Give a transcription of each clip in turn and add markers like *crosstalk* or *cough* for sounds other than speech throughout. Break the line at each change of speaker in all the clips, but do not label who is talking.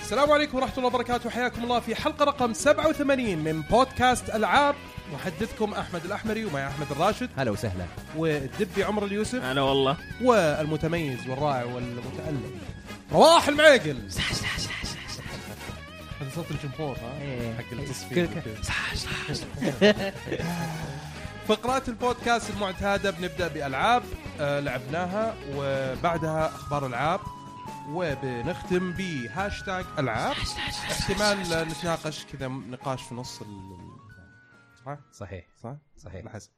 السلام عليكم ورحمة الله وبركاته حياكم الله في حلقة رقم 87 من بودكاست ألعاب محدثكم أحمد الأحمري ومعي أحمد الراشد
هلا وسهلا
والدبي عمر اليوسف
انا والله
والمتميز والرائع والمتألق رواح المعقل هذا صوت الجمهور ها
إيه.
حق
كل-
التصفيق
كل-
وكذا. *laughs* فقرات البودكاست المعتادة بنبدأ بألعاب آه، لعبناها وبعدها أخبار ألعاب وبنختم بهاشتاج ألعاب احتمال آه، نتناقش كذا نقاش في نص ال صح؟
صحيح
صح؟ على
صحيح
حسب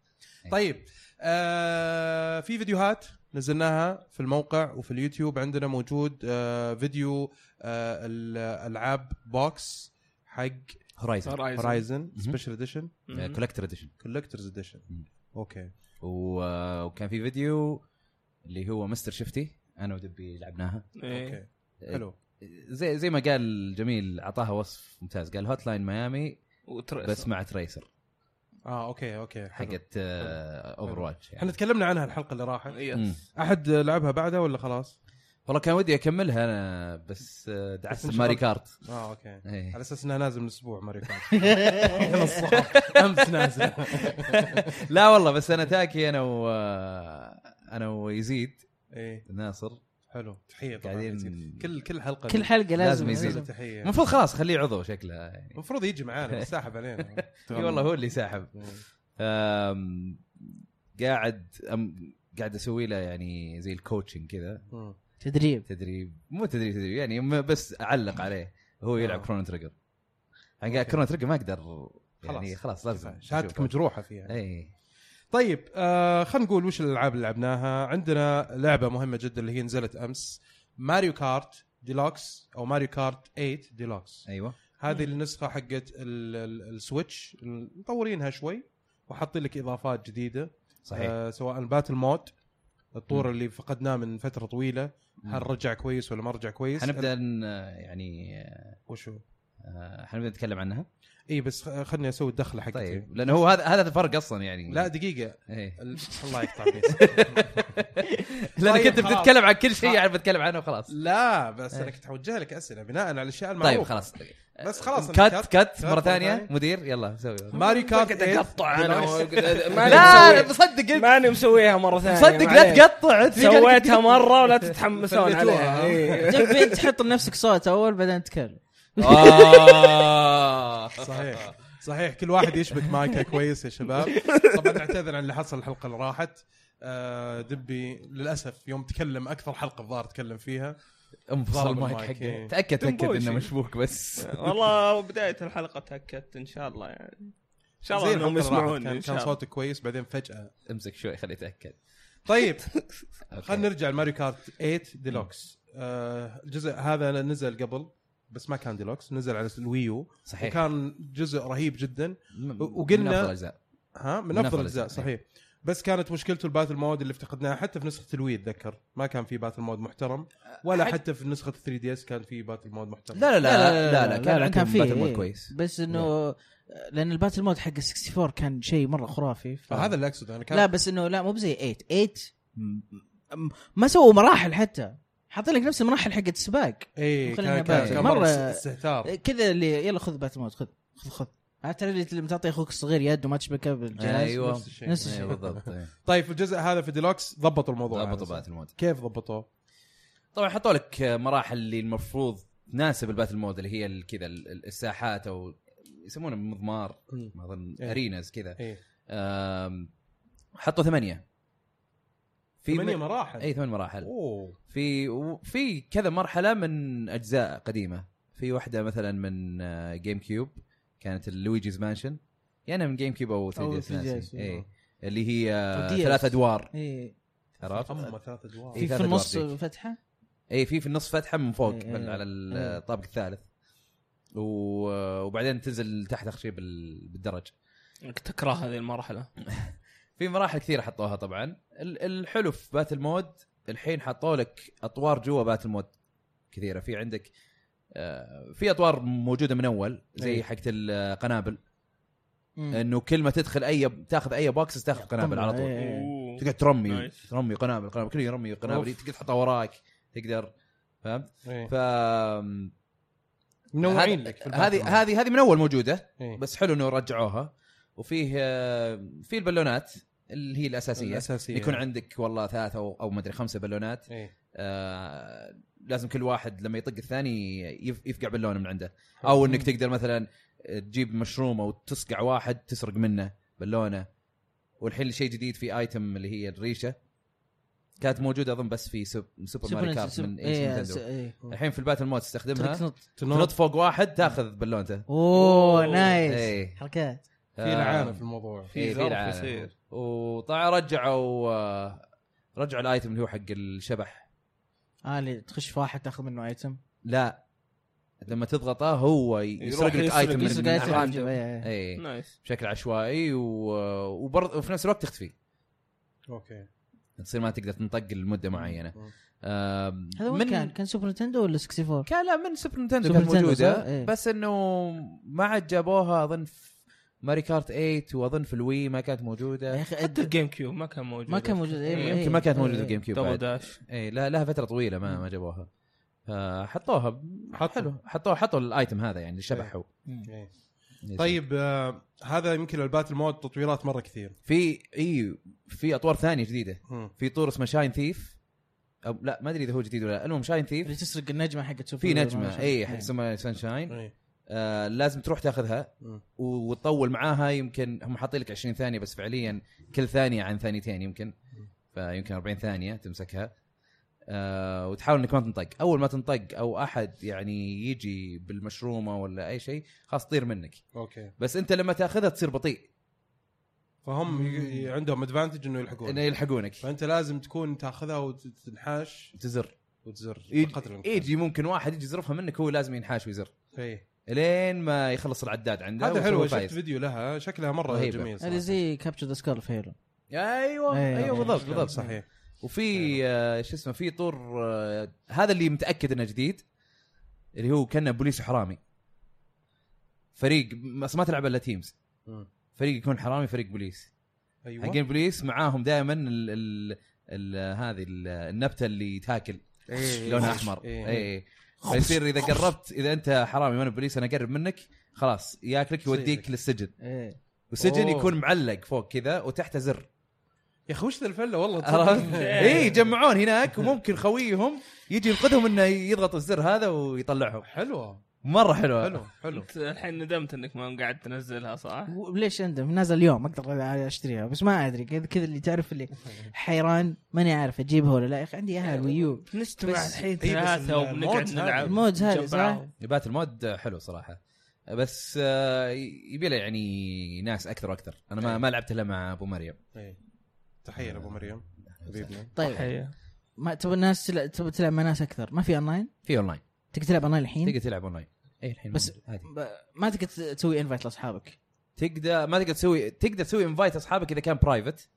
أي.
طيب آه في فيديوهات نزلناها في الموقع وفي اليوتيوب عندنا موجود آه فيديو آه الالعاب بوكس حق
هورايزن
Horizon.
هورايزن سبيشل اديشن
آه، كولكتر اديشن
كولكترز اديشن
مم.
اوكي
وكان في فيديو اللي هو مستر شفتي انا ودبي لعبناها
إيه.
اوكي حلو
زي زي ما قال جميل اعطاها وصف ممتاز قال هوت لاين ميامي
وتر-
بس مع تريسر
اه اوكي اوكي حلو.
حقت آه، اوفر واتش
احنا تكلمنا عنها الحلقه اللي راحت
يس
احد لعبها بعدها ولا خلاص؟
والله كان ودي اكملها انا بس آه،
بس
دعست
انشغلت.
ماري كارت
*laughs* اه اوكي
إيه.
على اساس انها نازل من اسبوع ماريو كارت خلاص صح. امس نازل
لا والله بس انا تاكي انا و انا ويزيد
ايه
ناصر
حلو تحيه طبعاً.
قاعدين-
كل كل حلقه
كل حلقه لازم,
لازم يزيد.
لازم تحيه
المفروض خلاص خليه عضو شكله
المفروض يجي معانا بس ساحب *laughs* علينا
اي والله هو اللي ساحب أم، قاعد أم قاعد اسوي له يعني زي الكوتشنج كذا
مم.
تدريب
تدريب مو تدريب تدريب يعني م- بس اعلق عليه هو يلعب
آه.
كرون تريجر يعني قاعد كرون تريجر ما اقدر يعني
خلاص.
خلاص لازم
شهادتك
أشوفه.
مجروحه فيها
اي
طيب آه خلينا نقول وش الالعاب اللي لعبناها عندنا لعبه مهمه جدا اللي هي نزلت امس ماريو كارت ديلوكس او ماريو كارت 8 ديلوكس
ايوه
هذه النسخه حقت ال- ال- السويتش مطورينها شوي وحاطين لك اضافات جديده
صحيح
آه سواء الباتل مود الطور
مم.
اللي فقدناه من فتره طويله هل
مم.
رجع كويس ولا ما رجع كويس
حنبدا ن- يعني
وشو
آه، حنبدا نتكلم عنها
اي إيه، بس خ- خلني اسوي الدخله حقتي
طيب لان هو هذا هذا الفرق اصلا يعني
لا طيب، دقيقه
إيه. *laughs*
ال- الله يقطع بيسك
لان
طيب،
كنت
خلاص.
بتتكلم عن كل شيء يعني بتكلم عنه وخلاص
لا بس انا كنت حوجه لك اسئله بناء على الاشياء المعروفه
طيب خلاص
بس خلاص أنا
كات كات
مرة
مره ثانية
ثانية.
مدير يلا سوي
ماري كارت
قاعد اقطع انا
لا
*laughs* ماني مسوي-
مصدق انت
ماني مسويها مره ثانيه
مصدق لا
معليش.
تقطع أنت في قلبك-
سويتها مره ولا تتحمسون عليها
فلتوها.
إيه.
تبي تحط لنفسك صوت اول بعدين تتكلم
*laughs* آه.
صحيح صحيح كل واحد يشبك مايكه كويس يا شباب طبعا نعتذر عن اللي حصل الحلقه اللي راحت آه، دبي للاسف يوم تكلم اكثر حلقه الظاهر تكلم فيها
انفصل
ضرب
المايك
المايك، إيه.
حقه تاكد تاكد
تنبوشي.
انه مشبوك بس
والله بدايه الحلقه تاكدت ان شاء الله يعني ان شاء الله
زين
انهم يسمعوني
كان,
إن شاء
كان
الله.
صوتك كويس بعدين فجاه
امسك شوي خليه يتاكد
طيب
أوكي.
خلينا نرجع لماريو كارت 8 ديلوكس آه، الجزء هذا نزل قبل بس ما كان ديلوكس نزل على الويو
صحيح
وكان جزء رهيب جدا
م-
وقلنا-
من أفضل الأجزاء.
ها من,
من
افضل
أفضل
الاجزاء
الأجزاء،
صحيح بس كانت مشكلته الباتل مود اللي افتقدناها حتى في نسخه الوي اتذكر ما كان في باتل مود محترم ولا
حت-
حتى في نسخه 3 دي اس كان في باتل مود محترم
لا لا لا لا لا كان عندهم
فيه،
باتل مود
إيه.
كويس
بس انه لان الباتل مود حق 64 كان شيء مره خرافي
آه،
ف...
فهذا اللي اقصده انا كان
لا بس انه لا مو بزي 8 8 م- ما سووا مراحل حتى حاطين لك نفس المراحل حقت السباق
اي
خلينا
إيه، كان, كان,
باتل.
كان
مرة-
مره
إيه،
استهتار
كذا اللي يلا خذ باتل مود خذ خذ خذ عرفت تعرف اللي تعطي اخوك الصغير يد وما تشبكه بالجهاز
ايوه
نفس الشيء.
نفس
أيوة،
الشيء
*laughs*
بالضبط إيه.
طيب في الجزء هذا في ديلوكس ضبطوا الموضوع
ضبطوا
هذا.
باتل مود
كيف ضبطوه؟
طبعا حطوا لك مراحل اللي المفروض تناسب الباتل مود اللي هي ال- كذا ال- ال- الساحات او يسمونه مضمار ما اظن
إيه.
اريناز كذا
اي
آم، حطوا ثمانيه في
ثمانية
م- إيه.
مراحل
اي ثمان مراحل
اوه
في في كذا مرحله من اجزاء قديمه في واحده مثلا من آه، جيم كيوب كانت اللويجيز مانشن يعني من جيم كيوب او 3
أو
دي
3DS
اس
إيه.
اللي هي آه،
3DS.
ثلاث ادوار
إيه.
عرفت؟
اما ثلاث ادوار
إيه،
في,
ثلاث
في النص
أدوار ذيك.
فتحه
اي في في النص فتحه من فوق
إيه،
من
إيه.
على
إيه.
الطابق الثالث و- وبعدين تنزل تحت اخر شيء بال- بالدرج
انك تكره هذه المرحله
في مراحل كثيره حطوها طبعا ال- الحلو في باتل مود الحين حطوا لك اطوار جوا باتل مود كثيره في عندك آه، في اطوار موجوده من اول
أي.
زي حقت القنابل
مم.
انه كل ما تدخل اي تاخذ اي بوكس تاخذ قنابل على طول
إيه.
أوه.
تقعد ترمي
نايس.
ترمي قنابل قنابل كل يرمي قنابل
أوف.
تقعد تحطها وراك تقدر فهمت
إيه.
ف
منوعين
هذه-
لك في الباتل مود.
هذه هذه هذه من اول موجوده
إيه.
بس حلو انه رجعوها وفيه آه، في البالونات اللي هي الاساسيه
الاساسيه
يكون عندك والله ثلاثة او او مدري خمسة بالونات
إيه.
آه لازم كل واحد لما يطق الثاني يف- يفقع باللون من عنده او انك تقدر مثلا تجيب مشروم او تصقع واحد تسرق منه بالونه والحين شيء جديد في ايتم اللي هي الريشه كانت موجوده اظن بس في سوب- سوبر ماري
سوبر-
كارت
سوبر-
من
إيه،
نينتندو.
س- إيه.
الحين في الباتل مود
ترك
تستخدمها
نط.
تنط فوق واحد تاخذ بالونته
اوه
إيه.
نايس حركات
في لعانه في الموضوع
في
إيه، في
ظرف
لعانة.
يصير.
وطبعا رجعوا آه، رجعوا الايتم اللي هو حق الشبح
اه اللي تخش في واحد تاخذ منه ايتم
لا لما تضغطه هو يسرق
يروح
لك
يسرق-
ايتم من
يسرق
آيتم.
الألعاب.
ايتم يجيب، إيه، إيه.
اي
نايس
بشكل عشوائي و... وبرض... وفي نفس الوقت تختفي
اوكي
تصير ما تقدر تنطق لمده معينه
مم.
آم،
هذا وين كان؟ كان سوبر نتندو ولا 64؟
كان لا من سوبر نتندو
سوبر
كانت
نينتندو،
موجوده
صح؟ إيه.
بس انه ما عاد جابوها اظن في ماري كارت 8 واظن في الوي ما كانت
يا
موجوده
اخي
حتى الجيم كيوب ما كان موجود
ما كان موجود
إيه،
يمكن ما كانت موجوده الجيم كيوب
دبل
بعد.
داش
اي لا لها فتره طويله ما ما جابوها فحطوها حلو حطوه حطوا الايتم هذا يعني
إيه.
الشبح هو
إيه. طيب آه هذا يمكن الباتل مود تطويرات مره كثير
في اي في اطوار ثانيه جديده
مم.
في طور اسمه شاين ثيف او لا ما ادري اذا هو جديد ولا لا المهم شاين
اللي
ثيف
تسرق النجمه حقت سوبر
في نجمه اي حق
إيه.
اسمها سانشاين
إيه.
آه لازم تروح تاخذها
مم.
و- وتطول معاها يمكن هم حاطين لك 20 ثانيه بس فعليا كل ثانيه عن ثانيتين يمكن فيمكن 40 ثانيه تمسكها آه وتحاول انك ما تنطق اول ما تنطق او احد يعني يجي بالمشرومه ولا اي شيء خلاص تطير منك
اوكي
بس انت لما تاخذها تصير بطيء
فهم ي- ي- عندهم ادفانتج انه
انه
يلحقون
يلحقونك
فانت لازم تكون تاخذها وتنحاش
تزر
وتزر بقدر
يجي,
الإمكان.
يجي ممكن واحد يجي يزرفها منك هو لازم ينحاش ويزر
إيه.
لين ما يخلص العداد عنده
هذا
ويصير
حلو
هو
شفت
فايز
فيديو لها شكلها مره
رهيبة.
جميل صراحة. يعني
هذه زي كابتشر ذا سكول في هيلو
ايوه
أيوة.
ايوه بالضبط
شكلها
بالضبط
صحيح
وفي آه، شو اسمه في طور آه، هذا اللي متاكد انه جديد اللي هو كان بوليس حرامي فريق بس ما تلعب الا تيمز
مم.
فريق يكون حرامي فريق بوليس
ايوه
حقين بوليس معاهم دائما ال ال ال هذه ال- النبته اللي تاكل
إيه.
لونها احمر
إيه.
اي فيصير اذا قربت اذا انت حرامي وانا بوليس انا اقرب منك خلاص ياكلك يوديك
يصيدك.
للسجن إيه.
ايه
والسجن
أوه.
يكون معلق فوق كذا وتحته زر
يا اخي وش ذا الفله والله
عرفت؟
تصدق؟
اي يجمعون هناك وممكن خويهم يجي ينقذهم انه يضغط الزر هذا ويطلعهم
حلوه
مره حلوه
حلو حلو
أنت الحين ندمت انك ما قاعد تنزلها صح؟
وليش اندم نازل اليوم اقدر اشتريها بس ما ادري كذا كذا اللي تعرف اللي حيران ماني عارف اجيبها ولا لا يا اخي عندي اياها
إيه.
الويو
نجتمع
بس-
الحين
بس
ثلاثة
المود
وبنقعد
هذا-
نلعب
المود هذا
جنب
صح؟
بعض.
نبات المود حلو صراحه بس آه، يبي له يعني ناس اكثر واكثر انا ما, ما لعبت الا مع ابو مريم
إيه. تحيه لابو مريم حبيبنا
طيب
حيا.
ما تبغى الناس تلع- تبغى تلعب مع ناس اكثر ما في اونلاين
في اونلاين
تقدر تلعب اونلاين الحين
إيه.
تقدر تلعب اونلاين اي الحين
بس-
موجود، عادي
ب- ما تقدر تسوي انفايت لاصحابك
تقدر ما تقدر تسوي تقدر تسوي انفايت اصحابك اذا كان برايفت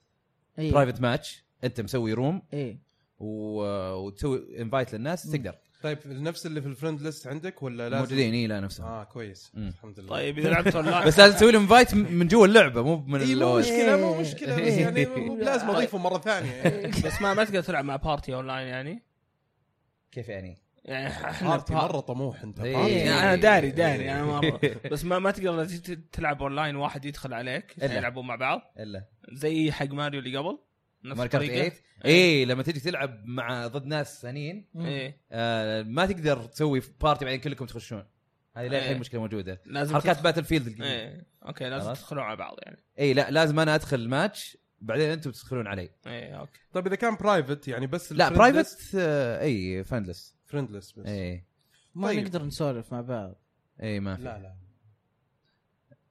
اي
إيه.
برايفت ماتش انت مسوي روم
اي
و- وتسوي انفايت للناس تقدر
طيب نفس اللي في الفرند ليست عندك ولا لازم
موجودين اي لا نفسهم
اه كويس
مم.
الحمد لله
طيب اذا *laughs* لعبت اونلاين
بس لازم تسوي له انفايت من جوا اللعبه مو من
اي إيه، مو
اللوز
مشكله مو مشكله بس يعني مو
إيه.
لازم اضيفه مره *laughs* ثانيه
بس ما ما تقدر تلعب مع بارتي اونلاين يعني
كيف يعني؟
يعني احنا
بارتي مره طموح انت
إيه.
بارتي.
*laughs* يعني انا داري داري انا مره *laughs* بس ما ما تقدر ت- ت- تلعب اونلاين واحد يدخل عليك
إلا.
يلعبون مع بعض
الا
زي حق ماريو اللي قبل نفس
ماري كارت
الطريقه
8
إيه.
اي إيه؟ لما تجي تلعب مع ضد ناس ثانيين
ايه
آه ما تقدر تسوي بارتي بعدين كلكم تخشون هذه للحين
إيه.
مشكله موجوده
لازم
حركات
تدخل-
باتل فيلد
إيه.
القديمه
ايه اوكي لازم
خلاص.
تدخلون على بعض يعني
اي إيه، لا لازم انا ادخل الماتش بعدين انتم تدخلون علي
ايه اوكي
طيب اذا كان برايفت يعني بس
لا إيه. برايفت آه اي فاندلس
فرندلس بس
اي
ما
طيب.
نقدر نسولف مع بعض
اي إيه، ما في
لا لا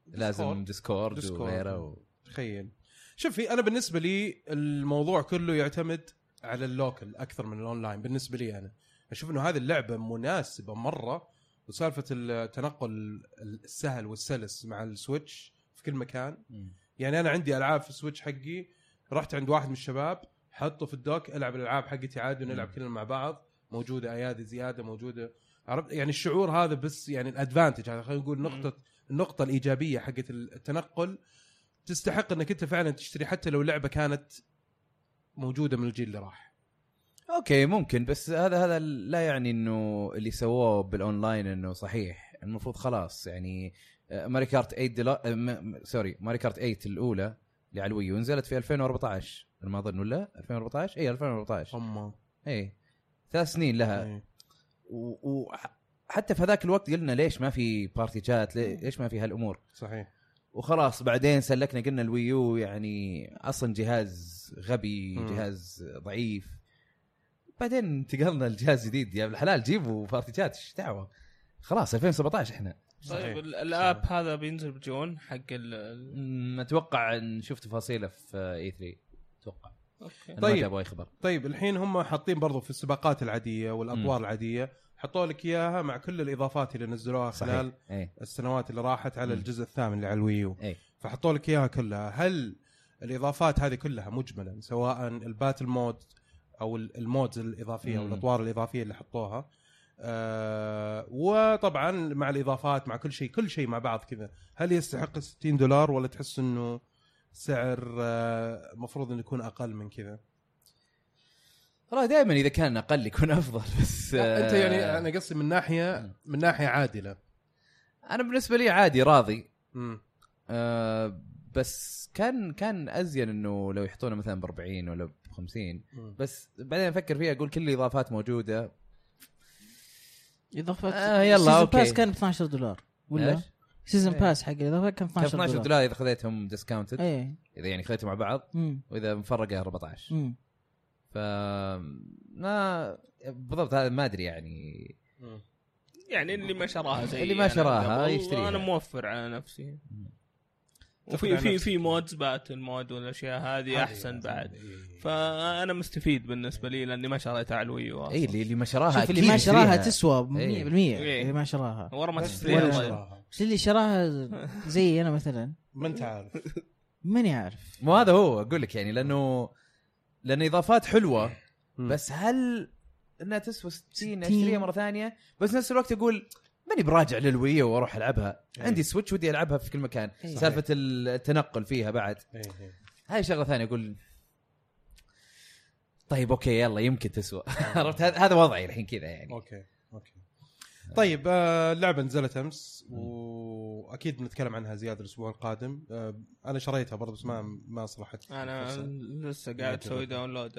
لازم
Discord.
ديسكورد
Discord.
وغيره و...
تخيل شوفي انا بالنسبه لي الموضوع كله يعتمد على اللوكل اكثر من الاونلاين بالنسبه لي انا اشوف انه هذه اللعبه مناسبه مره وسالفه التنقل السهل والسلس مع السويتش في كل مكان يعني انا عندي العاب في السويتش حقي رحت عند واحد من الشباب حطه في الدوك العب الالعاب حقتي عادي ونلعب
مم.
كلنا مع بعض موجوده ايادي زياده موجوده عرفت يعني الشعور هذا بس يعني الادفانتج هذا خلينا نقول نقطه النقطه الايجابيه حقت التنقل تستحق انك انت فعلا تشتري حتى لو لعبه كانت موجوده من الجيل اللي راح
اوكي ممكن بس هذا هذا لا يعني انه اللي سووه بالاونلاين انه صحيح المفروض خلاص يعني آه، ماري كارت 8 دولار آه، ما- ما- سوري ماري كارت 8 الاولى اللي على الويو نزلت في 2014 على ما اظن ولا إيه، 2014 اي 2014
هم إيه،
اي إيه. ثلاث سنين لها وحتى في هذاك الوقت قلنا ليش ما في بارتي شات لي- ليش ما في هالامور
صحيح
وخلاص بعدين سلكنا قلنا الويو يعني اصلا جهاز غبي
مم.
جهاز ضعيف بعدين انتقلنا لجهاز جديد يا ابن الحلال جيبوا بارتي شات ايش دعوه خلاص 2017 احنا
صحيح.
طيب ال- الاب هذا بينزل بجون حق ال- ال
مم، اتوقع نشوف تفاصيله في اي 3 اتوقع
اوكي
أنا ما
طيب.
جابوا اي خبر
طيب الحين هم حاطين برضو في السباقات العاديه والادوار العاديه حطوا لك اياها مع كل الاضافات اللي نزلوها خلال
صحيح ايه
السنوات اللي راحت على
مم.
الجزء الثامن اللي على الويو
إيه.
فحطوا لك اياها كلها هل الاضافات هذه كلها مجملا سواء الباتل مود او ال- المودز الاضافيه او
مم.
الاطوار الاضافيه اللي حطوها آه وطبعا مع الاضافات مع كل شيء كل شيء مع بعض كذا هل يستحق 60 دولار ولا تحس انه سعر المفروض آه مفروض انه يكون اقل من كذا
آه، والله دائما اذا كان اقل يكون افضل بس
لا، انت يعني
آه،
انا قصدي من ناحيه من ناحيه عادله
انا بالنسبه لي عادي راضي
مم.
آه، بس كان كان ازين انه لو يحطونه مثلا ب 40 ولا ب 50
مم.
بس بعدين افكر فيها اقول كل الاضافات موجوده
اضافه
آه، يلا، أوكي.
باس كان ب 12 دولار ولا
إيش؟
سيزون
إيه.
باس حق الاضافه كان
كان
12 دولار إيه.
12 دولار اذا خذيتهم ديسكاونتد
اي
اذا يعني خذيتهم مع بعض
امم
واذا مفرقه 14
امم
ف ما بالضبط هذا ما ادري يعني
مم.
يعني اللي ما شراها زي
اللي ما شراها يشتريها.
انا موفر على نفسي
مم.
تفرق
وفي
على
في
نفسك.
في مودز باتل مود والاشياء هذه احسن
يعني
بعد فانا مستفيد بالنسبه لي لاني ما شريتها على الويو
اي إيه، اللي اللي ما شراها
شوف اللي
أكيد
ما شراها
يشتريها.
تسوى 100%
إيه.
إيه.
اللي ما شراها
ورا ما
بس
تشتريها
ولا
طيب.
طيب.
شراها.
بس اللي شراها زي انا مثلا
ما انت عارف إيه،
ماني عارف
*laughs* مو هذا هو اقول لك يعني لانه لان اضافات حلوه
مم.
بس هل انها تسوى 60
60.
اشتريها مره ثانيه بس نفس الوقت اقول ماني براجع للوية واروح العبها
إيه.
عندي سويتش ودي العبها في كل مكان
إيه.
سالفه التنقل فيها بعد
إيه، إيه.
هاي شغله ثانيه اقول طيب اوكي يلا يمكن تسوى *laughs* عرفت هذا هذا وضعي الحين كذا يعني
اوكي اوكي طيب آه، اللعبه نزلت امس واكيد بنتكلم عنها زياده الاسبوع القادم آه، انا شريتها برضه بس ما ما صلحت
انا
الفرصة.
إيه،
لسه قاعد اسوي داونلود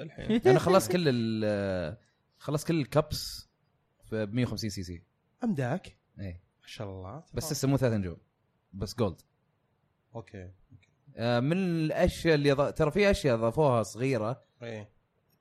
*laughs*
الحين
انا خلصت كل ال خلصت كل الكبس ب 150 سي سي
امداك
ايه
ما شاء الله
بس لسه مو ثلاث نجوم بس جولد
اوكي
آه، من الاشياء اللي أض- ترى في اشياء اضافوها صغيره
ايه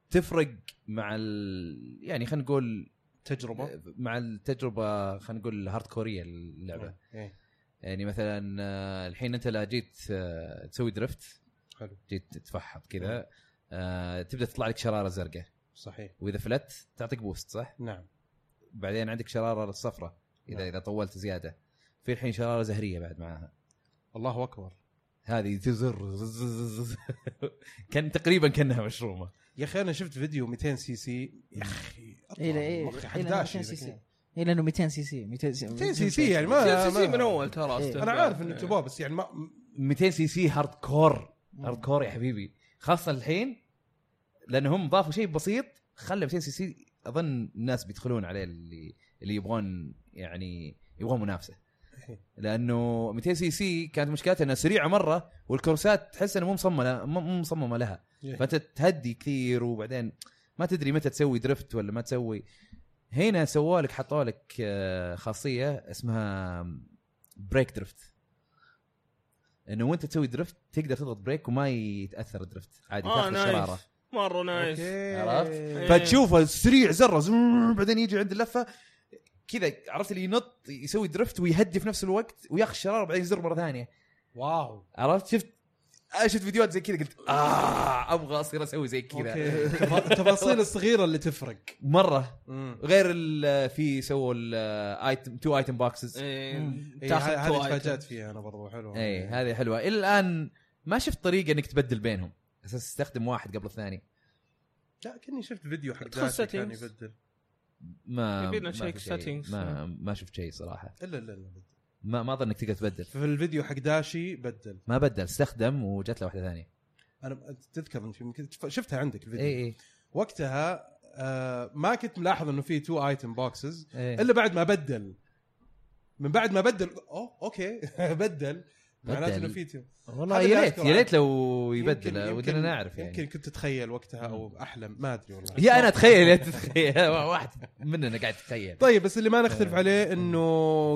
تفرق مع ال... يعني خلينا نقول
تجربه
مع التجربه خلينا نقول هارد كوريه اللعبه
ايه
يعني مثلا آه، الحين انت لا جيت آه، تسوي درفت
حلو
جيت تتفحط كذا آه، تبدا تطلع لك شراره زرقاء
صحيح
واذا فلت تعطيك بوست صح؟
نعم
بعدين عندك شراره صفراء اذا
نعم.
اذا طولت زياده في الحين شراره زهريه بعد معاها
الله اكبر
هذه تزر زز- زز- زز. *laughs* كان تقريبا كانها مشرومه
يا اخي انا شفت فيديو 200 سي سي يا اخي أطلع
إيه، إيه،
مخي
إيه،
حداش
200 سي
إذا
سي.
كان.
اي لانه 200 سي سي 200
200 سي سي يعني ما
سي سي
ما-
من اول ترى آه،
إيه.
استهبال.
انا عارف انه جابوه بس يعني ما
200 سي سي هارد كور هارد كور يا حبيبي خاصه الحين لان هم ضافوا شيء بسيط خلى 200 سي سي اظن الناس بيدخلون عليه اللي اللي يبغون يعني يبغون منافسه لانه 200 سي سي كانت مشكلتها انها سريعه مره والكورسات تحس انها مو مصممه مو مو مصممه لها فانت تهدي كثير وبعدين ما تدري متى تسوي درفت ولا ما تسوي هنا سووا لك حطوا لك آه، خاصيه اسمها بريك درفت انه وانت تسوي درفت تقدر تضغط بريك وما يتاثر الدرفت عادي
آه،
تاخذ
نايس.
شراره
مره نايس
أوكي.
عرفت؟
إيه.
فتشوفه سريع زره زوم، بعدين يجي عند اللفه كذا عرفت اللي ينط يسوي درفت ويهدي في نفس الوقت وياخذ شراره بعدين يزر مره ثانيه
واو
عرفت شفت انا شفت فيديوهات زي كذا قلت اه ابغى اصير اسوي زي كذا
اوكي التفا- *laughs* التفاصيل الصغيره اللي تفرق
مره
مم.
غير ال- في سووا الايتم تو ايتم بوكسز
إيه،
تاخذ
ه- هذه
تو
تفاجات
item.
فيها انا برضو حلوه
اي إيه، هذه حلوه الى الان ما شفت طريقه انك تبدل بينهم اساس تستخدم واحد قبل الثاني
لا كني شفت فيديو حق
تدخل
داشي كان
settings.
يبدل
ما
يبينا
ما
شيك
في شيء.
settings.
ما ما شفت شيء صراحه
الا الا الا بدل.
ما ما اظن انك تقدر تبدل
في الفيديو حق داشي بدل
ما بدل استخدم وجت له واحده ثانيه
انا ب- تذكر انت يمكن تف- شفتها عندك الفيديو
اي اي
وقتها
إيه.
آه ما كنت ملاحظ انه في تو ايتم بوكسز
إي.
الا بعد ما بدل من بعد ما بدل اوه اوكي *laughs* بدل معناته انه في تيم
والله
هذا
يا
اللي
ريت
أذكره.
يا ريت لو
يمكن-
يبدل
يمكن-
ودنا نعرف
يمكن
يعني
كنت تتخيل وقتها او احلم ما ادري والله
يا انا اتخيل يا تتخيل *laughs* واحد مننا قاعد يتخيل
طيب بس اللي ما
آه،
نختلف عليه انه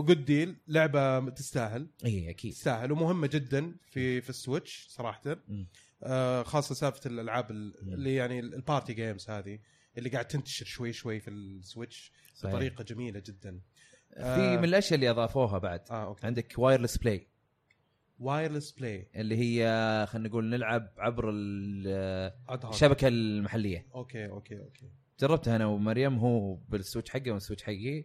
جود ديل لعبه تستاهل
اي اكيد
تستاهل ومهمه جدا في في السويتش صراحه
مم.
آه خاصه سالفه الالعاب ال-
مم.
اللي يعني ال- البارتي جيمز هذه اللي قاعد تنتشر شوي شوي في السويتش
صحيح.
بطريقه جميله جدا
طيب. في من الاشياء اللي اضافوها بعد
اه اوكي
عندك وايرلس بلاي
وايرلس بلاي
اللي هي خلينا نقول نلعب عبر ال-
اد هوك.
الشبكه المحليه
اوكي اوكي اوكي
جربتها انا ومريم هو بالسويتش حقه والسويتش حقي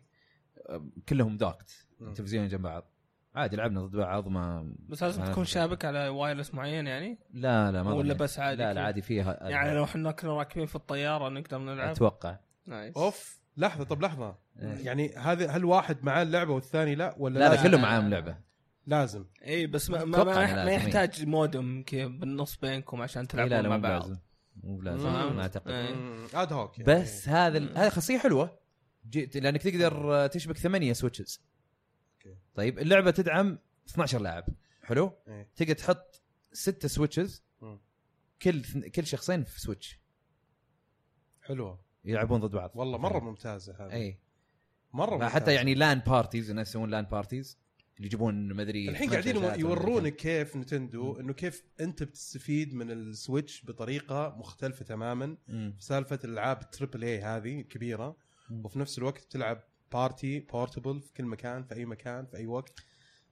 أم، كلهم داكت
مم.
تلفزيون جنب بعض عادي لعبنا ضد بعض ما
بس لازم
أنا
تكون
أتفق.
شابك على وايرلس معين يعني
لا لا ما
ولا
ظنيت.
بس عادي
لا لا
كذا؟
عادي فيها
يعني لو احنا كنا راكبين في الطياره نقدر نلعب
اتوقع
نايس
اوف لحظه طب لحظه
إيه.
يعني هذا هل واحد معاه اللعبه والثاني لا ولا
لا لا
لازم؟
كلهم معاهم لعبه
لازم
اي بس ما, ما,
أتوقع
ما,
إنه
ما
لازم،
يحتاج مودم كذا بالنص بينكم عشان
إيه، لا
تلعبون
لا
مع
مو
بعض
بلازم مو بلازم
فهمت.
ما اعتقد
إيه.
مم، اد هوك يعني.
بس هذا ال- هذه خاصيه حلوه جيت لانك تقدر تشبك ثمانية سويتشز
أوكي.
طيب اللعبه تدعم 12 لاعب حلو
إيه.
تقدر تحط ستة سويتشز
مم.
كل اثن- كل شخصين في سويتش
حلوه
يلعبون ضد بعض
والله مره ممتازه هذه
اي
مره ممتازة.
إيه. حتى يعني لان بارتيز الناس يسوون لان بارتيز اللي يجيبون ما ادري
الحين
ثمان
قاعدين
شاشات ولا
يورونك كيف نتندو انه كيف انت بتستفيد من السويتش بطريقه مختلفه تماما
كم. مم.
سالفه الالعاب التريبل اي هذه كبيره
مم.
وفي نفس الوقت بتلعب بارتي بورتبل في كل مكان في اي مكان في اي وقت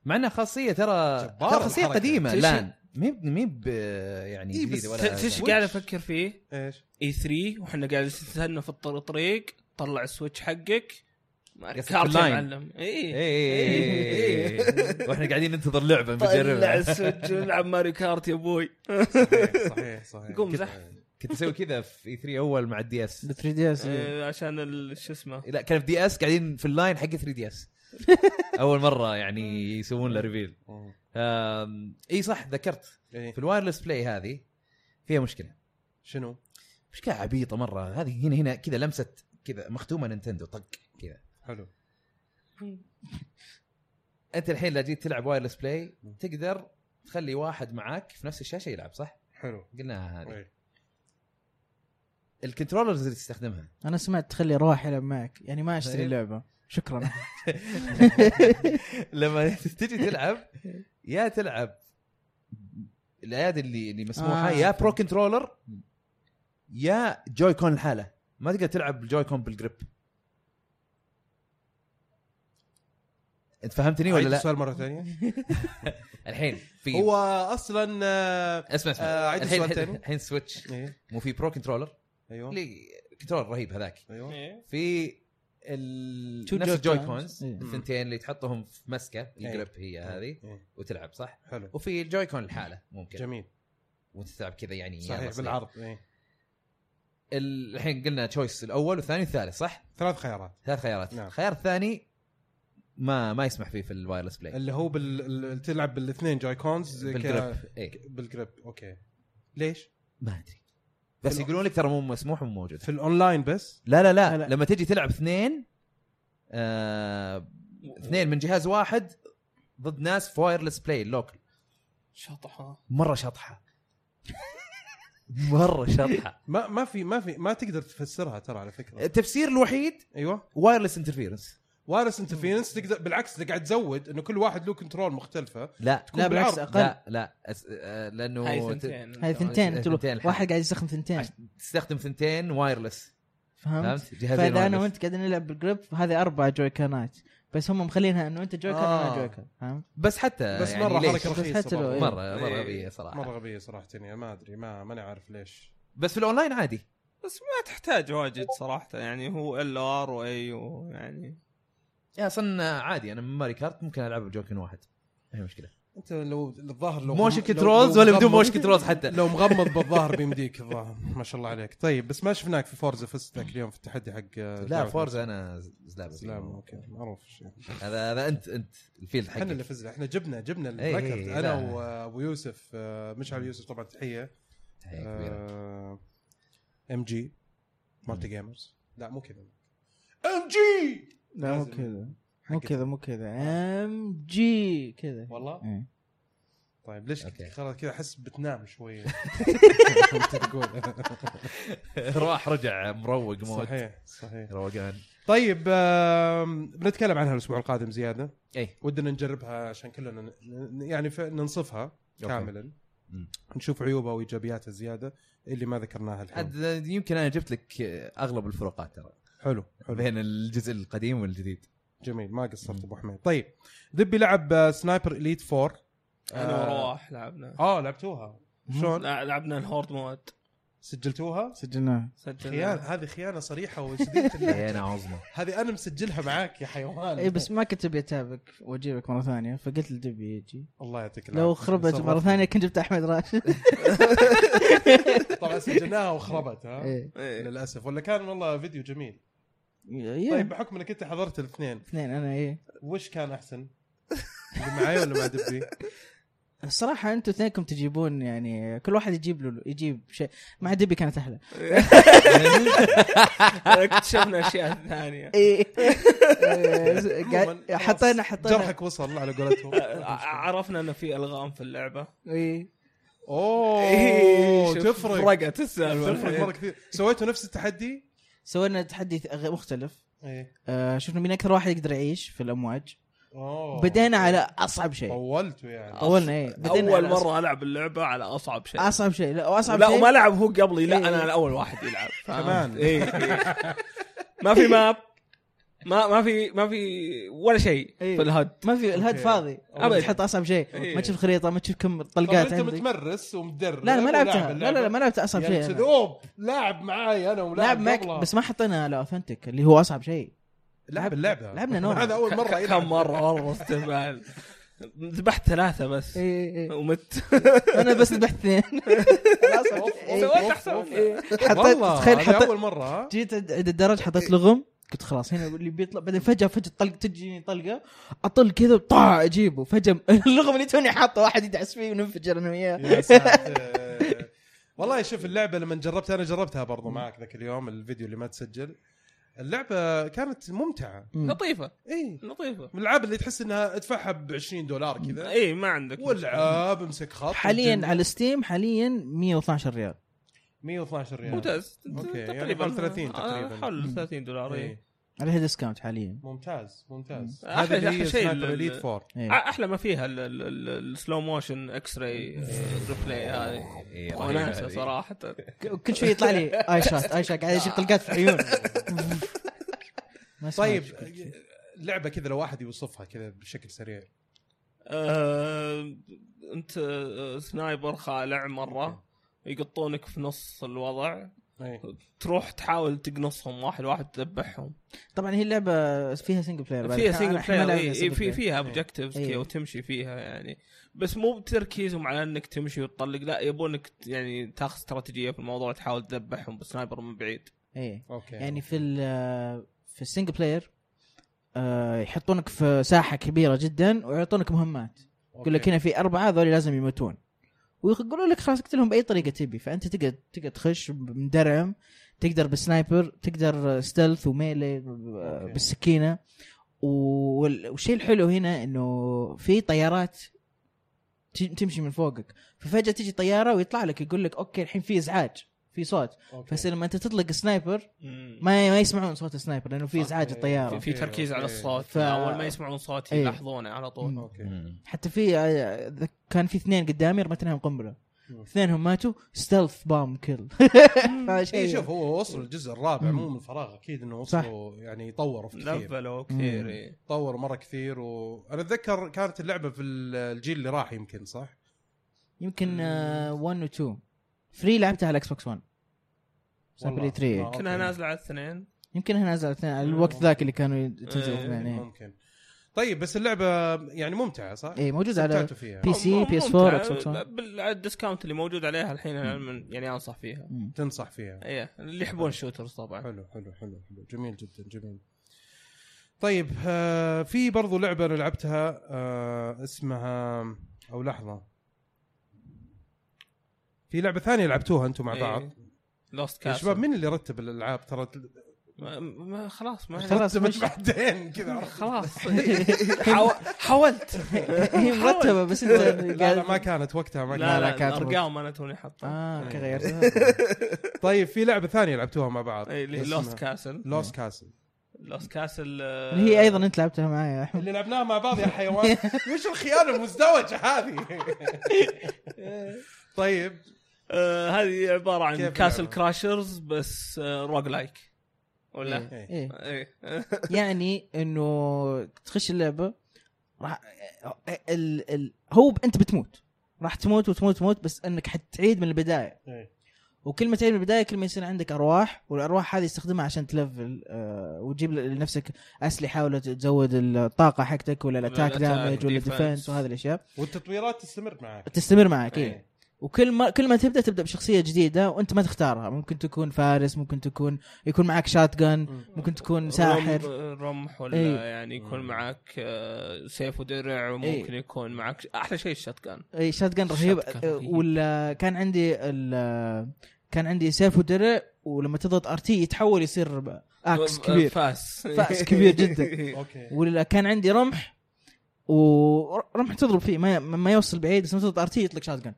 مع انها خاصيه ترى
جبارة
ترى خاصيه
الحركة.
قديمه
تشي-
لان مي ب- مي ب- يعني
إيه، بس
جديده ولا
ت- تش قاعد افكر فيه
*laughs*
ايش؟
اي 3 واحنا قاعد نستنى في الطر- الطريق طلع السويتش حقك
قصدك
كارت يا
online.
معلم
إيه،
اي
إيه، إيه، إيه. واحنا قاعدين ننتظر لعبه
طلع
بنجربها
السويتش ونلعب ماريو كارت يا ابوي
*laughs*
صحيح صحيح صحيح
قوم
كده.
زحف.
كنت اسوي كذا في 3 اول مع الدي اس
3 دي اس
إيه.
آه، عشان ال- شو اسمه
لا كان في دي اس قاعدين في اللاين حق E 3 دي اس اول مره يعني يسوون له ريفيل
مم.
آم، اي صح ذكرت
إيه.
في الوايرلس بلاي هذه فيها مشكله
شنو؟
مشكله عبيطه مره هذه هنا هنا كذا لمسه كذا مختومه نينتندو طق كذا
حلو
انت الحين لو جيت تلعب وايرلس بلاي تقدر تخلي واحد معاك في نفس الشاشه يلعب صح؟
حلو
قلناها هذه
إيه.
الكنترولرز اللي تستخدمها
انا سمعت تخلي روح يلعب معك يعني ما اشتري
طيب.
لعبه
*laughs*
شكرا
لما تجي تلعب يا تلعب الاياد اللي اللي مسموحه
آه،
آه يا
أوكي.
برو كنترولر يا جوي كون الحالة ما تقدر تلعب بالجوي كون بالجريب انت فهمتني ولا
عيد
لا؟ إيه.
السؤال مره ثانيه
الحين في
هو اصلا آه،
اسمع اسمع
آه، عيد
الحين
السؤال
الحين-
تاني.
الحين سويتش
ايه
مو في برو كنترولر
ايوه
اللي كنترول رهيب هذاك
ايوه
في ال...
Two
نفس
joy
الجوي
cons.
كونز
إيه.
الثنتين اللي تحطهم في مسكه الجريب هي هذه
إيه.
وتلعب صح؟
حلو
وفي الجوي كون لحاله ممكن
جميل
وانت تلعب كذا يعني يلا
صحيح
صغير.
بالعرض إيه.
ال- الحين قلنا تشويس الاول والثاني والثالث صح؟
ثلاث خيارات
ثلاث خيارات
نعم.
الخيار الثاني ما ما يسمح فيه في الوايرلس بلاي
اللي هو بال... ال- تلعب بالاثنين جوي كونز
بالجريب اي
بالجريب اوكي ليش؟
إيه. ما ادري بس
في الأو-
يقولون لك ترى مو مسموح ومو موجود
في الاونلاين بس
لا لا لا,
لا، لا.
لما تجي تلعب اثنين آه اثنين من جهاز واحد ضد ناس في وايرلس بلاي اللوكل
شطحه
مره *laughs* شطحه مره
*laughs*
شطحه
ما ما في ما في ما تقدر تفسرها ترى على فكره
التفسير الوحيد
ايوه
وايرلس انترفيرنس
وارس انترفيرنس تقدر بالعكس انت قاعد تزود انه كل واحد له كنترول مختلفه
لا
تكون
لا بالعكس
بالعرض.
اقل
لا لا أس... آه، لانه
هاي
ت-
ثنتين
هاي ثنتين
عشان-
انت
ثنتين الحين.
واحد قاعد يستخدم ثنتين
عشان تستخدم ثنتين وايرلس
فهمت؟
فهمت؟ جهازين
فاذا انا
wireless.
وانت قاعدين نلعب بالجريب هذه اربع جوي كانات بس هم مخلينها انه انت جوي كان وانا
آه.
جوي كان فهمت؟
بس حتى
بس
يعني
مره
ليش؟
حركه
بس
رخيصه
حتى لو-
برضو.
إيه.
مره مره
إيه.
غبيه صراحه
مره غبيه صراحه يعني ما ادري ما ماني عارف ليش
بس في الاونلاين عادي
بس ما تحتاج واجد صراحه يعني هو ال ار واي ويعني
يا اصلا عادي انا من ماري كارت ممكن العب بجوكن واحد ما هي مشكله
انت لو الظاهر لو
موشن
غم- لو-
كنترولز
لو
ولا بدون
مغمض-
موشن كنترولز حتى
لو مغمض بالظاهر بيمديك الظاهر ما شاء الله عليك طيب بس ما شفناك في فورزا فزت ذاك اليوم في التحدي حق آه،
لا فورزا انا زلابه
سلام اوكي معروف الشيء
هذا هذا انت انت الفيلد
احنا اللي
حقك
فزنا احنا جبنا جبنا
إيه،
الركض
إيه،
انا
لا.
وابو يوسف آه، مشعل يوسف طبعا تحيه
تحية إيه،
آه.
كبيرة. *laughs*
ام جي مالتي جيمرز لا مو كذا ام جي
لا
مو
كذا مو
حقت-
كذا مو كذا ام جي كذا
والله
إيه.
طيب ليش
أوكي.
خلاص كذا احس بتنام
*laughs*
شوي وأنت تقول
راح رجع مروق موت
صحيح صحيح
روقان
طيب آم، بنتكلم عنها الاسبوع القادم زياده
اي
ودنا نجربها عشان كلنا ن- ن- يعني ف- ننصفها كاملا
مم.
نشوف عيوبها وايجابياتها زياده اللي ما ذكرناها الحين
عاد يمكن انا جبت لك اغلب الفروقات ترى
حلو حلو
بين الجزء القديم والجديد
جميل ما قصرت
مم.
ابو حميد طيب ذبي لعب آه، سنايبر اليت 4
انا
آه.
ورواح لعبنا
اه لعبتوها شلون
لا، لعبنا الهورد مود
سجلتوها
سجلناه
خيانه
سجلنا
هذه خيانه صريحه وشديده *laughs* اللهجة.
انا عظمه
هذه انا مسجلها معاك يا حيوان
اي إيه، بس ما كنت ابي اتابك واجيبك مره ثانيه فقلت لدبي يجي
الله يعطيك العافيه
لو خربت مره
صرفتني.
ثانيه كنت جبت احمد *laughs* راشد
طبعا سجلناها وخربت ها
إيه.
إيه.
للاسف ولا كان والله فيديو جميل
يا-
طيب بحكم انك انت حضرت الاثنين
اثنين انا ايه
وش كان احسن؟ اللي معي ولا مع
*laughs* إيه،
دبي؟
الصراحة انتم اثنينكم تجيبون يعني كل واحد يجيب له يجيب شيء مع دبي كانت احلى
اكتشفنا اشياء ثانيه
ايه *laughs*
عموماً، خلاص،
إيه، حطينا حطينا
جرحك وصل على
*laughs*
قولتهم
عرفنا انه في الغام في اللعبه
إيه.
اوه
إيه، شوف،
تفرق
فرقت إيه.
إيه.
تفرق مره
السالفه
كثير سويتوا نفس التحدي؟
سوينا تحدي غ- مختلف
ايه
آه، شفنا مين اكثر واحد يقدر يعيش في الامواج
اوه
بدينا على اصعب شيء
طولتوا يعني
طولنا ايه بدينا
اول
على أصعب-
مره العب اللعبه على اصعب شيء
اصعب شيء لا واصعب
لا
شيء
وما لعب هو قبلي لا
إيه.
انا الاول واحد يلعب فاهم؟
آه. كمان.
إيه، إيه. ما في ماب ما ما في ما في ولا شيء
إيه.
في الهد
ما في الهد
أوكي.
فاضي
أبد.
ابد تحط اصعب شيء
إيه.
ما تشوف خريطه ما تشوف كم
طب انت
طلقات عندك
متمرس ومدرب
لا انا ما
ولاعب
لعبتها لا لا لا ما لعبت اصعب
يا
شيء أنا.
كذوب لاعب معاي انا ولاعب
لعب معك
قبلها.
بس ما حطينا على اوثنتيك اللي هو اصعب شيء
لعب اللعبه
لعبنا نوع.
هذا اول مره
كم
يلعب
مره والله استهبال ذبحت ثلاثه بس
إيه.
إيه،
اي
ومت
انا بس ذبحت
*laughs*
*laughs* اثنين خلاص
أوف،
إيه.
أوف،
سويت
أوف،
أحسن
أوف.
منه.
حطيت
والله
تخيل
هذه
حطيت
اول مره
*laughs*
ها؟
جيت عند الدرج حطيت لغم قلت خلاص هنا اللي بيطلع بعدين فجاه فجاه طلق تجيني طلقه اطل كذا طاع اجيبه *laughs* فجاه اللغم اللي توني حاطه واحد يدعس فيه وننفجر انا وياه
يا ساتر. والله شوف اللعبه لما جربتها انا جربتها برضو معك ذاك اليوم الفيديو اللي ما تسجل اللعبه كانت إيه. ممتعه
لطيفه
اي
لطيفه
من الالعاب اللي تحس انها ادفعها ب 20 دولار كذا
اي إيه، ما عندك
والعب امسك خط
حاليا
وجن-
على ستيم حاليا 112 ريال
112 ريال
ممتاز
أوكي، يعني
تقريبا
حول 30 تقريبا.
آه، حول 30 دولار إيه.
إي.
عليها ديسكاونت حاليا
ممتاز ممتاز
أحلى-
هذا اللي
أحلى
هي
شيء
سنايبر
لل-
اليت 4
إيه.
آه، احلى ما فيها ال- ال- ال- السلو موشن اكس راي ريبلاي آه، هذه *laughs*
إيه، رهيبة
وناسه
هذه.
صراحه
ك- كل شوي يطلع لي اي شوت اي شوت قاعد اشوف طلقات
*laughs*
في عيون ما اسمع
طيب
شيء كل شيء.
لعبه كذا لو واحد يوصفها كذا بشكل سريع
*laughs* آه، انت آه، سنايبر خالع مره يقطونك في نص الوضع
إي.
تروح تحاول تقنصهم واحد واحد تذبحهم
طبعا هي اللعبه فيها سنجل بلاير بعد.
فيها
أنا-
سنجل
أنا ما
بلاير
لعبت
إي، إي،
single
إيه، في
player.
فيها اوبجكتيفز
إيه.
كذا وتمشي فيها يعني بس مو بتركيزهم على انك تمشي وتطلق لا يبونك ت- يعني تاخذ استراتيجيه في الموضوع تحاول تذبحهم بسنايبر من بعيد
إيه.
اوكي
يعني في ال في السنجل بلاير آه، يحطونك في ساحه كبيره جدا ويعطونك مهمات يقول لك هنا في اربعه هذول لازم يموتون ويقولوا لك خلاص اقتلهم باي طريقه تبي فانت تقدر تقدر تخش مدرعم تقدر بالسنايبر تقدر ستيلث وميلي ب-
أوكي.
بالسكينه و- وال- والشيء الحلو هنا انه في طيارات ت- تمشي من فوقك ففجاه تجي طياره ويطلع لك يقول لك اوكي الحين في ازعاج في صوت
أوكي.
بس لما انت تطلق سنايبر ما ما يسمعون صوت السنايبر لانه في ازعاج
أوكي.
الطياره
في, في تركيز على
أوكي.
الصوت
ف-
اول ما يسمعون صوتي
إيه.
يلاحظونه على طول
مم.
اوكي
مم.
حتى في آه، كان في اثنين قدامي رميت لهم قنبله
مم.
اثنينهم ماتوا ستيلث بام كل
*laughs* اي إيه، شوف هو وصل الجزء الرابع مو من فراغ اكيد انه
إيه. صح.
وصلوا يعني يطوروا في كثير
لفلوا
مم.
كثير إيه.
طوروا مره كثير وانا اتذكر كانت اللعبه في ال- الجيل اللي راح يمكن صح؟
يمكن آه، 1 و 2 3 لعبتها على الاكس بوكس 1
والله.
سامبلي 3
آه.
كنا
أوكي.
نازله على الاثنين
يمكنها نازله اثنين على
مم.
آه، الوقت ذاك اللي كانوا تنزل
إيه.
اثنين إيه.
ممكن طيب بس اللعبه يعني ممتعه صح؟
اي موجوده إيه، على
استمتعتوا فيها
بي سي
مم-
بي اس
ممتع.
4 اكس بوكس 1
بال- الديسكاونت اللي موجود عليها الحين أنا من- يعني انصح فيها
مم.
تنصح
أيوة.
فيها
ايه اللي يحبون الشوترز طبعا
حلو حلو حلو حلو جميل جدا جميل طيب آه في برضو لعبه انا لعبتها آه اسمها او لحظه في لعبه ثانيه لعبتوها انتم مع بعض
إيه،
لوست
يا
كاس
شباب مين اللي رتب الالعاب ترى
إيه. ما- ما خلاص ما
خلاص
رتبت
مش-
بعدين كذا
*laughs*
عرفت؟
خلاص حاو- حاولت
إيه، هي مرتبه بس انت
*laughs* لا لا ما كانت وقتها ما كانت
لا،
لا لا
كانت
ارقام انا توني حاطها
اه اوكي
إيه.
غيرتها
طيب في لعبه ثانيه لعبتوها مع بعض
إيه،
إيه،
لوست كاسل
لوست كاسل
لوست كاسل
اللي هي ايضا انت لعبتها معي يا احمد
اللي لعبناها مع بعض يا حيوان وش الخيانه المزدوجه هذه طيب
آه، هذه عباره عن
كيف
كاسل
اللعبة؟
كراشرز بس روج لايك ولا
إيه.
إيه.
ايه
يعني انه تخش اللعبه راح ال... ال... هو انت بتموت راح تموت وتموت تموت بس انك حتعيد من البدايه
إيه.
وكل ما تعيد من البدايه كل ما يصير عندك ارواح والارواح هذه استخدمها عشان تلفل آه وتجيب لنفسك اسلحه ولا تزود الطاقه حقتك ولا الاتاك
الأتاك،
دامج ولا
defense.
ديفنس وهذه الاشياء
والتطويرات تستمر معك
تستمر معك إيه.
إيه.
وكل ما كل ما تبدا تبدا بشخصيه جديده وانت ما تختارها ممكن تكون فارس ممكن تكون يكون معك شات جن ممكن تكون ساحر
رم- رمح ولا
إيه.
يعني يكون معك آه، سيف ودرع وممكن يكون معك احلى شيء الشتكان
اي شات جن إيه، رهيب
Shotgun
آه،
رهيب.
ولا كان عندي ال- كان عندي سيف ودرع ولما تضغط ار تي يتحول يصير ب- اكس كبير
آه، فاس
فاس كبير
*laughs*
جدا.
اوكي
ولا كان عندي رمح ورمح تضرب فيه ما, ما يوصل بعيد بس لما تضغط ار تي يطلق شات جن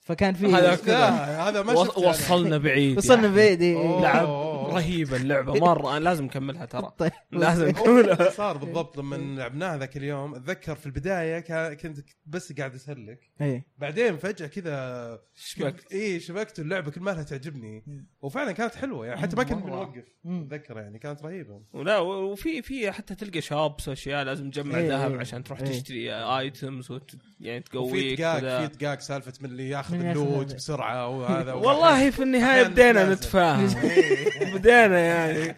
فكان في
هذاك
لا هذا ما شفت أنا.
وصلنا بعيد يعني.
وصلنا بعيد إيه، إي.
أوه.
لعب
أوه.
رهيبه اللعبه مره انا لازم اكملها
*laughs*
ترى
طيب.
*laughs* لازم
هو اللي صار بالضبط لما لعبناه ذاك اليوم اتذكر في البدايه كا- كنت بس قاعد اسلك
إي.
بعدين فجاه كذا
شبكت.
اي شبكت اللعبه كل مالها تعجبني وفعلا كانت حلوه يعني حتى ما كنت
مرة.
بنوقف
مم.
اتذكر يعني كانت رهيبه
*laughs* ولا وفي في حتى تلقى شوبس واشياء لازم تجمع
إيه،
ذهب
إيه.
عشان تروح
إيه.
تشتري ايتمز وت... يعني
وفي
تقويك
دقاق في
كذا
دقاق سالفه من اللي ياخذ
من ياخذ
اللوت
هذا.
بسرعه
*laughs*
وهذا
والله في النهايه
كان
بدينا
لازم.
نتفاهم
*laughs*
بدينا يعني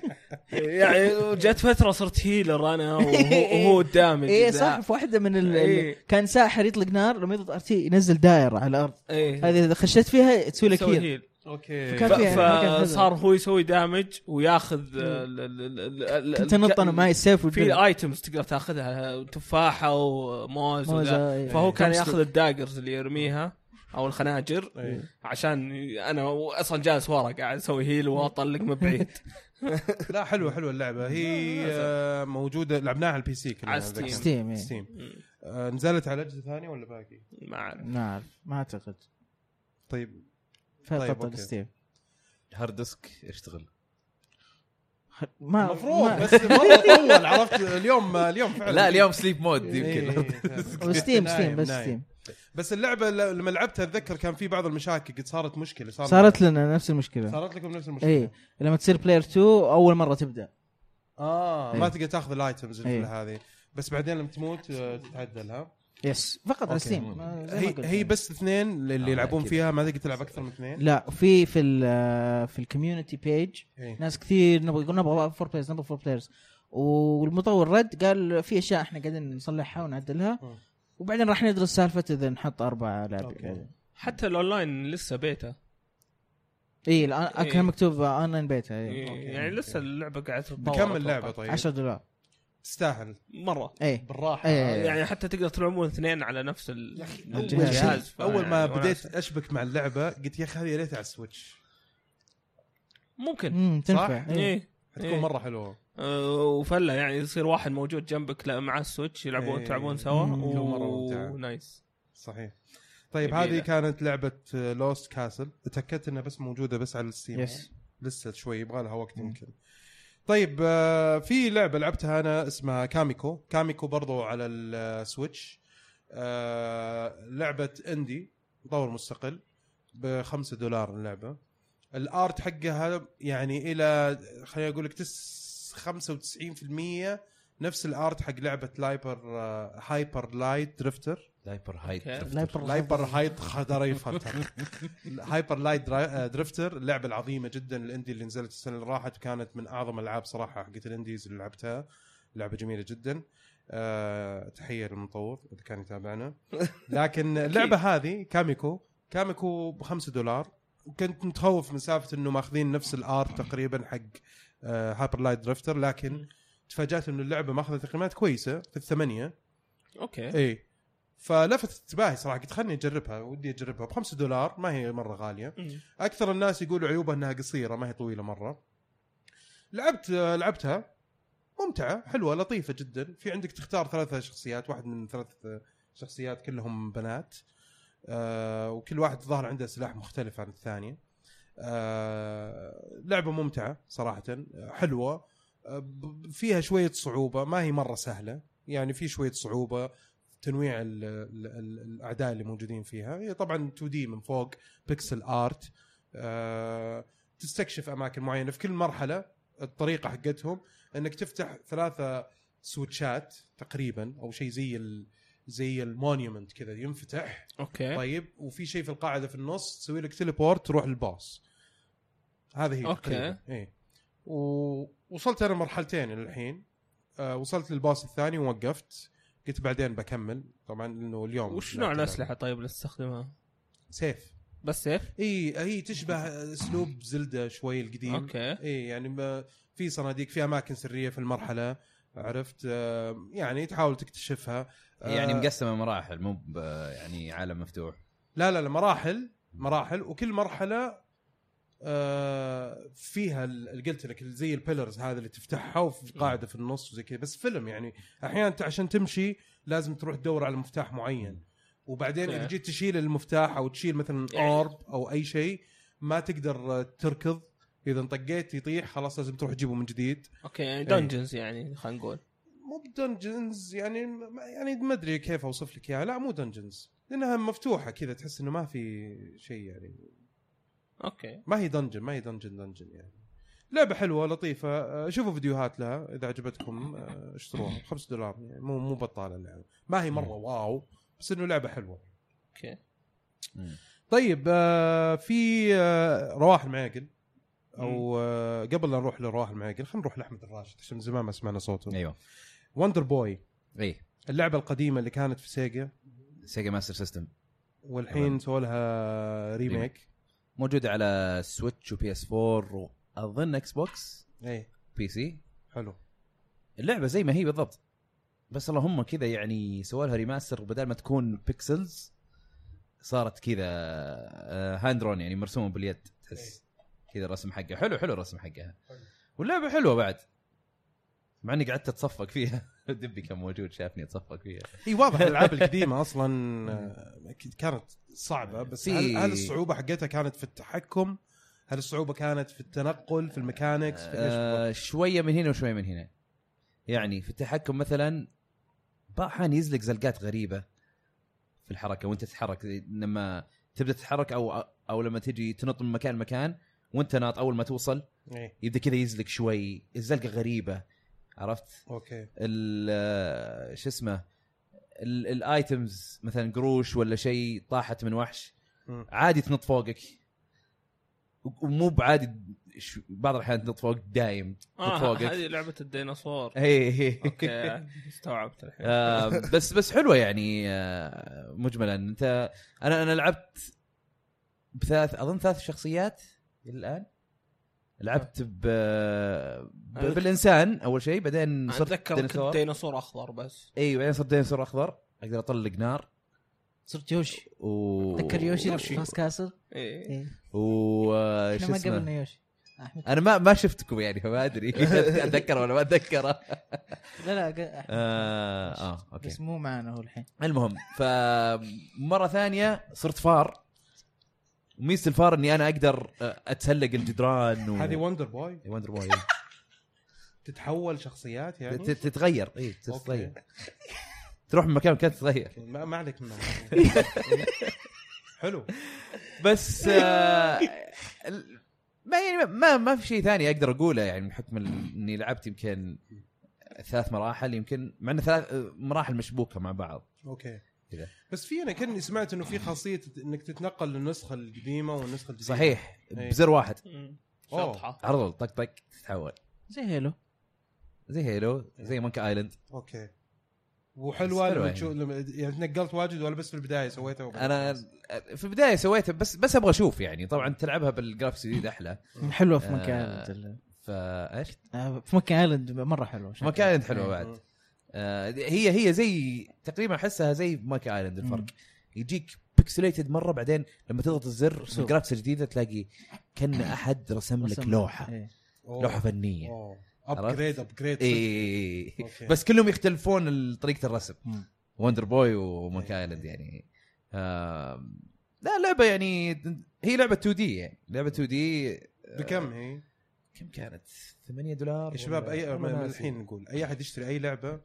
يعني جت فتره صرت هيلر انا وهو- وهو قدامي
ايه
كذا.
صح في واحده من ال...
إيه.
ال- كان ساحر يطلق نار لما يضغط ار تي ينزل دائره على الارض
ايه
هذه اذا خشيت فيها تسوي لك
يسوي
هيل
هيل
اوكي
فكان
ف-
فيها- ما كان حزن.
فصار هو يسوي دامج وياخذ ال- ال- ال- ال-
كنت
ال-
انط انا معي السيف والدرع.
في آية ايتمز تقدر تاخذها تفاحه وموز
موزة،
وذا.
إيه.
فهو
يعني
كان
تمسك.
ياخذ الداجرز اللي يرميها او الخناجر
*laughs* إيه.
عشان انا اصلا جالس ورا قاعد اسوي هيل واطلق من
*laughs*
بعيد
لا حلوه حلوه اللعبه هي آه، موجوده لعبناها على البي سي كلنا
على ستيم.
ذاك-
ستيم إيه.
ستيم آه، نزلت على اجهزه ثانيه ولا باقي؟
ما اعرف
ما اعرف ما اعتقد
طيب طيب،
فقط
أوكي.
ستيم
هارد ديسك يشتغل
ما
المفروض
ما-
بس مره طول عرفت اليوم اليم فعلا
لا اليوم *laughs* سليب مود
إيه،
*laughs* يمكن
فعلاً. *laughs*
وستيم ستيم
نايم،
بس
نايم.
ستيم
بس اللعبه ل- لما لعبتها اتذكر كان في بعض المشاكل قد صارت مشكله صار
صارت إيه. لنا نفس المشكله
صارت لكم نفس المشكله
اي لما تصير بلاير 2 اول مره تبدا
اه
إيه.
ما تقدر تاخذ الايتمز
إيه.
الفل هذه بس بعدين لما تموت آه، تتعدلها
يس فقط على
أوكي.
ستيم
هي هي بس اثنين اللي
آه،
يلعبون
أكيد.
فيها ما تقدر تلعب اكثر من اثنين
يعني. لا في في ال في الكوميونتي بيج
إيه.
ناس كثير نبغى يقول نبغى فور بلايرز نبغى فور بلايرز والمطور رد قال في اشياء احنا قاعدين نصلحها ونعدلها
مم.
وبعدين راح ندرس سالفه اذا نحط اربع لاعبين
أوكي.
حتى الاونلاين لسه بيتا
اي الان
إيه.
كان مكتوب اونلاين بيتا
إيه،
إيه.
أوكي.
يعني لسه اللعبه قاعده تتطور
بكم
أتوقع.
اللعبه طيب
10 دولار
تستاهل
مره
اي
بالراحه
إيه.
يعني حتى تقدر تلعبون اثنين على نفس ال-
يا أخي، أول
الجهاز.
الجهاز
اول ما
فيعني
بديت
وناسة.
اشبك مع اللعبه قلت يا اخي هذه يا ريتها على السويتش
ممكن
امم تنفع
صح؟
إيه.
ايه
حتكون
إيه.
مره حلوه
آه، وفله يعني يصير واحد موجود جنبك لا، مع السويتش يلعبون
إيه.
تلعبون سوا
مم.
و-
مرة ممتعة.
ونايس
صحيح طيب
جميلة.
هذه كانت آه، لعبه لوست كاسل تاكدت انها بس موجوده بس على الستيم
إيه. يس
لسه شوي يبغى لها وقت يمكن طيب آه، في لعبه لعبتها انا اسمها كاميكو كاميكو برضو على السويتش آه، لعبه اندي مطور مستقل بخمسة دولار اللعبه الارت حقها يعني الى خليني اقول لك تس 95% نفس الارت حق لعبه لايبر آه، هايبر لايت درفتر
لايبر هايد
أوكي.
درفتر.
لايبر
الهايبر هايد خدري هايبر لايت درا- درفتر اللعبه العظيمه جدا الاندي اللي نزلت السنه اللي راحت وكانت من اعظم الالعاب صراحه حقت الانديز اللي لعبتها لعبه جميله جدا أه تحيه للمطور اذا كان يتابعنا لكن اللعبه هذه كاميكو كاميكو ب 5 دولار وكنت متخوف من سالفه انه ماخذين نفس الار تقريبا حق أه هايبر لايت درفتر لكن تفاجات انه اللعبه ماخذه تقييمات كويسه في الثمانيه
اوكي
اي إيه. فلفت انتباهي صراحه قلت خلني اجربها ودي اجربها ب 5 دولار ما هي مره غاليه
مم.
اكثر الناس يقولوا عيوبها انها قصيره ما هي طويله مره لعبت آه، لعبتها ممتعه حلوه لطيفه جدا في عندك تختار ثلاثة شخصيات واحد من ثلاث آه، شخصيات كلهم بنات آه وكل واحد ظهر عنده سلاح مختلف عن الثاني آه لعبه ممتعه صراحه آه، حلوه آه، ب- فيها شويه صعوبه ما هي مره سهله يعني في شويه صعوبه تنويع ال ال ال الاعداء اللي موجودين فيها هي طبعا 2 دي من فوق بيكسل ارت آه تستكشف اماكن معينه في كل مرحله الطريقه حقتهم انك تفتح ثلاثه سويتشات تقريبا او شيء زي ال زي المونيومنت كذا ينفتح
اوكي
طيب وفي شيء في القاعده في النص تسوي لك تليبورت تروح للباص هذه هي
أوكي.
تقريباً. ايه ووصلت انا مرحلتين للحين آه وصلت للباص الثاني ووقفت قلت بعدين بكمل طبعا انه اليوم
وش
لعبت
نوع
اللعبة.
الاسلحه طيب اللي تستخدمها؟
سيف
بس إيه؟ سيف؟
اي هي تشبه اسلوب زلدة شوي القديم
اوكي
اي يعني ما في صناديق في اماكن سريه في المرحله عرفت آه يعني تحاول تكتشفها آه،
يعني مقسمه مراحل مو ب- يعني عالم مفتوح
لا لا لا مراحل مراحل وكل مرحله آه فيها ال- اللي قلت لك زي البيلرز هذا اللي تفتحها وفي قاعده في النص وزي كذا بس فيلم يعني احيانا انت عشان تمشي لازم تروح تدور على مفتاح معين وبعدين اذا
أوكي.
جيت تشيل المفتاح او تشيل مثلا
يعني-
اورب او اي شيء ما تقدر آه، تركض اذا انطقيت يطيح خلاص لازم تروح تجيبه من جديد
اوكي
إيه.
يعني دنجنز يعني خلينا نقول
مو بدنجنز يعني ما- يعني ما ادري كيف اوصف لك اياها لا مو دنجنز لانها مفتوحه كذا تحس انه ما في شيء يعني
اوكي
ما هي دنجن ما هي دنجن دنجن يعني لعبه حلوه لطيفه آه، شوفوا فيديوهات لها اذا عجبتكم آه، اشتروها 5 دولار يعني مو مو بطاله اللعبه ما هي مره واو بس انه لعبه حلوه
اوكي
مم.
طيب آه، في آه، رواح المعيقل او آه، قبل لا نروح لرواح المعيقل خلينا نروح لاحمد الراشد عشان من زمان ما سمعنا صوته
ايوه
وندر بوي
اي
اللعبه القديمه اللي كانت في سيجا
سيجا ماستر سيستم
والحين
تمام.
سووا لها ريميك
موجوده على سويتش وبي اس 4 واظن اكس بوكس
اي
بي سي
حلو
اللعبه زي ما هي بالضبط بس اللهم كذا يعني سووا لها ريماستر بدل ما تكون بيكسلز صارت كذا آه، هاندرون يعني مرسومه باليد تحس كذا الرسم حقها حلو حلو الرسم حقها واللعبه حلوه بعد مع اني قعدت اتصفق فيها *laughs* دبي كان موجود شافني اتصفق فيها
اي واضح الالعاب القديمه اصلا آه، كانت صعبه بس
في-
هل, هل الصعوبه حقتها كانت في التحكم؟ هل الصعوبه كانت في التنقل في الميكانكس في ايش؟
آه شويه من هنا وشويه من هنا يعني في التحكم مثلا بعض الاحيان يزلق زلقات غريبه في الحركه وانت تتحرك لما تبدا تتحرك او او لما تجي تنط من مكان لمكان وانت ناط اول ما توصل
اي
يبدا كذا يزلق شوي الزلقه غريبه عرفت
اوكي
ال آه، شو اسمه ال- الايتمز مثلا قروش ولا شيء طاحت من وحش
مم.
عادي تنط فوقك و- ومو بعادي ش- بعض الاحيان تنط فوق دايم
اه
تنط فوقك
هذه لعبه
*laughs*
*laughs* الديناصور
اي *laughs*
اوكي استوعبت الحين
آه، إيه، بس بس حلوه يعني آه، مجملا انت انا انا لعبت بثلاث اظن ثلاث شخصيات الى الان
آه.
لعبت ب... ب... بالانسان اول شيء بعدين
أنا
صرت
اتذكر كنت
ديناصور
ديناصور اخضر بس
اي بعدين صرت ديناصور اخضر اقدر اطلق نار
صرت يوشي
و
تذكر يوشي
يوشي.
فاست كاسل
ايه
إيه.
و آه،
احنا
شو
ما
اسمه
قبلنا يوشي احمد
انا ما ما شفتكم يعني فما *laughs* ادري اتذكر ولا ما اتذكره
لا لا ق- أحمد.
آه، آه، أوكي.
بس مو معنا هو الحين
المهم فمره ثانيه صرت فار وميزه الفار اني انا اقدر آه، اتسلق الجدران و...
هذه وندر بوي
وندر بوي
تتحول شخصيات يعني
تت- تتغير اي
أوكي.
تتغير تروح من مكان لمكان تتغير
ما, ما عليك
*laughs*
منها حلو
بس آه، ال- ما يعني ما ما في شيء ثاني اقدر اقوله يعني بحكم ال- اني لعبت يمكن ثلاث مراحل يمكن مع انه ثلاث آه، مراحل مشبوكه مع بعض
اوكي
كذا.
بس في انا كاني سمعت انه في خاصيه انك تتنقل للنسخه القديمه والنسخه الجديده
صحيح
إيه.
بزر واحد
مم.
أوه.
شطحه
على طول طق طق تتحول
زي هيلو
زي هيلو زي مونكي ايلاند
اوكي وحلوه
بس حلوة
لما
يعني.
تشوف لما- يعني تنقلت واجد ولا بس في البدايه سويتها وبعدين
انا
خلاص؟
في البدايه سويتها بس بس ابغى اشوف يعني طبعا تلعبها بالجرافيكس الجديد احلى
حلوه في
آه.
مكان ال-
فايش؟
آه، في مكان ايلاند مره حلوه
ماكي ايلاند حلوه
إيه.
بعد آه، هي هي زي تقريبا احسها زي ماكي ايلاند الفرق
مم.
يجيك بيكسليتد مره بعدين لما تضغط الزر
رسوم.
الجرافيكس الجديده تلاقي كان احد رسم لك
رسم.
لوحه
إيه.
أوه.
لوحه فنيه
أوه. ابجريد ابجريد
إيه.
صدق.
اي
أوكي.
بس كلهم يختلفون طريقه الرسم
مم.
وندر بوي ومونك
إيه.
ايلاند يعني آم، لا لعبه يعني هي لعبه 2 دي يعني لعبه 2 دي
بكم هي؟
كم كانت 8 دولار
يا شباب
ولا-
اي
والله
من
ناسي.
الحين نقول اي احد يشتري اي
*laughs*
لعبه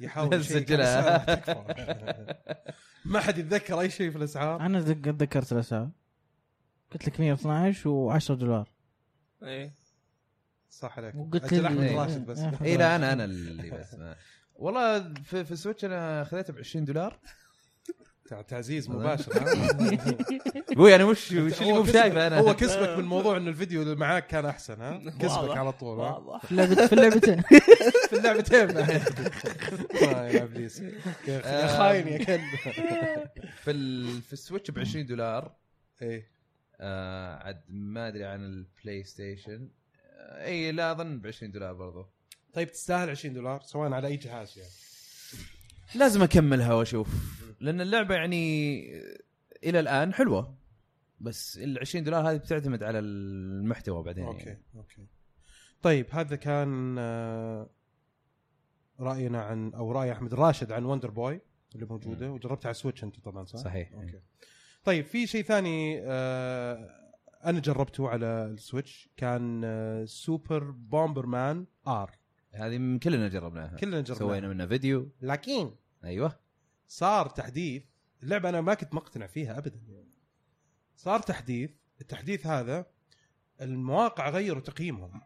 يحاول يشيك
نسجلها.
على الأسعار. *laughs* ما حد يتذكر اي شيء في الاسعار
انا ذك- تذكرت الاسعار قلت لك 112 و10 دولار
ايه
صح عليك
وقلت
اجل
لي-
احمد
إيه.
راشد بس
إيه.
اي لا انا انا اللي بس ما. والله في, في سويتش انا خذيتها ب 20 دولار
*laughs* تع- تعزيز
*laughs*
مباشر ها؟
هو يعني وش وش اللي
هو
مو
كسب-
شايفه انا
هو كسبك بالموضوع انه الفيديو اللي معاك كان احسن ها كسبك
واضح.
على طول ها
واضح
في لعبه في لعبتين *laughs*
في اللعبتين *laughs* ما يا ابليس يا أخي- يا
آه،
خاين يا كلب
في ال... في السويتش ب 20 دولار إيه.
ايه
آه عاد ما ادري عن البلاي ستيشن آه اي لا اظن ب 20 دولار برضو
طيب تستاهل 20 دولار سواء على اي جهاز يعني
لازم اكملها واشوف لان اللعبه يعني الى الان حلوه بس ال 20 دولار هذه بتعتمد على المحتوى بعدين
اوكي
يعني.
اوكي طيب هذا كان آه، راينا عن او راي احمد راشد عن وندر بوي اللي موجوده وجربتها على السويتش انت طبعا صح؟
صحيح.
اوكي طيب في شيء ثاني آه، انا جربته على السويتش كان آه، سوبر بومبر مان ار
هذه من كلنا جربناها
كلنا جربناه
سوينا منها فيديو
لكن
ايوه
صار تحديث اللعبه انا ما كنت مقتنع فيها ابدا يعني صار تحديث التحديث هذا المواقع غيروا تقييمهم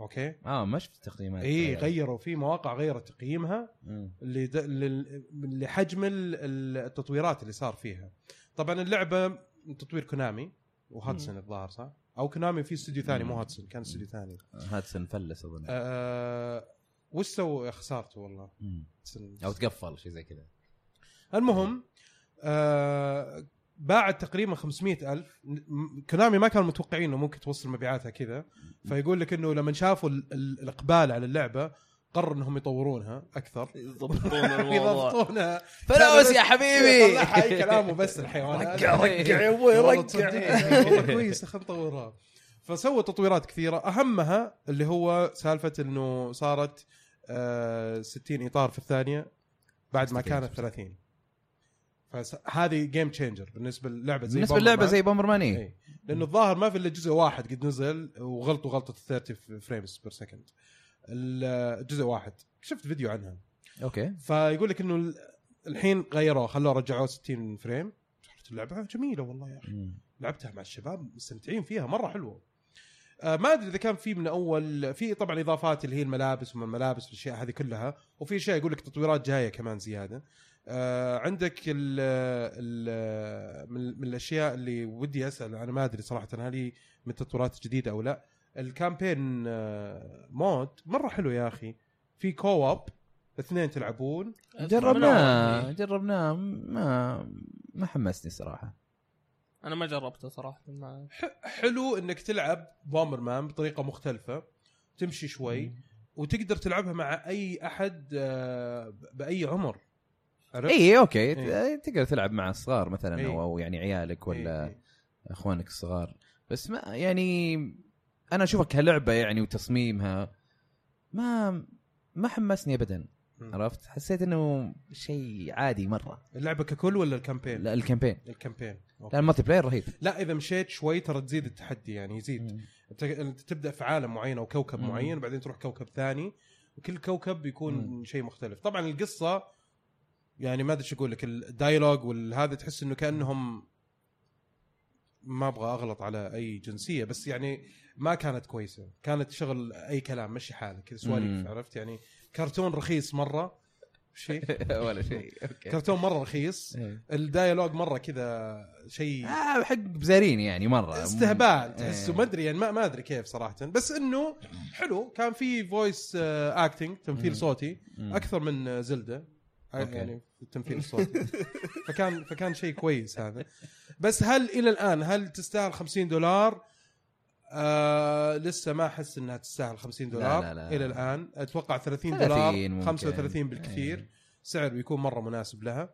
اوكي
اه ما شفت تقييمات
اي إيه، غيروا في مواقع غيرت تقييمها
مم.
اللي د... لل... لحجم ال- ال- التطويرات اللي صار فيها طبعا اللعبه من تطوير كونامي وهاتسون الظاهر صح او كونامي في استوديو ثاني مو هاتسون كان استوديو ثاني
هاتسون فلس
آه.
اظن
أه... وش سووا خسارته والله
مم.
هاتسون-
او تقفل شيء زي كذا
المهم آه باعت تقريبا 500 ألف م- كونامي ما كانوا متوقعين انه ممكن توصل مبيعاتها كذا فيقول لك انه لما شافوا ال- ال- الاقبال على اللعبه قرروا انهم يطورونها اكثر
*laughs*
يضبطون
*laughs*
الموضوع
يضبطونها
فلوس يا
يطلعها اي
حبيبي
كلام وبس
*laughs*
الحيوان
رجع رجع يا
ابوي
*laughs*
رجع إيه، والله كويس خلينا نطورها فسووا تطويرات كثيره اهمها اللي هو سالفه انه صارت آه 60 اطار في الثانيه بعد ما كانت 30 فهذه جيم تشينجر بالنسبه للعبه زي
بالنسبه للعبه
Bomberman.
زي بومبرمان إيه.
إيه. لانه الظاهر ما في الا جزء واحد قد نزل وغلطوا غلطه 30 فريمز بير سكند الجزء واحد شفت فيديو عنها
اوكي
فيقول لك انه ال- الحين غيروه خلوه رجعوه 60 فريم صارت اللعبه جميله والله يا اخي لعبتها مع الشباب مستمتعين فيها مره حلوه آه ما ادري اذا كان في من اول في طبعا اضافات اللي هي الملابس وما الملابس والاشياء هذه كلها وفي اشياء يقول لك تطويرات جايه كمان زياده آه عندك ال ال من, من الاشياء اللي ودي اسال انا ما ادري صراحه هل هي من التطويرات الجديده او لا الكامبين آه مود مره حلو يا اخي في كواب اثنين تلعبون
إيه.
جربناه جربناه ما ما حمسني صراحه
انا ما جربته صراحه ما
حلو انك تلعب بومبر مان بطريقه مختلفه تمشي شوي وتقدر تلعبها مع اي احد آه، ب- باي عمر عرفت؟
اي اوكي ت- آه،
إيه.
تقدر تلعب مع الصغار مثلا
إيه.
او أو يعني عيالك ولا
إي- إي.
اخوانك الصغار بس ما يعني انا اشوفها كلعبه يعني وتصميمها ما ما حمسني ابدا
مم.
عرفت حسيت انه شيء عادي مره
اللعبه ككل ولا الكامبين؟
لا الكامبين
الكامبين أوكي.
لا الملتي بلاير رهيب
لا اذا مشيت شوي ترى تزيد التحدي يعني يزيد أنت- انت تبدا في عالم معين او كوكب
مم.
معين وبعدين تروح كوكب ثاني وكل كوكب بيكون شيء مختلف طبعا القصه يعني ما ادري شو اقول لك الدايلوج والهذا تحس انه كانهم ما ابغى اغلط على اي جنسيه بس يعني ما كانت كويسه كانت شغل اي كلام مشي حالك كذا سواليف
مم.
عرفت يعني كرتون رخيص مره
*laughs*
شيء
*laughs* ولا شيء اوكي
كرتون مره
*laughs*
رخيص
إيه.
الدايلوج مره كذا شيء
آه حق بزارين يعني مره
استهبال
إيه.
تحسه ما ادري يعني ما ما ادري كيف صراحه بس انه حلو كان في فويس اكتنج تمثيل
مم.
صوتي
مم.
اكثر من آه، زلده آه،
أوكي.
يعني في التمثيل
*laughs*
الصوتي فكان فكان شيء كويس هذا بس هل الى الان هل تستاهل 50 دولار؟ آه لسه ما احس انها تستاهل 50 دولار
لا، لا.
الى الان اتوقع 30
30
دولار
ممكن. إيه.
35 بالكثير سعر بيكون مره مناسب لها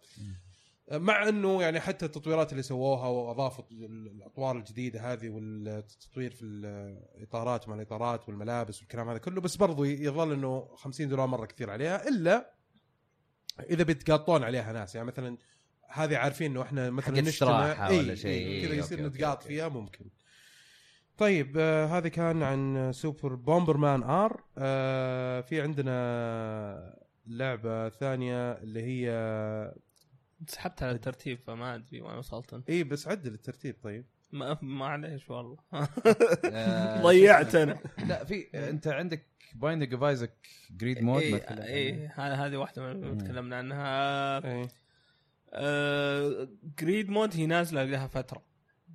مع انه يعني حتى التطويرات اللي سووها واضافوا الاطوار الجديده هذه والتطوير في الاطارات وما الاطارات والملابس والكلام هذا كله بس برضو يظل انه 50 دولار مره كثير عليها الا اذا بيتقاطون عليها ناس يعني مثلا هذه عارفين انه احنا مثلا
حقت
نجتمع
استراحة
إي،
ولا
إي،
شيء.
كذا
أوكي،
يصير
أوكي،
نتقاط
أوكي.
فيها ممكن طيب آه هذا كان عن سوبر بومبر مان ار آه في عندنا لعبه ثانيه اللي هي
سحبت على الترتيب فما ادري وين وصلت أنا.
اي بس عدل الترتيب طيب
ما
*laughs*
معليش والله
*laughs*
آه،
ضيعت انا
لا في انت عندك بايندنج اوف ايزك جريد مود
اي
مثلاً.
إي، ه- إيه، هذه واحده من
مم.
اللي تكلمنا عنها
اي
آه، جريد مود هي نازله لها فتره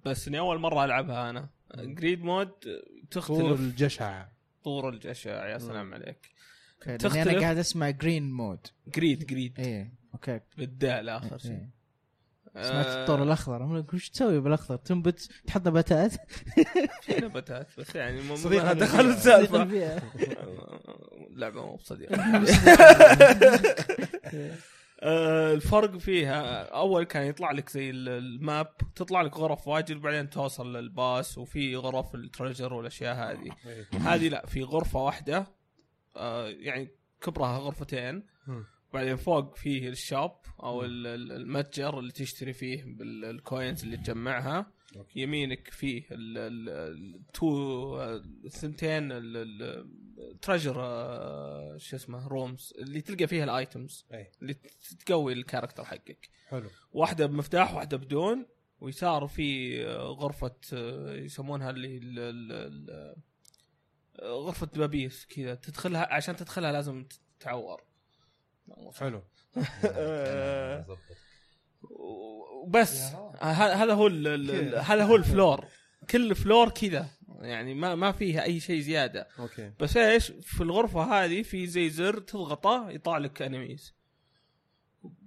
بس اني اول مره العبها انا
مم.
جريد مود
طور
تختلف
الجشع
طور الجشع يا سلام عليك
لاني
تختلف.
انا قاعد اسمع جرين مود
جريد جريد
ايه اوكي
بالداء آه، لاخر شيء
إيه. سمعت
آه.
الطور الاخضر أقول لك وش تسوي بالاخضر تنبت تحط نباتات
في نباتات بس يعني مو
صديق
ما
أنا
دخل
فيها.
تدخل
السالفه
فيها.
لعبه مو بصديق آه، الفرق فيها اول كان يطلع لك زي ال- الماب تطلع لك غرف واجد بعدين توصل للباس وفي غرف التريجر والاشياء هذه
آه، إيه.
هذه لا في غرفه واحده آه، يعني كبرها غرفتين
مم.
بعدين فوق فيه الشاب او ال- ال- المتجر اللي تشتري فيه بالكوينز اللي تجمعها
أوكي.
يمينك فيه ال- ال- آه، التو الثنتين التريجر آه، شو اسمه رومز اللي تلقى فيها الايتمز
أي.
اللي تقوي الكاركتر حقك
حلو
واحده بمفتاح واحده بدون ويسار في آه، غرفه آه، يسمونها اللي ال- ال- ال- آه، غرفه دبابيس كذا تدخلها عشان تدخلها لازم تتعور
حلو
آه، وبس آه، ه- هذا هو ال- ال- ال-
كذا.
هذا هو الفلور كل فلور كذا يعني ما ما فيها اي شيء زياده
اوكي
بس ايش في الغرفه هذه في زي زر تضغطه يطلع لك انميز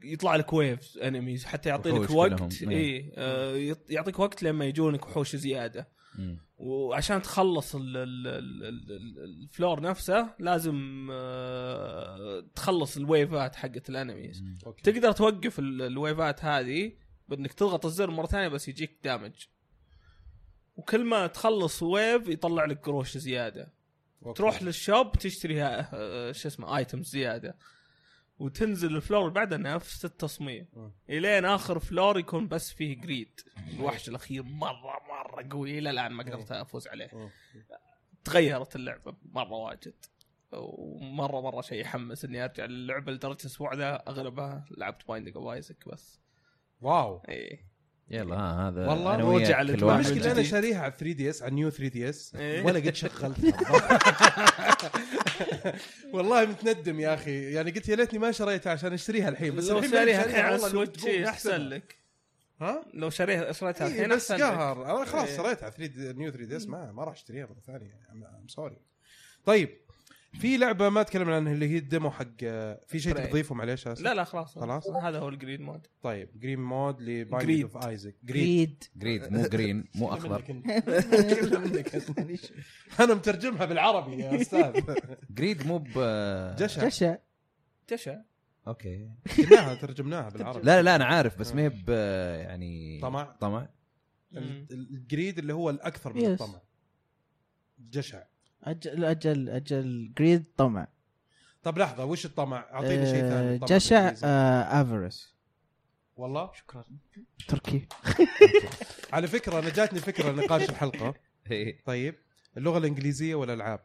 يطلع لك ويفز انميز حتى يعطي لك
وحوش كلهم،
وقت
إيه.
اي آه يط- يعطيك وقت لما يجونك وحوش زياده
مم.
وعشان تخلص ال ال ال ال ال الفلور نفسه لازم آه تخلص الويفات حقت الانميز
اوكي
تقدر توقف ال- الويفات هذه بانك تضغط الزر مره ثانيه بس يجيك دامج وكل ما تخلص ويف يطلع لك قروش زياده
أوكي.
تروح للشوب تشتري ها- آه، شو اسمه ايتمز زياده وتنزل الفلور اللي بعده نفس التصميم
مم.
الين اخر فلور يكون بس فيه جريد الوحش الاخير مره مره قوي الى الان ما قدرت افوز عليه
مم.
تغيرت اللعبه مره واجد ومره مره شيء يحمس اني ارجع للعبه لدرجه الاسبوع ذا اغلبها لعبت بايندنج اوف ايزك بس إيه.
واو
اي
يلا ها هذا
والله
أنا وياك
رجع
كل
للتوابع.
واحد.
المشكله انا
جديد.
شاريها على 3 دي اس على نيو 3 دي اس
إيه.
ولا قد شغلتها *laughs* والله متندم يا اخي يعني قلت يا ليتني ما شريتها عشان اشتريها الحين إيه، بس
لو
الحين بقيت
شاريها الحين على
والله لو
السويتش
تبوظ
إيه، احسن
تستنى.
لك
ها
لو شريها شريتها
إيه،
الحين
بس
احسن لك
قهر انا خلاص
إيه.
شريتها في 3 نيو 3 دي اس ما ما راح اشتريها مره ثانيه ام سوري طيب في لعبه ما تكلمنا عنها اللي هي الديمو حق آه، في شيء
Prey.
تضيفه معليش آه، آسف؟
لا لا خلاص
خلاص.
خلاص هذا هو الجريد مود
طيب جرين مود لبايندينج
Greed.
اوف ايزك
جريد
جريد
*laughs*
مو جرين مو اخضر
انا مترجمها بالعربي يا استاذ
جريد مو ب
جشع
جشع
تشا
اوكي
قلناها ترجمناها بالعربي
لا لا لا انا عارف بس ما هي ب يعني
طمع
طمع
ال- ال- الجريد اللي هو الاكثر من
Yes.
الطمع الجشع
اجل اجل اجل جريد طمع
طب لحظه وش الطمع اعطيني شيء ثاني
آه،
طمع
جشع آه،
بالإنجليزي.
افرس
والله
شكرا
تركي
على فكره انا جاتني فكره نقاش الحلقه
إيه.
طيب اللغه الانجليزيه والالعاب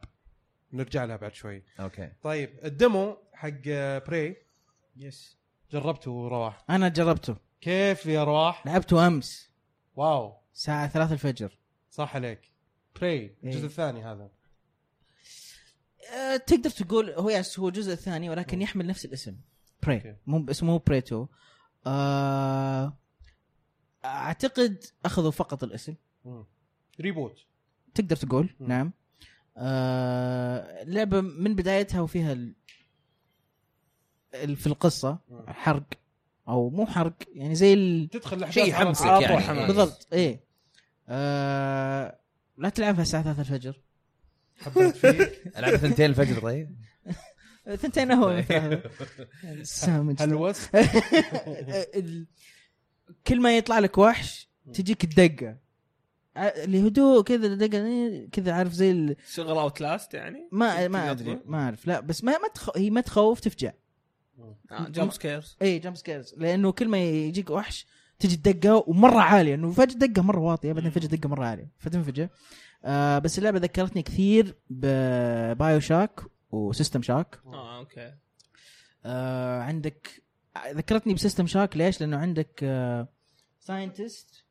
نرجع لها بعد شوي
اوكي
طيب الدمو حق بري
يس
جربته رواح
انا جربته
كيف يا رواح
لعبته امس
واو
الساعه 3 الفجر
صح عليك بري الجزء
إيه.
الثاني هذا
أه تقدر تقول هو يس هو الجزء الثاني ولكن
مم.
يحمل نفس الاسم
أوكي.
بري مو اسمه مو بري 2 أه اعتقد اخذوا فقط الاسم
مم. ريبوت
تقدر تقول
مم.
نعم آه لعبة من بدايتها وفيها ال... ال... في القصة
مم.
حرق او مو حرق يعني زي ال...
تدخل الاحداث
شيء
على
يحمسك
طول.
عاطل
يعني
حماس.
بالضبط ايه آه لا تلعبها الساعة 3 الفجر
حبيت
*laughs*
فيه
العب ثنتين الفجر
إيه.
طيب
آه، ثنتين هو سامج
هلوس
آه، ال- كل ما يطلع لك وحش تجيك آه، الدقه ع- الهدوء كذا الدقه إيه، كذا عارف زي ال...
شغل اوت لاست يعني
ما ما
تقدر
ادري
تقول.
ما اعرف لا بس ما ما تخ... هي ما تخوف تفجع
جمب سكيرز
اي جمب سكيرز لانه كل ما يجيك وحش تجي الدقه ومره عاليه انه فجاه دقه مره واطيه بعدين فجاه دقه مره عاليه فتنفجر آه بس اللعبه ذكرتني كثير ببايو شاك وسيستم شاك
اه اوكي
آه عندك ذكرتني بسيستم شاك ليش؟ لانه عندك آه، ساينتست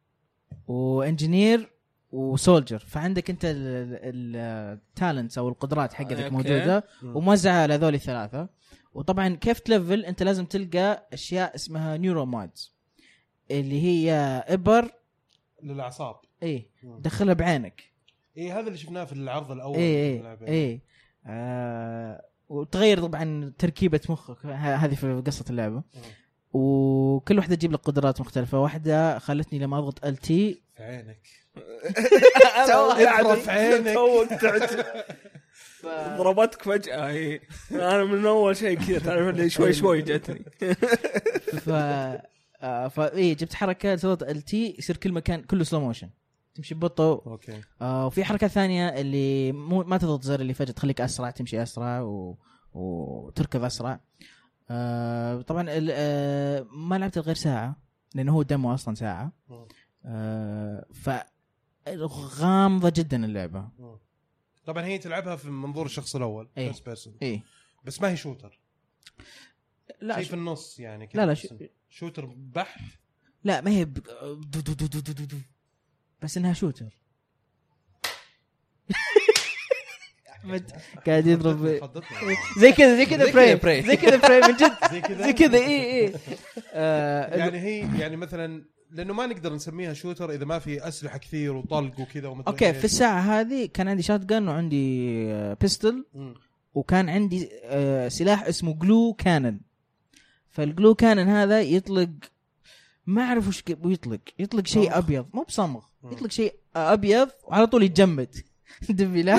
وانجينير وسولجر فعندك انت التالنتس او القدرات حقتك
أوكي.
موجوده
مم.
وموزعه على هذول الثلاثه وطبعا كيف تلفل انت لازم تلقى اشياء اسمها نيورو مودز اللي هي ابر
للاعصاب
اي
مم.
دخلها بعينك
اي إيه، هذا اللي شفناه في العرض الاول
اي
من
اي
اللعبة.
اي آه وتغير طبعا تركيبه مخك ه- هذه في قصه اللعبه وكل واحده تجيب لك قدرات مختلفه واحده خلتني لما اضغط ال تي
في عينك
اضرب
اضرب
*laughs*
عينك.
توك تعت ضربتك *laughs* فجأة هي انا من اول شيء كذا تعرف اللي شوي شوي *laughs* جتني
ف آه ف اي جبت حركه سويت ال تي يصير كل مكان كله سلو موشن تمشي ببطء
اوكي
آه وفي حركه ثانيه اللي مو ما تضغط زر اللي فجاه تخليك اسرع تمشي اسرع و... وتركض اسرع آه طبعا ال... آه ما لعبت غير ساعه لانه هو دمو اصلا ساعه
مم.
آه ف غامضه جدا اللعبه
مم. طبعا هي تلعبها في منظور الشخص الاول
إيه.
first person.
اي
بس ما هي شوتر
لا
شيء
شو-
في النص يعني كذا
لا لا
بس
شو-
إنه شوتر بحت
لا ما هي ب... دو دو دو دو دو دو دو. بس انها *laughs* شوتر أحمد قاعد *laughs* يضرب
خضتنا.
زي كذا زي كذا
زي كذا
فريم
frame.
زي كذا فريم من *laughs* جد
زي كذا
زي كذا اي
*laughs*
اي آه،
يعني هي يعني مثلا لانه ما نقدر نسميها شوتر اذا ما في اسلحه كثير وطلق وكذا ومثلا
اوكي في الساعه هذه كان عندي شات جن وعندي آه، بيستل وكان عندي آه، سلاح اسمه جلو كانن فالجلو كانن هذا يطلق ما اعرف وش ك- يطلق يطلق شيء
صمغ.
ابيض مو بصمغ
مم.
يطلق شيء آه، ابيض وعلى طول يتجمد *laughs*
*laughs*
دبي لا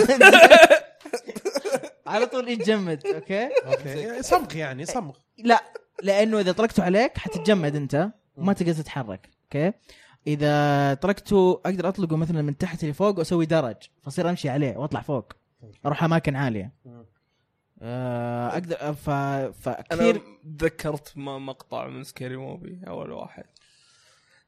على طول يتجمد اوكي
اوكي يعني صمغ يعني صمغ
لا لانه اذا طلقته عليك حتتجمد انت وما تقدر تتحرك اوكي اذا طلقته اقدر اطلقه مثلا من تحت لفوق واسوي درج فصير امشي عليه واطلع فوق اروح اماكن عاليه آه، اقدر آه، ف...
انا
فكثير
تذكرت م- مقطع من سكيري موبي اول واحد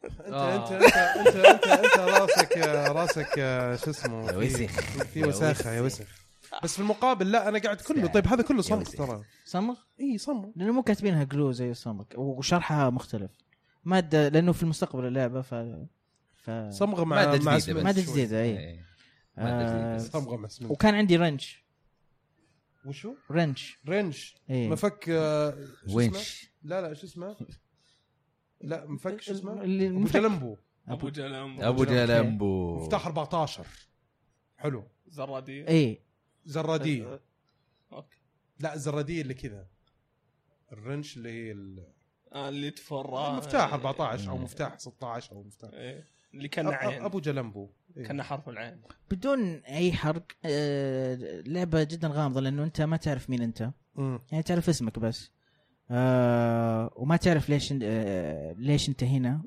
انت
آه.
انت انت انت انت, انت راسك راسك آه، شو اسمه
يا
في-
وسخ.
في
يا
وساخه يا وسخ بس في المقابل لا انا قاعد كله طيب هذا كله صمغ
وسخ.
ترى
*laughs* صمغ
اي صمغ
لانه مو كاتبينها جلو زي الصمغ وشرحها مختلف ماده لانه في المستقبل اللعبه ف, ف...
آه.
صمغ مع
مادة
مع
جديدة
اسم-
بس.
ماده جديده اي
إيه. آه، مادة جديدة بس.
صمغه مع اسم
وكان عندي رنش
وشو؟
رنش
رنش
إيه.
مفك آه، شو اسمه؟
وينش
لا لا شو اسمه؟ لا مفك شو اسمه؟
اللي-
ابو جلمبو
ابو جلم
ابو جلمبو
مفتاح 14 حلو
زراديه
اي أه،
زراديه
اوكي
لا الزراديه اللي كذا الرنش اللي هي ال-
آه، اللي تفرع
المفتاح 14 او مفتاح 16 او مفتاح
إيه. اللي كان
أ- أ-
عين
ابو جلمبو إيه.
كان حرف العين
بدون اي حرق آه، لعبه جدا غامضه لانه انت ما تعرف مين انت
مم.
يعني تعرف اسمك بس آه وما تعرف ليش آه ليش انت هنا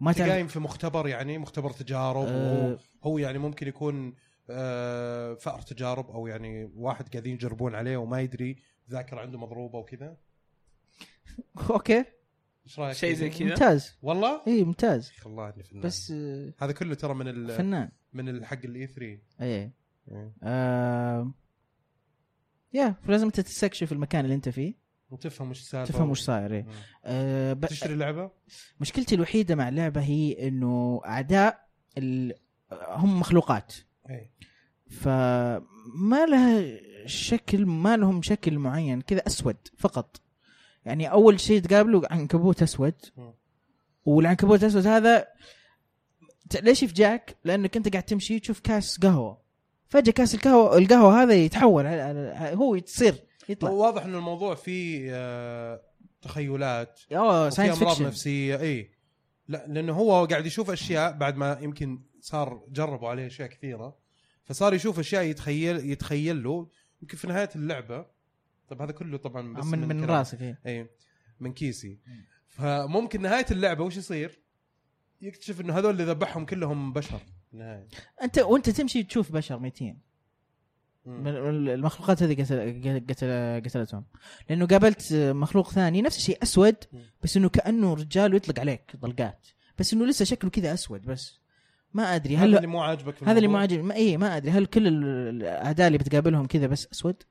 ما
انت
تعرف
قايم في مختبر يعني مختبر تجارب
أه.
آه.
وهو هو يعني ممكن يكون آه، فأر تجارب او يعني واحد قاعدين يجربون عليه وما يدري ذاكره عنده مضروبه وكذا
اوكي
ايش رايك؟
شيء زي كذا
ممتاز
والله؟
اي ممتاز
والله اني فنان
بس آه
هذا كله ترى من ال... E
فنان
من الحق الاي 3
اي
إيه.
آه يا فلازم انت تستكشف المكان اللي انت فيه
وتفهم وش السالفه
تفهم وش صاير إيه.
مم.
آه ب-
تشتري لعبه؟
مشكلتي الوحيده مع اللعبه هي انه اعداء ال- هم مخلوقات
اي
فما لها شكل ما لهم شكل معين كذا اسود فقط يعني اول شيء تقابله عنكبوت اسود
مم.
والعنكبوت الاسود هذا ت- ليش يفجعك؟ لانك انت قاعد تمشي تشوف كاس قهوه فجاه كاس القهوه القهوه هذا يتحول على- على- هو تصير يطلع
هو واضح ان الموضوع فيه آه، تخيلات
اوه
وفيه
ساينس
امراض
فيكشن
نفسيه اي لا لانه هو قاعد يشوف اشياء بعد ما يمكن صار جربوا عليه اشياء كثيره فصار يشوف اشياء يتخيل يتخيل له يمكن في نهايه اللعبه طب هذا كله طبعا بس
من من
كلام-
راسك إيه.
اي من كيسي فممكن نهايه اللعبه وش يصير؟ يكتشف انه هذول اللي ذبحهم كلهم بشر
نهاية.
انت وانت تمشي تشوف بشر ميتين
مم.
من- من المخلوقات هذه قتل قتل قتلتهم لانه قابلت مخلوق ثاني نفس الشيء اسود بس انه كانه رجال ويطلق عليك طلقات بس انه لسه شكله كذا اسود بس ما ادري
هذا
هل
اللي مو عاجبك في
هذا اللي ما
الموضوع؟
عاجب ما اي ما ادري هل كل ال- الاعداء اللي بتقابلهم كذا بس اسود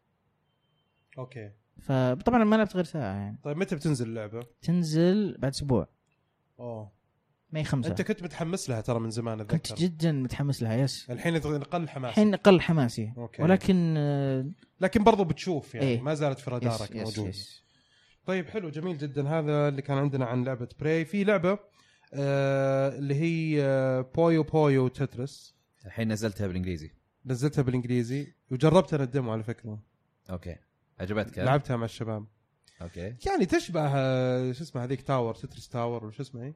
اوكي
فطبعا ما لعبت غير ساعه يعني
طيب متى بتنزل اللعبه؟
تنزل بعد اسبوع
اوه
ماي خمسة
انت كنت متحمس لها ترى من زمان
كنت
اتذكر
جدا متحمس لها يس
الحين يتغ- نقل حماس
الحين قل حماسي
أوكي.
أوكي. ولكن آه،
لكن برضو بتشوف يعني
إيه.
ما زالت في رادارك
يس- يس-
موجوده
يس.
طيب حلو جميل جدا هذا اللي كان عندنا عن لعبه براي في لعبه آه اللي هي آه بويو بويو تترس
الحين نزلتها بالانجليزي
نزلتها بالانجليزي وجربت انا الديمو على فكره
اوكي عجبتك ها؟
لعبتها مع الشباب
اوكي
يعني تشبه آه، شو اسمه هذيك تاور تترس تاور ولا شو اسمه إيه؟ هي؟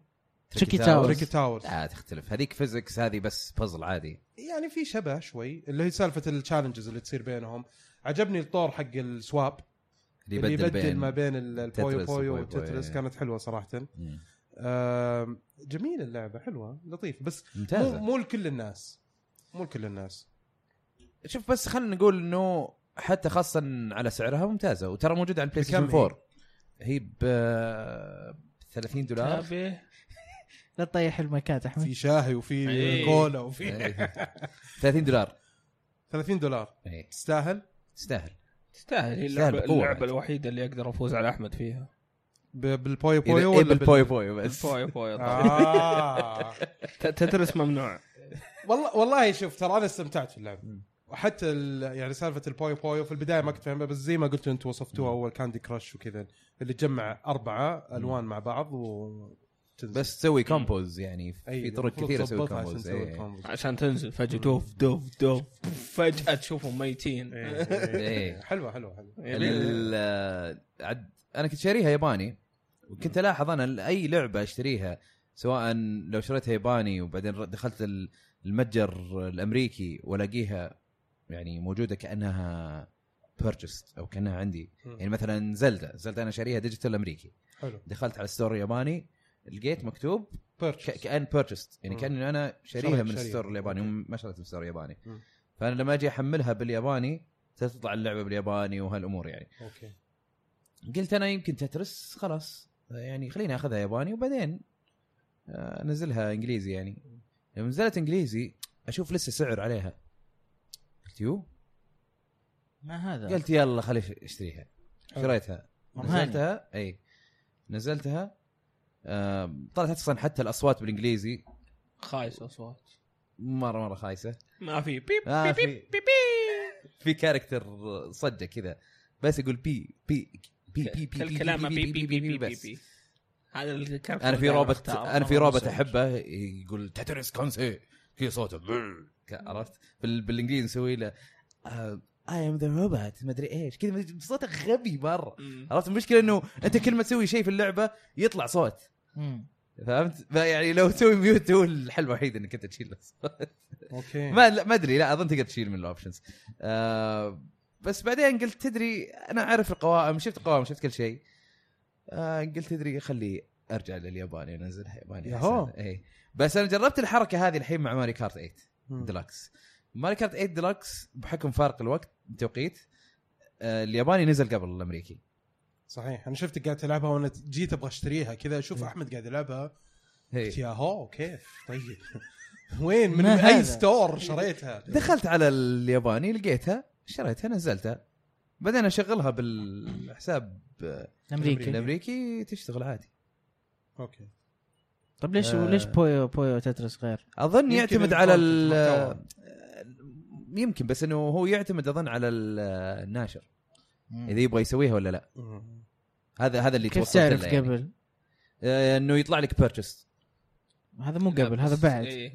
تريكي تاورز.
تريكي تاورز
لا آه، تختلف هذيك فيزكس هذه بس بزل عادي
يعني في شبه شوي اللي هي سالفه التشالنجز اللي تصير بينهم عجبني الطور حق السواب
اللي
اللي
يبدل
يبدل
بين
ما بين ال- البويو
تترس
بويو
وبويو بويو،
والتترس
إيه.
كانت حلوه صراحه
مم.
آم، جميله اللعبه حلوه لطيف بس مو
ممتازه
مو لكل الناس مو لكل الناس
أه. شوف بس خلينا نقول انه حتى خاصه على سعرها ممتازه وترى موجوده على البلاي
بكم
ستيشن
هي؟
4 هي ب 30 دولار
تابع.
لا تطيح المايكات احمد
في شاهي وفي
إيه.
كولا وفي
*laughs* إيه. 30 دولار
30 دولار
إيه.
تستاهل
تستاهل
تستاهل هي
تستاهل
اللعبة,
بقوة
اللعبة
بعد.
الوحيدة اللي اقدر افوز على احمد فيها
ب- بالبويو
إذا-
بويو
إيه
ولا
بالبويو بويو بس
فوي فوي طبعاً.
آه.
*laughs* ت- تترس ممنوع
والله والله شوف ترى انا استمتعت في اللعبه وحتى ال- يعني سالفه البويو بويو في البدايه ما كنت فاهمها بس زي ما قلت انت وصفتوها اول كاندي كراش وكذا اللي تجمع اربعه الوان مع بعض و
بس تسوي كومبوز يعني في
أيوة،
طرق
المفروض
كثيره تسوي
تظبطها عشان
كومبوز
تسوي
إيه.
الكومبوز.
عشان تنزل فجأة دوف دوف دوف فجأة تشوفهم ميتين
إيه،
*laughs*
إيه، *laughs*
إيه.
إيه. حلوه حلوه حلوه
يبي-
ال- آه، عد انا كنت شاريها ياباني وكنت الاحظ انا ال- اي لعبه اشتريها سواء لو شريتها ياباني وبعدين ر- دخلت ال- المتجر الامريكي والاقيها يعني موجوده كانها بيرتشست او كانها عندي
مم.
يعني مثلا زلدا زلدا انا شاريها ديجيتال امريكي
حلو
دخلت على ستور ياباني لقيت مكتوب ك-
بيرتشز
كان بيرتشست يعني
مم.
كاني انا شاريها
شريت-
من
شريت.
الستور الياباني
أوكي.
ما شريتها من الستور الياباني
مم.
فانا لما اجي احملها بالياباني تطلع اللعبه بالياباني وهالامور يعني
*laughs* اوكي
قلت انا يمكن تترس خلاص يعني خليني اخذها ياباني وبعدين آه، انزلها انجليزي يعني لما نزلت انجليزي اشوف لسه سعر عليها قلت يو
ما هذا
قلت يلا خلي اشتريها
حلو.
شريتها
مرة ثانية.
نزلتها اي نزلتها آم، طلعت اصلا حتى الاصوات بالانجليزي
خايس اصوات
مره مره خايسه
ما في بيب
آه،
بيب بيب
في- في كاركتر صجه كذا بس يقول بي بي بي بي بي
الكلام
بي بي بي بي بي بس.
بي هذا الكاركتر
انا في
دايماً
روبوت
اختار.
انا في
مرة
روبوت
مسوي.
احبه يقول تترس كونسي كي صوته بل. ك- عرفت بال- بالانجليزي نسوي له آه، اي ام ذا روبوت ما ادري ايش كذا مدري- صوته غبي مره
مم.
عرفت المشكله انه انت كل ما تسوي شيء في اللعبه يطلع صوت
مم.
فهمت ف- يعني لو تسوي ميوت هو الحل الوحيد انك انت تشيل الصوت
اوكي
ما لا- ما ادري لا اظن تقدر تشيل من الاوبشنز آه بس بعدين قلت تدري انا اعرف القوائم شفت القوائم شفت كل شيء آه قلت تدري خلي ارجع للياباني وانزلها ياباني
ياهو.
أحسن. اي بس انا جربت الحركه هذه الحين مع ماري كارت 8
مم.
ديلكس ماري كارت 8 ديلكس بحكم فارق الوقت التوقيت آه الياباني نزل قبل الامريكي
صحيح انا شفتك قاعد تلعبها وانا جيت ابغى اشتريها كذا اشوف احمد قاعد يلعبها
إي.
قلت يا هو كيف طيب *laughs* وين من
إيه. ما
اي
هذا؟
ستور شريتها
دخلت على الياباني لقيتها شريتها نزلتها بعدين اشغلها بالحساب آه،
امريكا
الامريكي تشتغل عادي
اوكي
طب طيب ليش
آه.
ليش بويو بويو تترس غير؟
اظن
يمكن
يعتمد
الفرق
على
في
ال
المحتوى.
يمكن بس انه هو يعتمد اظن على ال- الناشر اذا يبغى يسويها ولا لا
مم.
هذا هذا اللي
كيف
توصلت
تعرف
له
قبل؟
يعني. آه، انه يطلع لك بيرتشست
هذا مو
لا،
قبل
بس-
هذا بعد
إيه.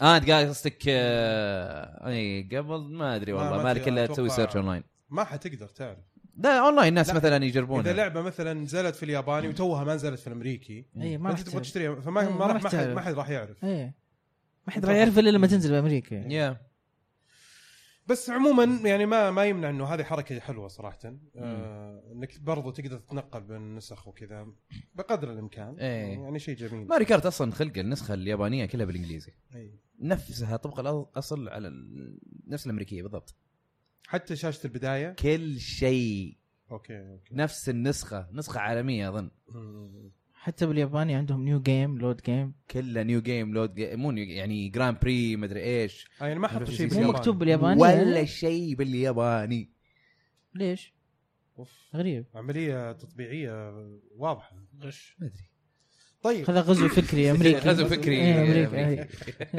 اه انت قاعد قصدك آه، اي قبل ما ادري
ما-
والله
ما
مالك
أدري،
الا
أتوقع-
تسوي سيرش اونلاين
ما حتقدر تعرف
لا اونلاين الناس
لا.
مثلا يجربونها
اذا لعبه مثلا نزلت في الياباني وتوها ما نزلت في الامريكي
اي إيه، ما
ما
راح
تبغى
تعرف.
تشتريها فما
إيه،
ما
ما
راح
راح
ما حد
تعرف. إيه.
ما حد راح يعرف
اي ما حد راح يعرف الا لما تنزل بامريكا
يا
بس عموما يعني ما ما يمنع انه هذه حركه حلوه صراحه آه انك برضو تقدر تتنقل بين النسخ وكذا بقدر الامكان
إيه.
يعني شيء جميل
ماري كارت اصلا خلق النسخه اليابانيه كلها بالانجليزي
إيه.
نفسها طبق الاصل على ال- نفس الامريكيه بالضبط
حتى شاشه البدايه
كل شيء
اوكي اوكي
نفس النسخه نسخه عالميه اظن
مم.
حتى بالياباني عندهم نيو جيم لود جيم
كلها نيو جيم لود جيم مو نيو يعني جران بري مدري ايش
آه، يعني ما حطوا شيء
مو
مو
بالياباني.
مكتوب بالياباني
ولا شيء بالياباني
ليش؟
أوف.
غريب
عمليه تطبيعيه واضحه
غش
ما *laughs* ادري
طيب
هذا غزو فكري امريكي
غزو فكري
إيه،
*laughs*
امريكي
أمريكي.
إيه.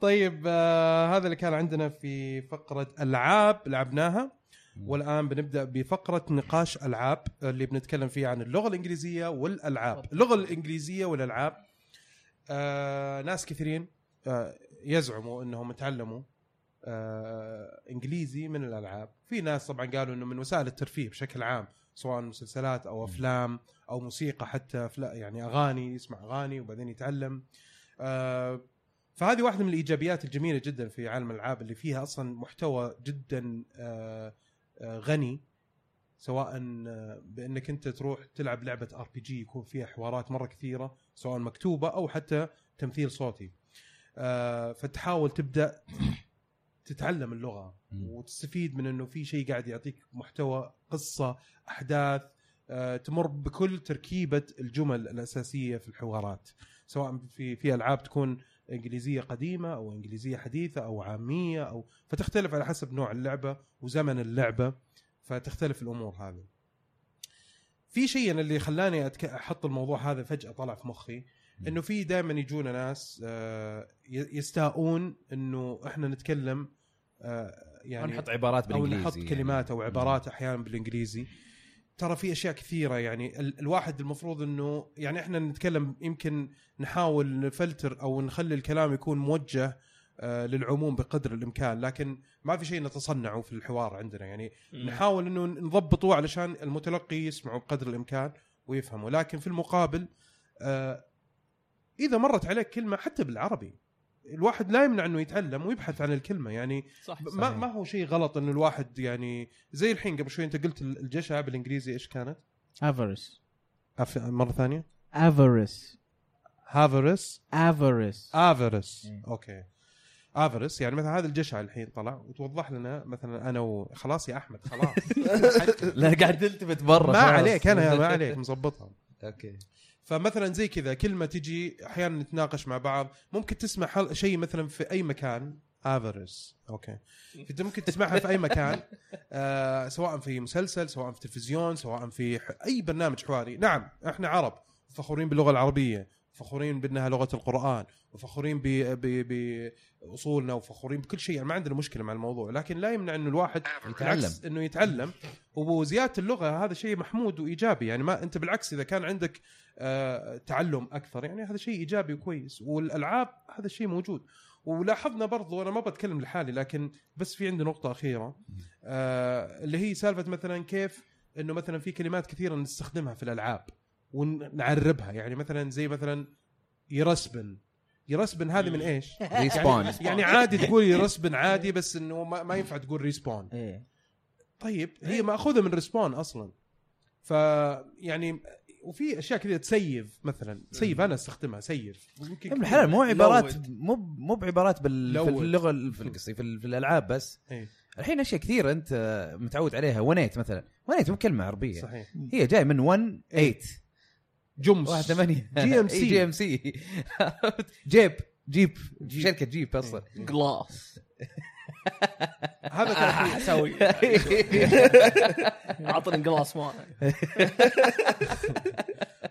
طيب آه هذا اللي كان عندنا في فقره العاب لعبناها والان بنبدا بفقره نقاش العاب اللي بنتكلم فيها عن اللغه الانجليزيه والالعاب اللغه الانجليزيه والالعاب آه ناس كثيرين آه يزعموا انهم تعلموا آه انجليزي من الالعاب في ناس طبعا قالوا انه من وسائل الترفيه بشكل عام سواء مسلسلات او افلام او موسيقى حتى فلا- يعني اغاني يسمع اغاني وبعدين يتعلم آه فهذه واحده من الايجابيات الجميله جدا في عالم الالعاب اللي فيها اصلا محتوى جدا آه، آه، غني سواء آه، بانك انت تروح تلعب لعبه ار بي جي يكون فيها حوارات مره كثيره سواء مكتوبه او حتى تمثيل صوتي آه، فتحاول تبدا تتعلم اللغه
مم.
وتستفيد من انه في شيء قاعد يعطيك محتوى قصه احداث آه، تمر بكل تركيبه الجمل الاساسيه في الحوارات سواء في في العاب تكون انجليزيه قديمه او انجليزيه حديثه او عاميه او فتختلف على حسب نوع اللعبه وزمن اللعبه فتختلف الامور هذه. في شيء انا اللي خلاني أتك... احط الموضوع هذا فجاه طلع في مخي انه في دائما يجونا ناس آه، ي- يستاءون انه احنا نتكلم آه، يعني
نحط عبارات يعني.
او
بالانجليزي
نحط كلمات او عبارات احيانا بالانجليزي ترى في اشياء كثيره يعني ال- الواحد المفروض انه يعني احنا نتكلم يمكن نحاول نفلتر او نخلي الكلام يكون موجه آه، للعموم بقدر الامكان لكن ما في شيء نتصنعه في الحوار عندنا يعني نحاول انه نضبطه علشان المتلقي يسمعه بقدر الامكان ويفهمه لكن في المقابل آه، اذا مرت عليك كلمه حتى بالعربي الواحد لا يمنع انه يتعلم ويبحث عن الكلمه يعني
صح
ما ما هو شيء غلط انه الواحد يعني زي الحين قبل شوي انت قلت الجشع بالانجليزي ايش كانت؟
افرس
أف- مره ثانيه؟
افرس
هافرس
افرس
آه. افرس
إيه.
اوكي افرس يعني مثلا هذا الجشع الحين طلع وتوضح لنا مثلا انا و... خلاص يا احمد خلاص
*laughs* لا قاعد تلتفت برا
ما
خلاص.
عليك انا
*laughs*
ما عليك مظبطها
اوكي
فمثلا زي كذا كلمه تجي احيانا نتناقش مع بعض ممكن تسمع حل... شيء مثلا في اي مكان افرس اوكي انت ممكن تسمعها في اي مكان آه سواء في مسلسل سواء في تلفزيون سواء في ح... اي برنامج حواري نعم احنا عرب فخورين باللغه العربيه فخورين بانها لغه القران وفخورين ب... ب... باصولنا وفخورين بكل شيء يعني ما عندنا مشكله مع الموضوع لكن لا يمنع انه الواحد
يتعلم
بالعكس انه يتعلم وزياده اللغه هذا شيء محمود وايجابي يعني ما انت بالعكس اذا كان عندك آه، تعلم اكثر يعني هذا شيء ايجابي وكويس والالعاب هذا الشيء موجود ولاحظنا برضو انا ما بتكلم لحالي لكن بس في عندي نقطه اخيره آه، اللي هي سالفه مثلا كيف انه مثلا في كلمات كثيره نستخدمها في الالعاب ونعربها يعني مثلا زي مثلا يرسبن يرسبن هذه من ايش؟
ريسبون
يعني عادي تقول يرسبن عادي بس انه ما, ما ينفع تقول ريسبون
ايه
طيب هي ماخوذه من ريسبون اصلا ف يعني وفي اشياء كذا تسيف مثلا سيف انا استخدمها سيف
يا
يمكن
ابن الحلال مو عبارات
لود.
مو ب- مو بعبارات بال في
لود.
اللغه في القصدي في, ال- في الالعاب بس
إيه.
الحين اشياء كثير انت آه، متعود عليها ونيت مثلا ونيت مو كلمه عربيه صحيح.
صحيح
هي جاي من 1 8
جمس
1 8
جي ام سي.
إيه، جي ام سي جيب جيب إيه. شركه جيب اصلا
جلاس
هذا
آه، *laughs*
كان في-
*laughs*
اسوي اعطني جلاس ماء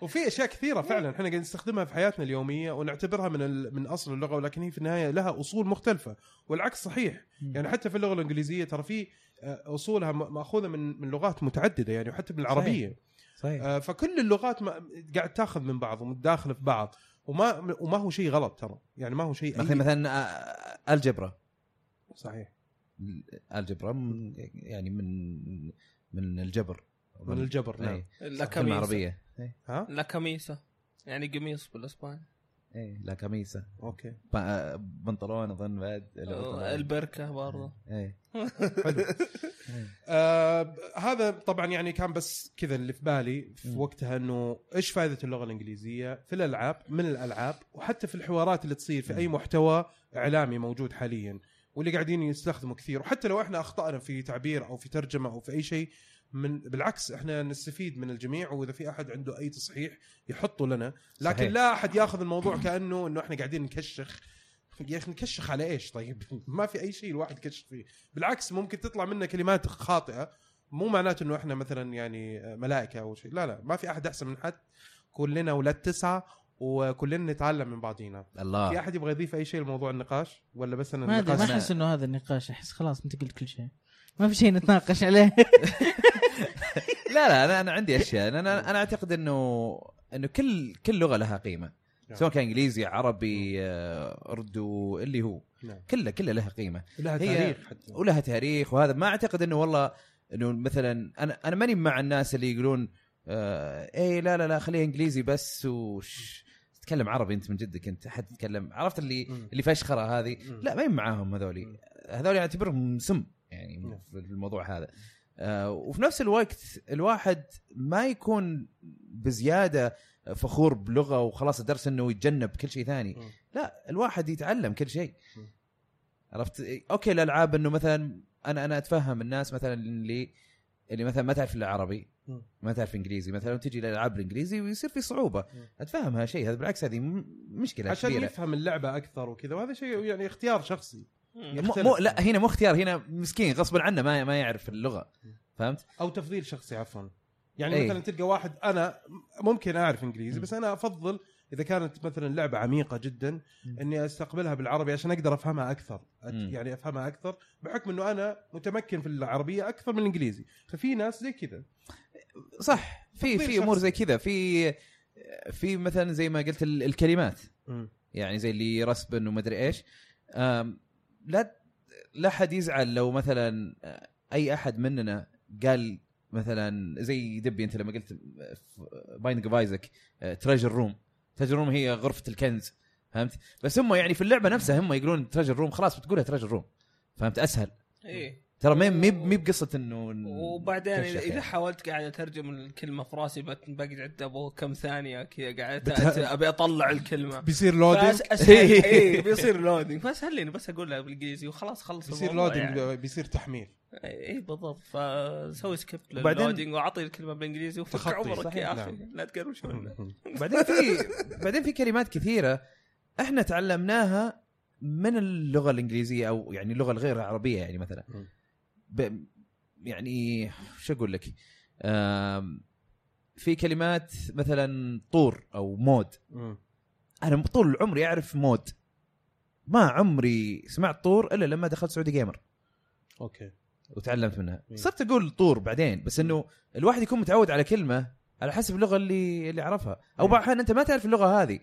وفي اشياء كثيره فعلا احنا قاعدين نستخدمها في حياتنا اليوميه ونعتبرها من ال... من اصل اللغه ولكن هي في النهايه لها اصول مختلفه والعكس صحيح يعني حتى في اللغه الانجليزيه ترى في آه، اصولها م- ماخوذه من من لغات متعدده يعني وحتى من العربيه
صحيح
آه، فكل اللغات ما قاعد تاخذ من بعض ومتداخله في بعض وما وما هو شيء غلط ترى يعني ما هو شيء
مثلا
أي-
مثلا آه، الجبرا
صحيح
الجبرا من- يعني من من الجبر
من الجبر نعم
إيه. كلمه عربيه إيه.
ها
لا كميسه يعني قميص بالاسباني
ايه لا قميصه
اوكي
ب- آه، بنطلون اظن بعد لا، بنطلون.
البركه برضه
ايه
آه هذا طبعا يعني كان بس كذا اللي في بالي في
مم.
وقتها انه ايش فائده اللغه الانجليزيه في الالعاب من الالعاب وحتى في الحوارات اللي تصير في اي محتوى اعلامي موجود حاليا واللي قاعدين يستخدموا كثير وحتى لو احنا اخطانا في تعبير او في ترجمه او في اي شيء من بالعكس احنا نستفيد من الجميع واذا في احد عنده اي تصحيح يحطه لنا لكن
صحيح.
صحيح. لا احد ياخذ الموضوع كانه انه احنا قاعدين نكشخ يا اخي نكشخ على ايش طيب *laughs* ما في اي شيء الواحد يكشخ فيه بالعكس ممكن تطلع منا كلمات خاطئه مو معناته انه احنا مثلا يعني ملائكه او شيء لا لا ما في احد احسن من حد كلنا ولاد تسعه وكلنا نتعلم من بعضينا في
الله
احد يبغى يضيف اي شيء لموضوع النقاش ولا بس انا
ما ادري ما
النقاش
احس انه هذا النقاش احس خلاص انت قلت كل شيء ما في شيء نتناقش عليه
لا لا انا انا عندي اشياء انا
إيه.
انا انا اعتقد انه انه كل كل لغه لها قيمه
نعم.
سواء كان انجليزي عربي آه، اردو اللي هو
نعم.
كله كله لها قيمه
لها
هي-
تاريخ حتى
ولها تاريخ وهذا ما اعتقد انه والله انه مثلا انا انا ماني مع الناس اللي يقولون آه اي لا لا لا خليها انجليزي بس وش تتكلم عربي انت من جدك انت حد تتكلم عرفت اللي
مم.
اللي فشخره هذه
مم.
لا ما يم معاهم هذولي
مم.
هذول اعتبرهم سم يعني
نعم.
في الموضوع هذا آه وفي نفس الوقت الواحد ما يكون بزياده فخور بلغه وخلاص درس انه يتجنب كل شيء ثاني
مم.
لا الواحد يتعلم كل شيء
مم.
عرفت اوكي الالعاب انه مثلا انا انا اتفهم الناس مثلا اللي اللي مثلا ما تعرف الا عربي
مم.
ما تعرف انجليزي مثلا وتجي الالعاب الانجليزي ويصير في صعوبه
مم.
اتفهم هالشيء هذا بالعكس هذه م- مشكله
عشان
كبيره
يفهم اللعبه اكثر وكذا وهذا شيء يعني اختيار شخصي
يعني
مو, مو لا هنا مو اختيار هنا مسكين غصبا عنه ما ما يعرف اللغه فهمت؟
او تفضيل شخصي عفوا يعني
إيه.
أي. مثلا تلقى واحد انا ممكن اعرف انجليزي
م.
بس انا افضل اذا كانت مثلا لعبه عميقه جدا
م.
اني استقبلها بالعربي عشان اقدر افهمها اكثر أت-
م.
يعني افهمها اكثر بحكم انه انا متمكن في العربيه اكثر من الانجليزي ففي ناس زي كذا
صح في
تفضيل
في امور
شخصي.
زي كذا في في مثلا زي ما قلت ال- الكلمات
م.
يعني زي اللي رسبن ومدري ايش أم، لا لا احد يزعل لو مثلا اي احد مننا قال مثلا زي دبي انت لما قلت بايندنج اوف ايزك تريجر روم تريجر روم هي غرفه الكنز فهمت بس هم يعني في اللعبه نفسها هم يقولون تريجر روم خلاص بتقولها تريجر روم فهمت اسهل
ايه
ترى ما مي مي بقصه انه
وبعدين
كشخ
اذا
يعني.
يعني. حاولت قاعد اترجم الكلمه في راسي بت- بقعد عد ابو كم ثانيه كذا قاعد أت-
بت-
ابي اطلع الكلمه
بيصير لودنج *laughs*
فأس-
إيه.
أسهل- ايه بيصير لودنج فاسهل لي بس اقولها بالانجليزي وخلاص خلص
بيصير
الموضوع
لودنج
يعني.
بيصير
*laughs*
تحميل
اي بالضبط فسوي سكيب
وبعدين-
للودنج واعطي الكلمه بالانجليزي وفك
تخطي.
عمرك
صحيح،
يا اخي
نعم.
لا تقروشونا
*laughs* بعدين في بعدين في كلمات كثيره احنا تعلمناها من اللغه الانجليزيه او يعني اللغه الغير عربيه يعني مثلا
مم.
ب يعني شو اقول لك آم، في كلمات مثلا طور او مود
م.
انا طول عمري اعرف مود ما عمري سمعت طور الا لما دخلت سعودي جيمر
اوكي
وتعلمت منها
إيه.
مم.
صرت اقول طور بعدين بس انه الواحد يكون متعود على كلمه على حسب اللغه اللي اللي عرفها او
إيه.
مم.
احيانا انت ما تعرف اللغه هذه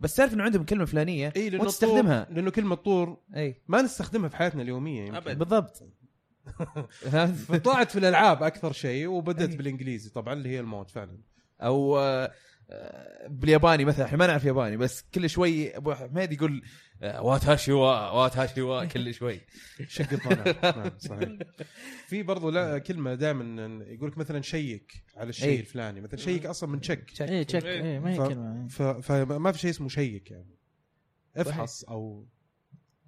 بس تعرف انه عندهم كلمه فلانيه
اي لانه
وتستخدمها.
تستخدمها لانه كلمه طور
اي
ما نستخدمها في حياتنا اليوميه يمكن.
*laughs* ابد
بالضبط فهمت؟
طلعت في الالعاب اكثر شيء وبدت
إيه.
بالانجليزي طبعا اللي هي الموت فعلا
او آه، آه، بالياباني مثلا احنا ما نعرف ياباني بس كل شوي ابو حميد يقول آه، واتاشي وا واتاشي
إيه.
وا كل شوي
شق
*laughs*
الضنع نعم صحيح في برضو لا كلمه دائما يقول لك مثلا شيك على الشيء
إيه.
الفلاني مثلا شيك اصلا من شك
اي تشك
إيه.
اي ما هي
ف-
كلمه
ف- فما في شيء اسمه شيك يعني افحص او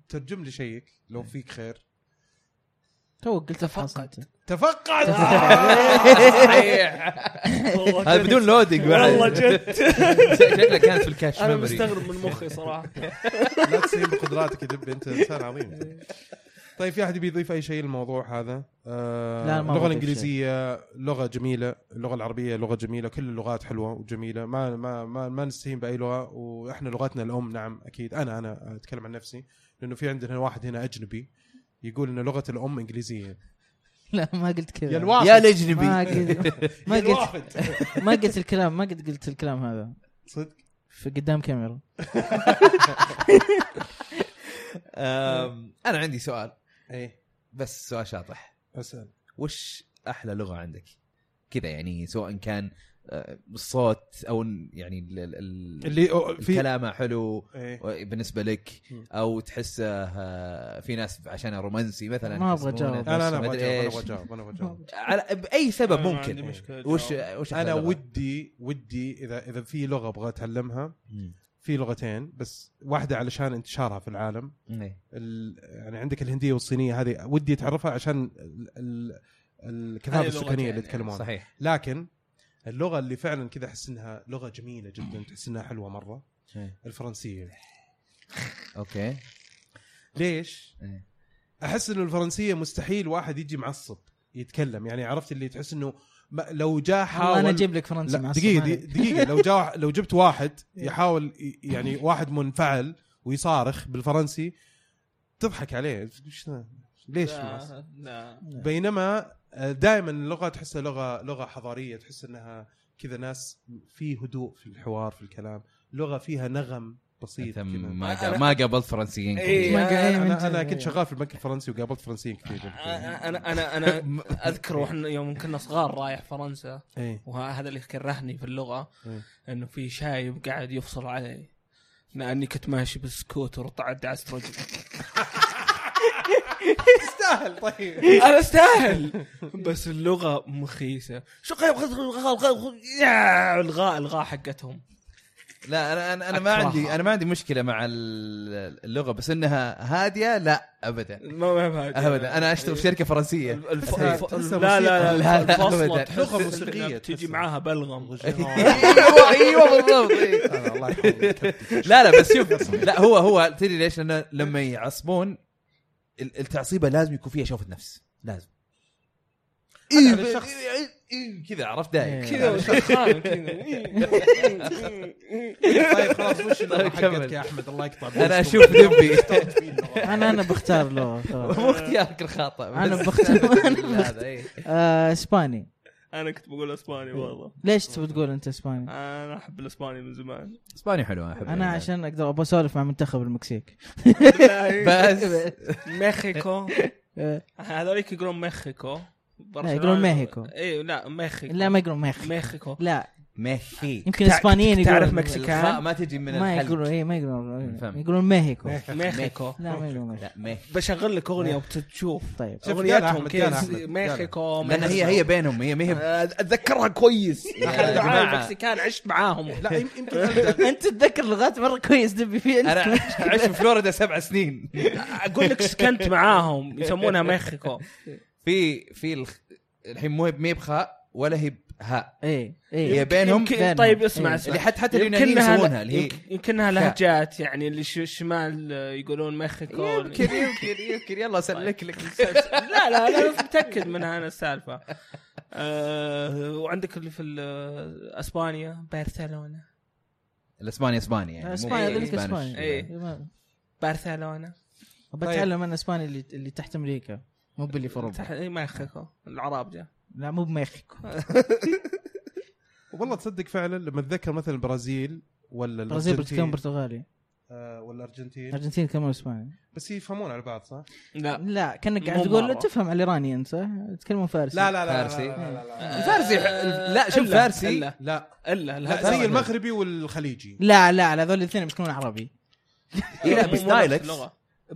ترجم لي شيك لو
إيه.
فيك خير
تو قلت افحص انت
تفقد
*laughs* هذا بدون لودنج
والله
*laughs*
جد
*laughs*
شكلها كانت في الكاش
انا
memory.
مستغرب من مخي صراحه
لا تسيب بقدراتك يا دب انت انسان عظيم طيب في احد يبي يضيف اي شيء للموضوع هذا؟ آه
لا، ما
اللغه
بضيف
الانجليزيه لغه جميله، اللغه العربيه لغه جميله، كل اللغات حلوه وجميله، ما ما ما, ما نستهين باي لغه واحنا لغتنا الام نعم اكيد انا انا اتكلم عن نفسي لانه في عندنا واحد هنا اجنبي يقول ان لغه الام انجليزيه
*laughs* لا ما قلت كذا
يا الواحد
يا
ما
الاجنبي
قلت ما
يا
قلت
الواحد
ما قلت الكلام ما قد قلت الكلام هذا
صدق
في قدام كاميرا
*laughs* آم، انا عندي سؤال
ايه
بس سؤال شاطح
اسال
وش احلى لغه عندك؟ كذا يعني سواء كان آه، الصوت او ن- يعني ال- ال- ال-
اللي أو- في
كلامه حلو
إيه.
بالنسبه لك
مم.
او تحسه آه، في ناس عشانها رومانسي مثلا
ما أبغى
يسمونه
أجاوب.
بس
لا لا لا
ما
أبغى
أدري
أجاوب، انا
إيش.
ابغى اجاوب انا ابغى
*laughs*
اجاوب
على باي سبب
أنا يعني ما عندي
ممكن
مشكلة
وش
جواب.
وش أحلى
انا
لغة؟
ودي ودي اذا اذا في لغه ابغى اتعلمها
مم.
في لغتين بس واحده علشان انتشارها في العالم
إيه.
ال... يعني عندك الهنديه والصينيه هذه ودي اتعرفها عشان ال... ال... الكثافه
هذه
السكانيه
لغتين،
اللي يتكلمونها
صحيح
لكن اللغه اللي فعلا كذا احس انها لغه جميله جدا تحس انها حلوه مره
إيه.
الفرنسيه
اوكي
ليش؟
إيه.
احس انه الفرنسيه مستحيل واحد يجي معصب يتكلم يعني عرفت اللي تحس انه ما لو جاء
حاول انا
حاول
اجيب لك فرنسي
لا
مع
دقيقة
الصومالي.
دقيقة لو جاء لو جبت واحد يحاول ي- يعني واحد منفعل ويصارخ بالفرنسي تضحك عليه إيش ذا؟ ليش معصب؟
لا لا
بينما دائما اللغة تحسها لغة لغة حضارية تحس انها كذا ناس في هدوء في الحوار في الكلام لغة فيها نغم بسيط
أنت
كذا.
ما
أنا-
قا- ما قابلت فرنسيين
إيه.
كثير.
ما قاعد-
انا انا
إيه.
كنت شغال في البنك الفرنسي وقابلت فرنسيين كثير
انا انا انا
*laughs*
اذكر واحنا يوم كنا صغار رايح فرنسا
اي
وهذا اللي كرهني في اللغه
إيه.
انه في شايب قاعد يفصل علي لاني كنت ماشي بالسكوتر وطلعت دعست *laughs* رجلي
تستاهل
*laughs*
طيب
انا استاهل بس اللغه مخيسه شو خيب خيب- خيب- خيب- خيب- يا الغاء الغاء حقتهم
لا انا انا, أنا ما
أكرهها.
عندي انا ما عندي مشكله مع ال- اللغه بس انها هاديه لا ابدا
ما ما بهاجم.
ابدا انا اشتغل في شركه فرنسيه
الف- الف-
تحسها-
الف-
تحسها
لا لا
*laughs*
لا
موسيقى.
الفصلة
أبداً.
تحس
لغة
إنها
موسيقية
بتجي
تحسها.
معاها بلغم
ايوه ايوه بالضبط إيه.
الله يحفظك
لا لا بس شوف لا هو هو تدري ليش؟ لانه لما يعصبون ال- التعصيبه لازم يكون فيها شوفه نفس لازم
على
ب-
الشخص.
إيه، إيه، كذا عرفت دايك
إيه.
كذا شخان كذا
طيب خلاص وش اللغة
طيب،
حقتك
كمل.
يا احمد الله يقطع
انا اشوف ذبي
انا انا بختار لغه خلاص.
مو اختيارك الخاطئ بس-
أنا بختار- أنا
هذا، إيه.
آه، اسباني
انا كنت بقول اسباني والله
ليش تبي تقول انت اسباني؟
انا احب الاسباني من
*laughs*
زمان
اسباني حلو احب
انا عشان اقدر ابغى اسولف مع منتخب المكسيك
بس
مكسيكو
آه،
هذوليك يقولون مكسيكو
لا، يقولون مكسيكو.
اي لا مكسيكو
لا ما يقولون ميخ
مكسيكو
لا
ميخي
يمكن الاسبانيين يقولون
تعرف
الخاء
مكسيكان
ما تجي من
ما
الحلق
يقولون اي ما يقولون
الفم.
يقولون ميهيكو
مكسيكو
لا ما يقولون ميخ
لا ميخي
بشغل لك اغنيه وبتشوف
طيب
شوف، قالها
اغنياتهم
أحمد، قالها أحمد،
كذا
قالها.
مكسيكو
لان هي هي بينهم هي ما هي
اتذكرها كويس
يا آه، جماعة.
المكسيكان عشت معاهم
لا يم- يمكن أبدأ.
*laughs* انت تتذكر لغات مره كويس دبي فيها
انا
انت
*laughs* عشت في فلوريدا سبع سنين
اقول لك سكنت معاهم يسمونها مكسيكو
في في الخ- الحين مو هي ب- ما هي بخاء ولا هي بهاء
اي
هي
اي
بينهم
يمكن-
بينهم.
طيب اسمع
إيه.
اللي
اسمع
حتى حتى اليونانيين
يمكنها
يسوونها اللي هي
يمكنها
كا.
لهجات يعني اللي ش- الشمال يقولون مكسيكو
يمكن يمكن يمكن يلا اسلك لك
لا لا لا أنا متاكد منها انا السالفه آه وعندك اللي في ال- آه، اسبانيا برشلونه
الاسباني اسباني يعني مو
اسباني اقول لك
بالإسبانيش.
اسباني
إيه.
ما-
برشلونه
بتعلم انا اسباني اللي اللي تحت امريكا مو باللي في اوروبا
تح- إيه، مكسيكو العرب جا
لا مو بميخيكو
والله تصدق فعلا لما اتذكر مثلا البرازيل ولا
البرازيل
الأرجنتين،
برتقال برتغالي
آه، ولا الارجنتين
الارجنتين كمان اسباني
بس يفهمون على بعض صح؟
لا
لا كانك قاعد
مو
تقول
مرة.
له تفهم الايراني انت صح؟ تكلمون فارسي
لا لا لا لا
فارسي. آه.
لا لا لا
الفارسي لا شوف
آه، إلا-
فارسي
الا
لا لا
الا لا
زي المغربي والخليجي
لا لا لا هذول الاثنين يمسكون عربي
إيه، لا بس دايلكس
لا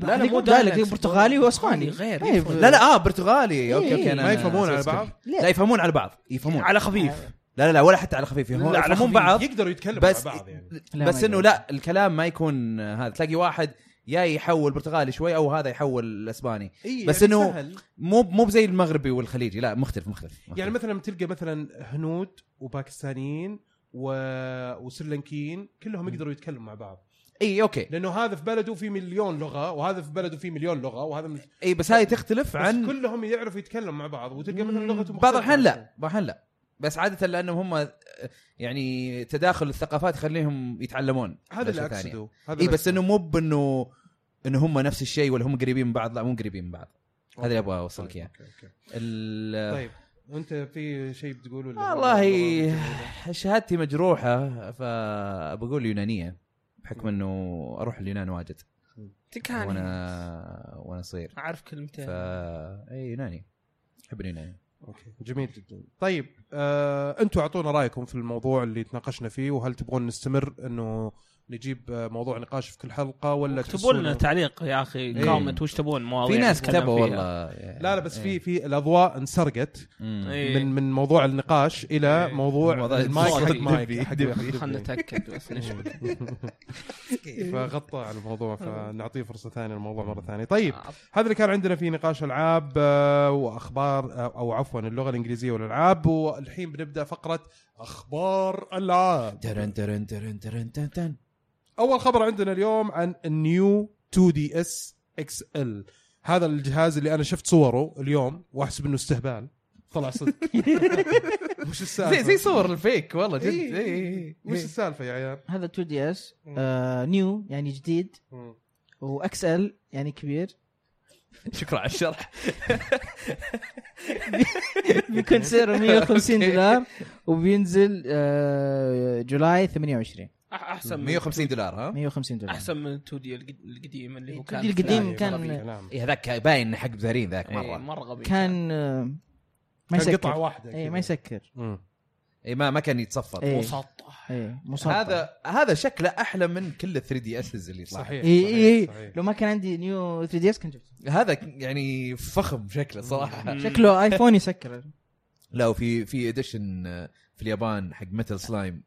لا
هذيك
مو
برتغالي،
دايلكس.
برتغالي واسباني
غير.
إيه،
لا لا اه برتغالي اوكي اوكي انا
إيه. ما يفهمون على
أسأل
بعض
سؤال. لا يفهمون على بعض يفهمون
على خفيف
لا لا لا ولا حتى على خفيف يفهمون
لا، على
يفهمون
خفيف.
بعض
يقدروا يتكلموا مع
بس
بعض يعني
لا،
بس
ما
انه
يقدر.
لا الكلام ما يكون آه، هذا تلاقي واحد يا يحول برتغالي شوي او هذا يحول اسباني
إيه،
بس
يعني
إنه-
سهل.
مو مو بزي المغربي والخليجي لا مختلف مختلف, مختلف.
يعني مثلا تلقى مثلا هنود وباكستانيين و... وسريلانكيين كلهم يقدروا يتكلموا مع بعض
اي اوكي
لانه هذا في بلده في مليون لغه وهذا في بلده في مليون لغه وهذا من...
اي بس هاي تختلف
عن
عن
كلهم يعرفوا يتكلموا مع بعض وتلقى مثلا لغتهم
بعض الاحيان لا بعض الاحيان لا بس عاده لانهم هم يعني تداخل الثقافات يخليهم يتعلمون
هذا اللي
أشياء ثانية.
اقصده هذا
اي
اللي
بس انه مو بانه انه هم نفس الشيء ولا هم قريبين من بعض لا مو قريبين من بعض
أقصده.
هذا اللي ابغى اوصلك اياه
أوكي، أوكي، أوكي.
ال-
طيب انت في شيء بتقوله ولا-
والله شهادتي مجروحه فبقول يونانيه بحكم انه اروح اليونان واجد
تكاني
وانا وانا صغير
اعرف
ف
كلمتين
اي يوناني احب اليوناني
اوكي جميل جدا طيب آه، انتم اعطونا رايكم في الموضوع اللي تناقشنا فيه وهل تبغون نستمر انه نجيب آه، موضوع نقاش في كل حلقه ولا
اكتبوا لنا
تحسون-
تعليق يا اخي
إيه.
كومنت وش تبون مواضيع
في ناس
نتكلم
كتبوا
فيها.
والله
لا لا بس في في الاضواء انسرقت
في
إيه.
من من موضوع النقاش الى
إيه.
موضوع
موضوع
المايك حق
الدبي.
مايك حق
دبي.
خلنا نتاكد بس نشوف
إيه.
*laughs* فغطى على الموضوع فنعطيه فرصه ثانيه الموضوع مره
آه.
ثانيه طيب هذا اللي كان عندنا في نقاش العاب آه، واخبار آه، او عفوا اللغه الانجليزيه والالعاب والحين بنبدا فقره اخبار العاب
ترن ترن ترن ترن
*laughs*
ترن ترن
اول خبر عندنا اليوم عن النيو 2 دي اس اكس ال هذا الجهاز اللي انا شفت صوره اليوم واحسب انه استهبال طلع
*laughs*
صدق وش السالفه
زي زي صور الفيك والله جد
إيه.
إيه، إيه،
وش
إيه.
السالفه يا عيال
هذا 2 دي اس نيو يعني جديد واكس ال يعني كبير
شكرا على *laughs* الشرح
بيكون سعره 150 دولار وبينزل آه، جولاي 28
احسن من
150 دولار ها
150 دولار
احسن من 2 دي القديم اللي هو
2D
آه،
كان
القديم
فلاني
كان-
غبي.
كلام
إيه، هذاك باين إنه حق بزارين ذاك
إيه،
مره
مره غبي
كان آه، ما
كان قطعه
يسكر
واحده
اي ما يسكر
يسكر
اي ما ما كان يتصفر
إيه.
مسطح
اي مسطح
هذا هذا شكله احلى من كل 3 دي اسز اللي طلع
صحيح
اي اي
صحيح،
لو ما كان عندي نيو 3 دي اس كنت جبته
هذا يعني فخم شكله صراحه
مم.
شكله ايفون يسكر
لا وفي في اديشن في اليابان حق ميتال سلايم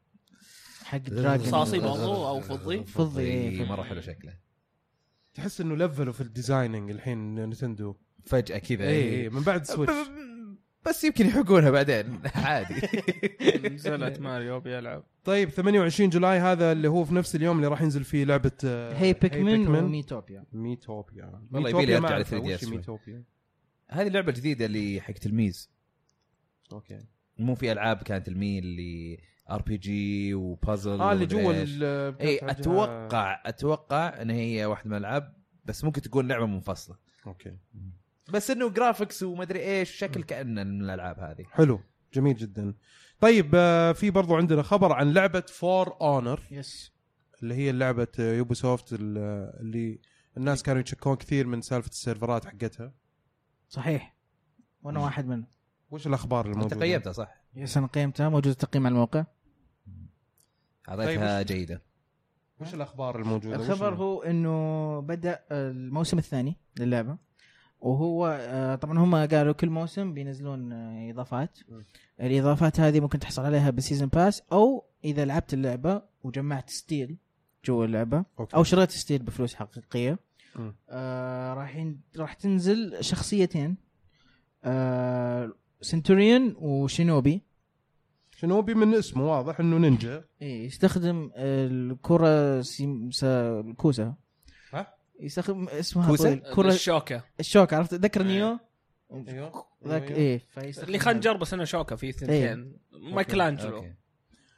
حق دراجون
رصاصي برضو أو فضي؟
فضي، إيه، فضي.
مره حلو شكله
تحس انه لفلوا في الديزايننج الحين نتندو
فجاه كذا
اي اي
إيه.
من بعد سويتش
ب- بس يمكن يحقونها بعدين *laughs* عادي
نزلت ماريو بيلعب
طيب 28 جولاي هذا اللي هو في نفس اليوم اللي راح ينزل فيه لعبه آه،
هي بيكمن وميتوبيا
ميتوبيا
والله
ميتوبيا
يبيلي
ما
أرجع
أعرفها،
ل 3DS
وش
شوي.
ميتوبيا
هذه اللعبه الجديده اللي حق تلميذ
اوكي
مو في العاب كانت الميل اللي ار بي جي وبازل
اه اللي
ومدري
جوا
إيش. إيه،
ال-
اي
بتاعت الجهة.
اتوقع اتوقع ان هي واحده من الالعاب بس ممكن تكون لعبه منفصله
اوكي
بس انه جرافكس ومدري ايش شكل كانه من الالعاب هذه
حلو جميل جدا طيب آه، في برضو عندنا خبر عن لعبه فور اونر
يس
اللي هي لعبه يوبي سوفت اللي الناس كانوا يتشكون كثير من سالفه السيرفرات حقتها
صحيح وانا واحد منهم
وش الاخبار
انت
الموجوده
قيمتها صح
يس انا قيمتها موجود تقييم على الموقع
اعطيتها جيده
وش الاخبار الموجوده وش
الخبر
ال-
هو انه بدا الموسم الثاني للعبه وهو آه، طبعا هم قالوا كل موسم بينزلون آه، اضافات
مم.
الاضافات هذه ممكن تحصل عليها بسيزن باس او اذا لعبت اللعبه وجمعت ستيل جوا اللعبه
أوكي.
او شريت ستيل بفلوس حقيقيه
مم.
آه راح ين- راح تنزل شخصيتين آه سنتوريون وشينوبي
شنوبي من اسمه واضح انه نينجا
ايه يستخدم الكرة سيم... سا... الكوسة
ها؟
يستخدم اسمها
كوسة؟
طويل. كرة
الشوكه
الشوك عرفت ذكر
إيه.
نيو
ايوه
ذاك ايه فيستخدم
اللي خنجر بس انه شوكه
إيه.
في ثنتين مايكل انجلو
أوكي.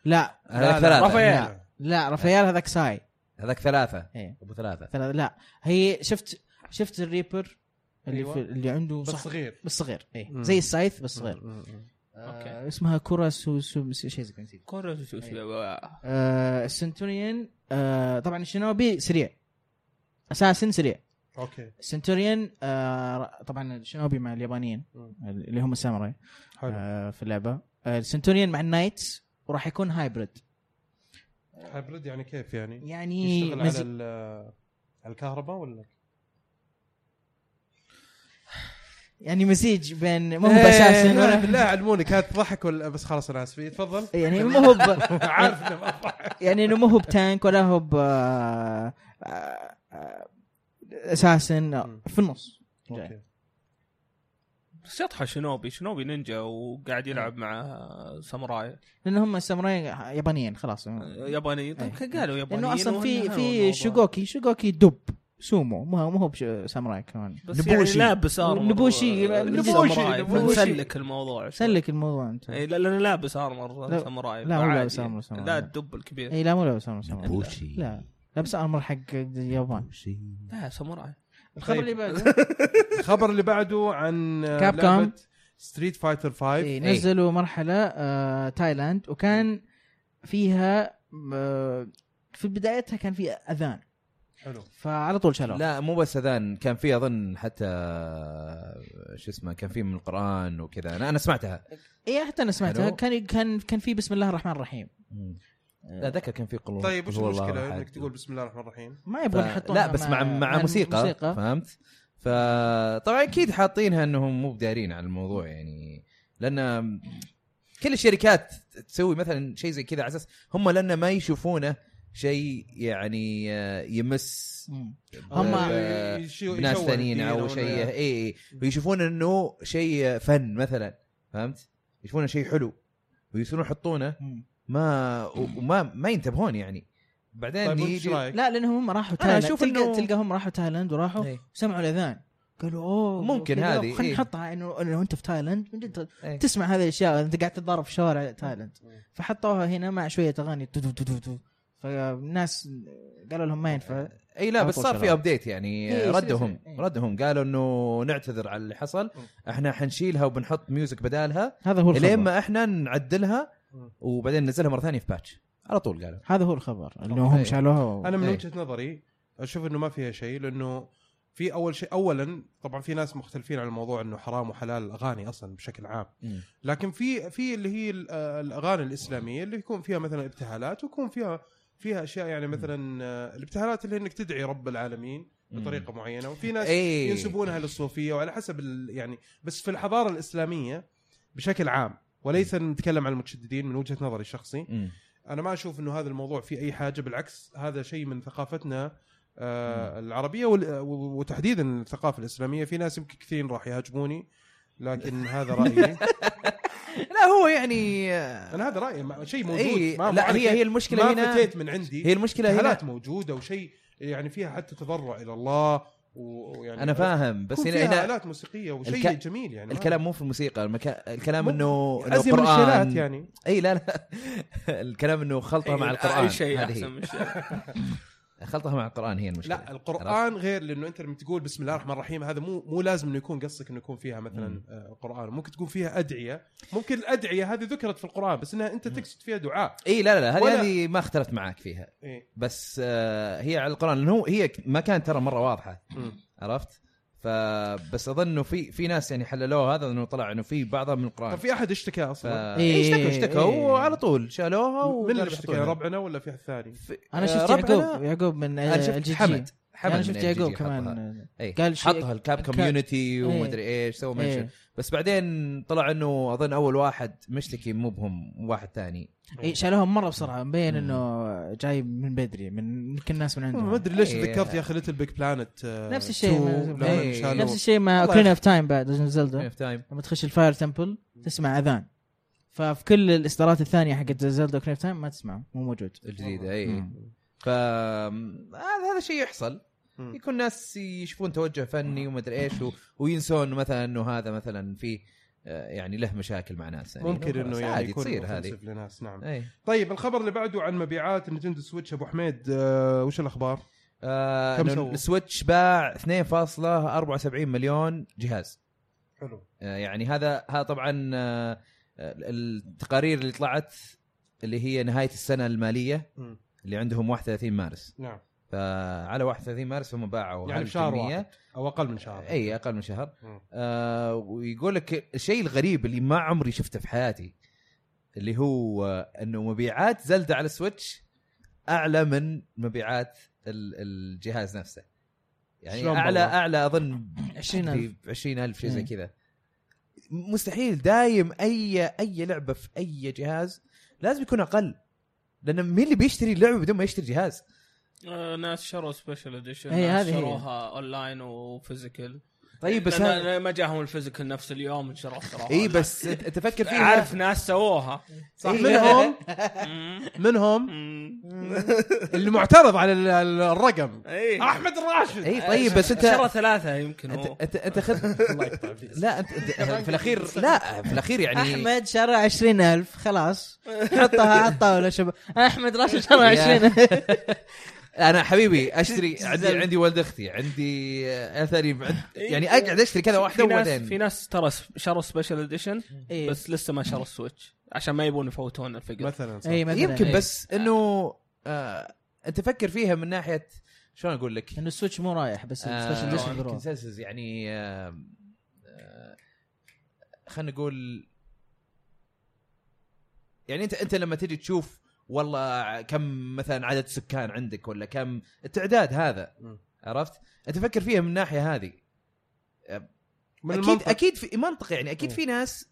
لا
هذاك
رافائيل.
ثلاثه
لا لا رافائيل هذاك ساي
هذاك ثلاثه
ايه
ابو ثلاثه
ثلاثة لا هي شفت شفت الريبر اللي
أيوة.
في اللي عنده
بس
صح-
صغير
بس صغير ايه
مم.
زي السايث بس صغير
أوكي.
آه اسمها كرة سو سو سو- شيء زي كذا نسيت
كورة شو- شو-
إيه. آه السنتوريان آه طبعا الشينوبي سريع اساسا سريع
اوكي
سنتوريان آه طبعا الشينوبي مع اليابانيين
مم.
اللي هم الساموراي
حلو
آه في اللعبه آه السنتوريان مع النايتس وراح يكون هايبرد
هايبريد يعني كيف يعني؟
يعني
يشتغل على
مزي...
ال- على الكهرباء ولا؟
يعني مزيج بين ما هو
إيه،
يعني. اساسا
*laughs* بالله علموني كانت تضحك ولا بس خلاص انا اسف إيه، تفضل
يعني ما هو ب...
*laughs* عارف انه ما أضحك.
يعني انه ما هو بتانك ولا هو ب آه، آه، آه، اساسا
مم.
في النص
أوكي.
بس يطحى شنوبي شنوبي نينجا وقاعد
إيه.
يلعب مع ساموراي
لان هم الساموراي يابانيين خلاص
يابانيين طب
أي.
طيب، قالوا يابانيين
لانه اصلا إيه. في
وإنه
في
الموضوع.
شوغوكي شوغوكي دب سومو ما هو ما هو بش- ساموراي كمان
بس
نبوشي.
نبوشي يعني لابس ارمر
نبوشي.
نبوشي.
نبوشي نسلك الموضوع شوي.
سلك الموضوع انت
اي إيه، لا لانه لابس ارمر
لا-
ساموراي
لا، مو
فعادي.
لابس آرمر ساموراي. إيه.
لا الدب الكبير
اي لا مو لابس ساموراي ساموراي.
بوشي
لا لابس ارمر حق اليابان
لا ساموراي
الخبر
طيب.
اللي
*laughs*
بعده
الخبر اللي بعده عن
كاب كوم.
ستريت فايتر 5
طيب.
إيه، نزلوا مرحله آه، تايلاند وكان فيها آه، في بدايتها كان في اذان
إيه، حلو
فعلى طول شالوه
لا مو بس اذان كان في اظن حتى شو اسمه كان في من القران وكذا انا انا سمعتها
اي إيه، حتى انا سمعتها
حلو.
كان كان كان في بسم الله الرحمن الرحيم
لا ذكر كان في قلوب
طيب وش المشكله انك تقول بسم الله الرحمن الرحيم
ما يبغون يحطون
لا بس مع مع موسيقى, موسيقى. فهمت فطبعا اكيد حاطينها انهم مو بدارين عن الموضوع يعني لان كل الشركات تسوي مثلا شيء زي كذا على اساس هم لان ما يشوفونه شيء يعني آه، يمس
مم.
هم
هم-
إيه،
آه، ناس ثانيين او شيء اي اي ويشوفون انه شيء فن مثلا فهمت؟ يشوفونه شيء حلو ويصيرون يحطونه
مم.
ما وما ما ينتبهون يعني بعدين
طيب وش
يجي
رايك؟
لا لانهم هم راحوا
إيه. أنا
تايلاند
أشوف
أشوف تلقى,
إنه-
تلقى هم راحوا تايلاند وراحوا
إيه.
سمعوا الاذان قالوا اوه
ممكن
كذا،
هذه، إيه.
خلينا نحطها انه انه انت في تايلاند من جد
إيه.
تسمع هذه الاشياء انت قاعد تتضارب في شوارع تايلاند فحطوها هنا مع شويه اغاني تو تو تو تو تو فالناس قالوا لهم ما ينفع
اي لا
على
بس
طول
صار في
شغال.
ابديت يعني
إيه،
ردهم
يصير- يصير. إيه.
ردهم قالوا انه نعتذر على اللي حصل احنا حنشيلها وبنحط ميوزك بدالها
هذا هو
لين
الخبر
ما احنا نعدلها وبعدين ننزلها مره ثانيه في باتش على طول قالوا
هذا هو الخبر اللي
أوكي.
هم شالوها
انا من
إيه.
وجهه نظري اشوف انه ما فيها شيء لانه في اول شيء اولا طبعا في ناس مختلفين على الموضوع انه حرام وحلال الاغاني اصلا بشكل عام
مم.
لكن في في اللي هي ال- آه، الاغاني الاسلاميه اللي يكون فيها مثلا ابتهالات ويكون فيها فيها اشياء يعني مثلا آه، الابتهالات اللي هي انك تدعي رب العالمين بطريقه معينه وفي ناس
إيه.
ينسبونها للصوفيه وعلى حسب ال- يعني بس في الحضاره الاسلاميه بشكل عام وليس نتكلم عن المتشددين من وجهه نظري الشخصي
مم.
انا ما اشوف انه هذا الموضوع فيه اي حاجه بالعكس هذا شيء من ثقافتنا آه العربيه وال- و- وتحديدا الثقافه الاسلاميه في ناس يمكن كثيرين راح يهاجموني
*laughs*
لكن هذا رايي
لا هو يعني
انا هذا رايي ما- شيء موجود
اي
ما
إيه، لا هي هي المشكله
المشكله ما
هنا
فتيت من عندي
هي المشكله هنا
حالات موجوده وشيء يعني فيها حتى تضرع الى الله و- ويعني
انا فاهم بس
يكون
هنا
فيها
هنا
آلات موسيقيه وشيء
الك-
جميل يعني ما-
الكلام مو في الموسيقى المكا... الكلام
مو-
انه إنه
ازياء من
قرآن.
الشيلات يعني
اي لا لا *laughs* الكلام انه خلطه مع
إيه، أي-
القران
اي شيء
هذه هي.
احسن من شيء
خلطها مع القران هي المشكله
لا القران غير لانه انت لما تقول بسم الله الرحمن الرحيم هذا مو مو لازم انه يكون قصدك انه يكون فيها مثلا
مم.
آه، قران ممكن تكون فيها ادعيه ممكن الادعيه هذه ذكرت في القران بس انها انت تقصد فيها دعاء
اي لا لا لا
ولا-
هذه هذه ما اختلفت معك فيها
إيه.
بس آه هي على القران لانه هي ك- ما كانت ترى مره واضحه
مم.
عرفت؟ فبس اظن انه في في ناس يعني حللوها هذا انه طلع انه في بعضها من
طب
القران
في احد اشتكى
ف...
اصلا
إيه، اشتكوا
إيه،
اشتكوا
إيه.
وعلى طول شالوها
من اللي اشتكى
اشتكوا
ربعنا ولا في احد ثاني
انا شفت يعقوب يعقوب من
انا شفت
الجي
حمد حمد من
انا آه، شفت
LGG
يعقوب
حطها.
كمان
اي
قال
قال
شيء-
إيه، حطها الكاب
الكاب.
كوميونتي
إيه.
ومدري ايش سوى منشن
إيه.
بس بعدين طلع انه اظن اول واحد مشتكي مو بهم واحد ثاني
اي شالوهم مره بسرعه مبين
مم.
انه جاي من بدري من يمكن الناس من
ما
عندهم
ادري ليش
إيه.
تذكرت يا اخي ليتل بيج بلانت
نفس الشيء.
لما
إيه.
شالوا-
نفس الشيء مع
والله
اوكرين
يا
اوف تايم بعد ليجند
Ocarina
زلدا
of Time.
لما تخش الفاير تمبل تسمع اذان ففي كل الاصدارات الثانيه حقت زلدا اوكرين اوف تايم ما تسمعه مو موجود
الجديده اي
مم.
ف هذا هذا شيء يحصل
مم.
يكون ناس يشوفون توجه فني ومدري ايش و... وينسون مثلا انه هذا مثلا فيه آه، يعني له مشاكل مع ناس يعني
ممكن
خلاص،
انه يعني
عادي
يكون
تصير
offensive
هذه إيه.
لناس نعم
اي
طيب الخبر اللي بعده عن مبيعات نينتندو سويتش ابو حميد آه وش الاخبار؟
آه
كم
إنه
سووا؟
السويتش باع 2.74 مليون جهاز
حلو
آه، يعني هذا هذا طبعا آه، التقارير اللي طلعت اللي هي نهايه السنه الماليه
مم.
اللي عندهم 31 مارس
نعم
فعلى 31 مارس هم باعوا
يعني
هذه
بشهر
الكمية.
واحد. او اقل من شهر
اي اقل من شهر
مم.
آه ويقول لك الشيء الغريب اللي ما عمري شفته في حياتي اللي هو آه، انه مبيعات زلدة على السويتش اعلى من مبيعات ال- الجهاز نفسه يعني
شلون
اعلى
بالله؟
اعلى اظن
20000
ب 20000 شيء زي
مم.
كذا مستحيل دايم اي اي لعبه في اي جهاز لازم يكون اقل لان مين اللي بيشتري لعبه بدون ما يشتري جهاز؟
آه، ناس شروا سبيشل اديشن
إيه،
ناس
هذه هي.
شروها اونلاين وفيزيكال
طيب بس
لأن-
هذا-
لأن ما جاهم الفيزيكال نفس اليوم انشروا شروها
اي
إيه،
أونلاين.
بس أنت- انت فكر فيها
عارف ناس سووها
صح
إيه.
منهم
مم.
منهم
مم.
اللي معترض على ال- ال- الرقم
اي
احمد الراشد
اي طيب بس انت
شرى ثلاثه إيه. يمكن هو
انت انت, انت
*laughs*
خذ
الله يقطع فيك.
لا انت, انت في الاخير لا في الاخير يعني
احمد شرى 20000 خلاص حطها
*laughs*
على الطاوله شباب احمد راشد شرى
يا.
20000
انا حبيبي اشتري
*laughs*
عندي عندي ولد اختي عندي آه، اثري عند- يعني اقعد اشتري كذا واحده
إيه، في ناس في
وبعدين
ناس ترى س- شروا سبيشل اديشن
*laughs* إيه.
بس لسه ما شروا السويتش عشان ما يبون يفوتون الفقر
إيه،
مثلا صح.
اي مثلا
يمكن
إيه.
بس انه آه انت فكر فيها من ناحيه شلون اقول لك؟
انه السويتش مو رايح بس السبيشل
آه،
اديشن بيروح.
كونسنسس يعني آم، آه، خلينا نقول يعني انت انت لما تجي تشوف والله كم مثلا عدد سكان عندك ولا كم التعداد هذا
مم.
عرفت؟ انت فكر فيها من الناحيه هذه
من
اكيد
المنطق.
اكيد في منطقه يعني اكيد
مم.
في ناس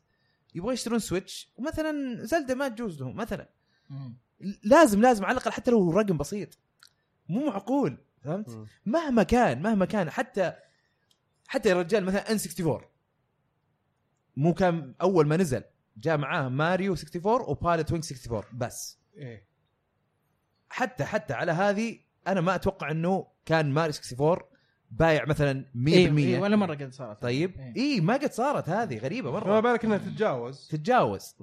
يبغوا يشترون سويتش ومثلا زلده ما تجوز لهم مثلا
مم.
لازم لازم على الاقل حتى لو رقم بسيط مو معقول فهمت؟
مم.
مهما كان مهما كان حتى حتى يا رجال مثلا ان 64 مو كان اول ما نزل جاء معاه ماريو 64 وبالت وينج 64 بس
إيه.
حتى حتى على هذه انا ما اتوقع انه كان ماريو 64 بايع مثلا 100%
إيه، إيه، ولا مره قد صارت
طيب
إيه.
اي ما قد صارت هذه غريبه
فما
مره
بالك انها تتجاوز
تتجاوز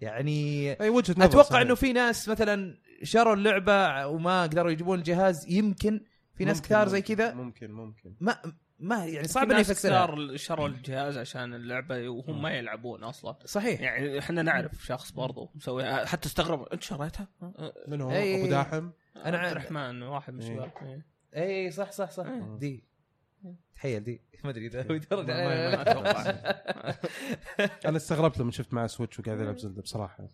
يعني
اي وجهه نظر
اتوقع
صحيح.
انه في ناس مثلا شروا اللعبه وما قدروا يجيبون الجهاز يمكن في ناس
ممكن،
كثار زي
ممكن،
كذا
ممكن ممكن
ما ما يعني صعب اني
الناس
افسرها
كثار شروا الجهاز عشان اللعبه وهم ما يلعبون اصلا
صحيح
يعني احنا نعرف شخص برضو مسوي حتى استغرب انت شريتها؟ أه،
من هو
إيه.
ابو داحم
أنا
عبد
عارف.
الرحمن واحد من
إيه.
الشباب
*laughs*
إيه.
اي صح صح صح
مم.
دي تحيل دي *laughs* ما ادري اذا هو
ما- ما-
*laughs*
ما
يدرج
أتوقع. انا استغربت لما شفت معه سويتش وقاعد يلعب زلده
*laughs*
بصراحه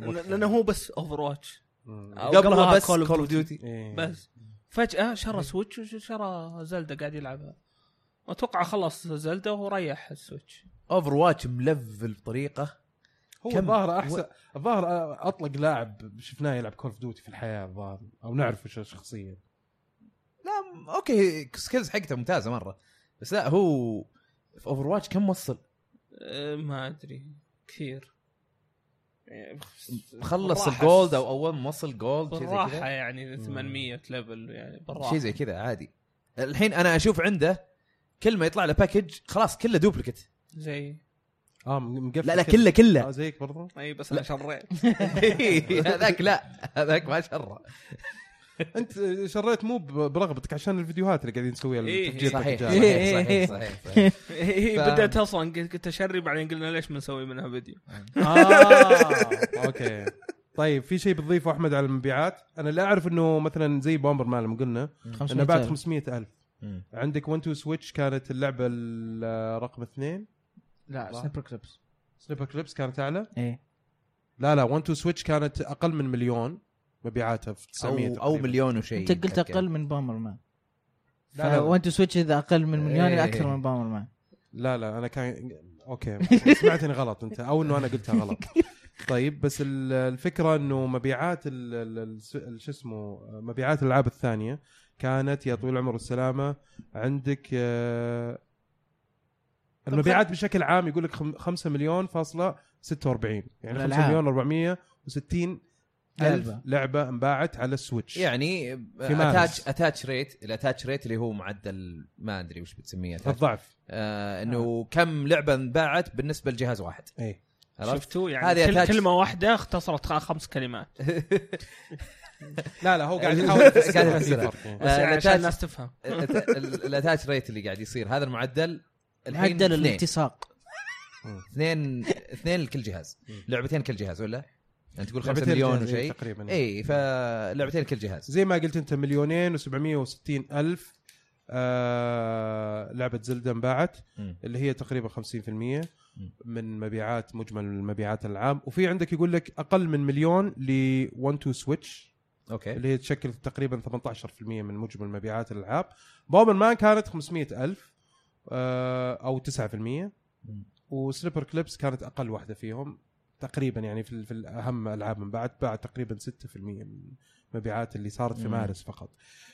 لانه هو بس اوفر واتش
مم.
أو
قبلها بس
Call of
كول اوف ديوتي
إيه.
بس فجاه شرى سويتش وشرى زلدا قاعد يلعبها اتوقع خلص زلدا وريح السويتش
اوفر واتش ملفل بطريقه
هو
كم؟
الظاهر احسن الظاهر اطلق لاعب شفناه يلعب كول اوف ديوتي في الحياه الظاهر او نعرفه ش- شخصيا
لا اوكي سكيلز حقته ممتازه مره بس لا هو في اوفر واتش كم وصل؟
أه، ما ادري كثير يعني
خلص
بالراحة.
الجولد او اول ما وصل جولد شيء زي
بالراحه
كذا
يعني 800 ليفل يعني بالراحه
شيء زي كذا عادي الحين انا اشوف عنده كل ما يطلع له باكج خلاص كله دوبلكت
زي
اه م- مقفل
لا لا كله كله
آه زيك برضو
اي طيب، بس انا شريت
*laughs* هذاك لا هذاك ما شره
انت شريت مو ب- برغبتك عشان الفيديوهات اللي قاعدين نسويها
إيه،
لتفجير
صحيح *laughs*
الرجال.
إيه.
صحيح صحيح *laughs* صحيح
هي
ف-
بدات اصلا قلت قلت اشري بعدين قلنا ليش بنسوي منها فيديو
آه،
اه اوكي طيب في شيء بتضيفه احمد على المبيعات؟ انا اللي اعرف انه مثلا زي بومبر مان لما قلنا انه بعد
500
500 الف
مم.
عندك 1 2 سويتش كانت اللعبه ال- رقم اثنين
لا سنيبر كليبس
سنيبر كليبس كانت اعلى
إيه.
ايه
لا لا 1 2 سويتش كانت اقل من مليون مبيعاتها في 900
او او
تقريباً.
مليون وشيء
انت قلت اقل من بامر مان
لا لا.
وانت سويتش اذا اقل من مليون
إيه.
الى اكثر من بامر مان
لا لا انا
*laughs*
كان اوكي سمعتني غلط انت او انه انا قلتها غلط طيب بس ال- الفكره انه مبيعات ال- ال- الس- ال- شو اسمه مبيعات الالعاب الثانيه كانت يا طويل العمر والسلامه عندك آه، المبيعات بشكل عام يقول لك 5 مليون فاصلة 46 يعني 5
الألعاب.
مليون 460 الف
لعبة.
لعبه انباعت على السويتش
يعني
مارس.
اتاتش اتاتش ريت الاتاتش ريت اللي هو معدل ما ادري وش بتسميه attach.
الضعف
آه انه كم لعبه انباعت بالنسبه لجهاز واحد
اي
عرفت؟
شفتوا
هذه آه،
يعني كل
attach.
كلمه واحده اختصرت خ- خمس كلمات
لا لا هو قاعد
*laughs*
يحاول يفسر. *laughs*
قاعد يفسر.
في فرق.
بس
آه،
يعني
attach.
عشان الناس تفهم
الأتا- الاتاتش ريت اللي قاعد يصير هذا المعدل الحين
معدل
اثنين.
الالتصاق
اثنين اثنين لكل جهاز لعبتين كل جهاز ولا؟ انت تقول 5
لعبتين
مليون
جاهزين
وشيء إيه،
تقريبا
اي فلعبتين كل جهاز
زي ما قلت انت مليونين و760 الف آه لعبه زلدا انباعت
مم.
اللي هي تقريبا 50% من مبيعات مجمل مبيعات العام وفي عندك يقول لك اقل من مليون ل 1 2 سويتش
اوكي
اللي هي تشكل تقريبا 18% من مجمل مبيعات الالعاب بوبن مان كانت 500 الف آه او 9% وسليبر كليبس كانت اقل واحده فيهم تقريبا يعني في, ال- في الاهم العاب من بعد باعت تقريبا 6% من مبيعات اللي صارت في
مم.
مارس فقط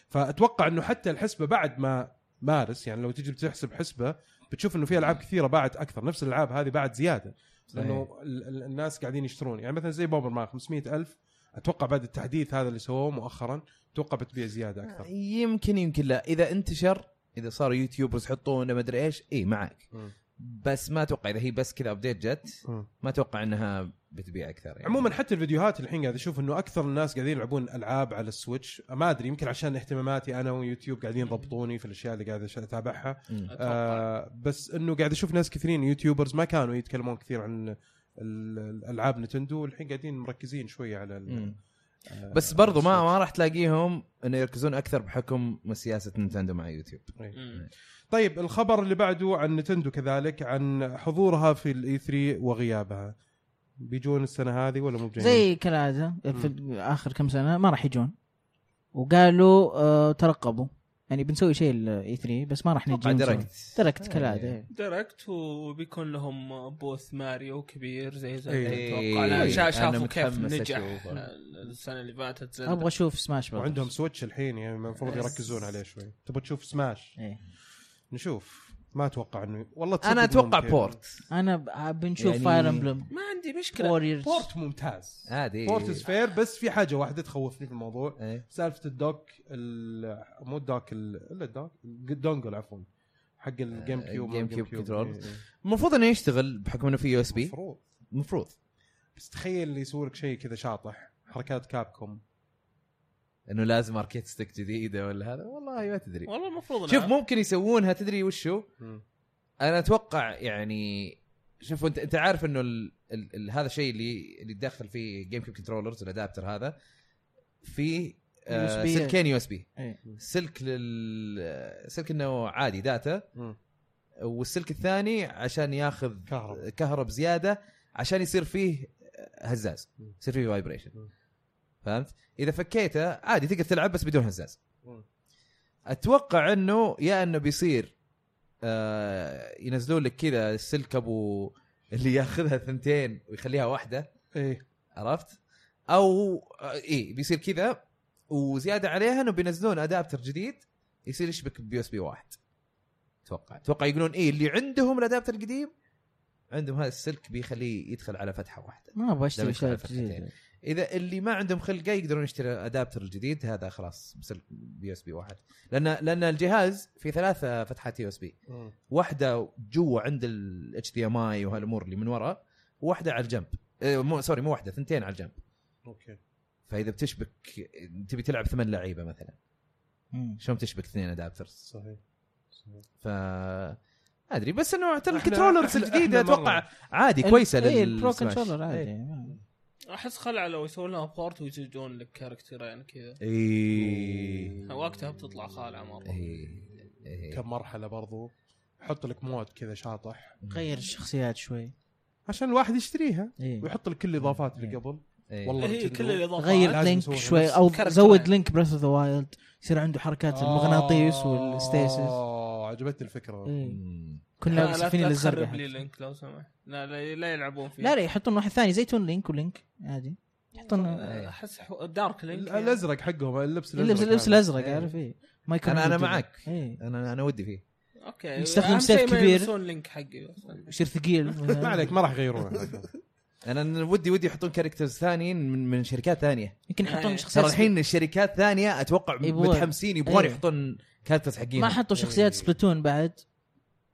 فاتوقع انه حتى الحسبه بعد ما مارس يعني لو تجي بتحسب حسبه بتشوف انه في العاب كثيره باعت اكثر نفس الالعاب هذه باعت زياده
صحيح.
لانه ال- ال- الناس قاعدين يشترون يعني مثلا زي بوبر مان 500 الف اتوقع بعد التحديث هذا اللي سووه مؤخرا اتوقع بتبيع زياده اكثر
آه، يمكن يمكن لا اذا انتشر اذا صار يوتيوبرز يحطون ما ادري ايش اي معك
مم.
بس ما اتوقع اذا هي بس كذا ابديت جت
مم.
ما اتوقع انها بتبيع اكثر يعني
عموما حتى الفيديوهات الحين قاعد اشوف انه اكثر الناس قاعدين يلعبون العاب على السويتش ما ادري يمكن عشان اهتماماتي انا ويوتيوب قاعدين يربطوني في الاشياء اللي قاعد أش- اتابعها
مم.
أتوقع.
آه بس انه قاعد اشوف ناس كثيرين يوتيوبرز ما كانوا يتكلمون كثير عن ال- الالعاب نتندو والحين قاعدين مركزين شويه على ال-
مم.
آه،
بس برضو ما ما راح تلاقيهم انه يركزون اكثر بحكم سياسه نينتندو مع يوتيوب
مم.
طيب الخبر اللي بعده عن نتندو كذلك عن حضورها في الاي 3 وغيابها بيجون السنه هذه ولا مو بجايين؟
زي كالعاده في اخر كم سنه ما راح يجون وقالوا آه ترقبوا يعني بنسوي شيء الاي 3 بس ما راح نجي
اتوقع
ونسوي.
دايركت
دايركت
إيه،
كالعاده
دايركت وبيكون لهم بوث ماريو كبير زي زي
إيه.
اتوقع
إيه.
لا، شا-
أنا
شافوا كيف
متحمس
نجح
أشوفه.
السنه اللي فاتت زلدة.
ابغى اشوف سماش بروس
وعندهم سويتش الحين يعني المفروض
بس.
يركزون عليه شوي تبغى تشوف سماش
إيه.
نشوف ما اتوقع انه والله تصدق
انا اتوقع
ممكن.
بورت
انا ب- بنشوف
يعني-
فاير امبلم
ما عندي مشكله
ووريرز
بورت ممتاز
عادي
بورت از فير بس في حاجه واحده تخوفني في الموضوع
إيه.
سالفه الدوك ال- مو الدوك ال- الا الدوك الدونجل عفوا حق
آه،
الجيم كيوب
الجيم
مال
كيوب كنترول.
إيه، إيه.
المفروض انه يشتغل بحكم انه في يو اس بي
مفروض
المفروض
بس تخيل اللي يسوي لك شيء كذا شاطح حركات كابكوم
انه لازم اركيد ستيك جديده ولا هذا والله ما تدري
والله المفروض
شوف
لا.
ممكن يسوونها تدري وشو انا اتوقع يعني شوف انت انت عارف انه ال... ال... ال... هذا الشيء اللي اللي تدخل فيه جيم كيوب كنترولرز الادابتر هذا في آه
USB.
سلكين يو اس بي
إيه.
سلك لل آه، سلك انه عادي داتا والسلك الثاني عشان ياخذ
كهرب
كهرب زياده عشان يصير فيه هزاز
مم.
يصير فيه فايبريشن
مم.
فهمت؟ اذا فكيته عادي تقدر تلعب بس بدون هزاز
مم.
اتوقع انه يا انه بيصير آه ينزلون لك كذا السلك ابو اللي ياخذها ثنتين ويخليها واحده
ايه
عرفت؟ او آه اي بيصير كذا وزياده عليها انه بينزلون ادابتر جديد يصير يشبك بيو اس بي واحد اتوقع اتوقع يقولون ايه اللي عندهم الادابتر القديم عندهم هذا السلك بيخليه يدخل على فتحه واحده
ما ابغى اشتري
دمج على
شيء جديد
اذا اللي ما عندهم خلقه يقدرون يشتري ادابتر الجديد هذا خلاص بسلك بي اس بي واحد لان لان الجهاز في ثلاثه فتحات يو اس بي
مم.
واحده جوا عند الاتش دي ام اي وهالامور اللي من ورا وواحده على الجنب إيه، مو سوري مو واحده ثنتين على الجنب
اوكي
فاذا بتشبك تبي تلعب ثمان لعيبه مثلا
مم.
شلون تشبك اثنين ادابترز
صحيح صحيح.
ف ما ادري بس انه ترى
إحنا-
الكنترولرز
إحنا- إحنا
الجديده
مرة.
اتوقع عادي
ال-
كويسه
إيه، البرو
لل- Smash.
كنترولر عادي
إيه.
ما-
احس خلع لو يسوون لها بورت ويزيدون لك كاركترين كذا
اي
وقتها بتطلع خالعه
إيه،
مره
اي
كم مرحله برضو حط لك مود كذا شاطح
غير الشخصيات شوي
عشان الواحد يشتريها
إيه.
ويحط لك كل الاضافات اللي
إيه.
قبل
والله
والله
هي
نتندو.
كل الاضافات
غير
لازم
لينك
يسوون
شوي
نفس
او
الكاركتر
زود
يعني.
لينك بريث اوف ذا وايلد يصير عنده
آه.
حركات
آه.
المغناطيس والستيسس
اه عجبتني الفكره
إيه.
مم.
كلها
لا- لا
بالسفينه
تخرب
الزرقاء
لي
حتى.
لينك لو سمحت لا لا, لا يلعبون فيه
لا لا يحطون واحد ثاني زي تون لينك ولينك عادي يحطون
إيه.
احس حو- يعني. دارك لينك
ال- الازرق حقهم اللبس
اللبس اللبس
هذا.
الازرق
إيه.
عارف ايه ما يكون
انا انا
عنده-
معك
ايه
انا انا ودي فيه
اوكي
نستخدم
أهم شيء
سيف
ما
كبير.
يلبسون لينك حقي بس.
يصير ثقيل
ما عليك ما راح يغيرونه
انا أنا ودي ودي يحطون كاركترز ثانيين من من شركات ثانيه
*laughs* يمكن يحطون
يعني
ترى
شخصيات
الحين الشركات ثانيه اتوقع
يبغون.
متحمسين يبغون
إيه.
يحطون كاركترز حقين
ما حطوا شخصيات
إيه.
سبلاتون بعد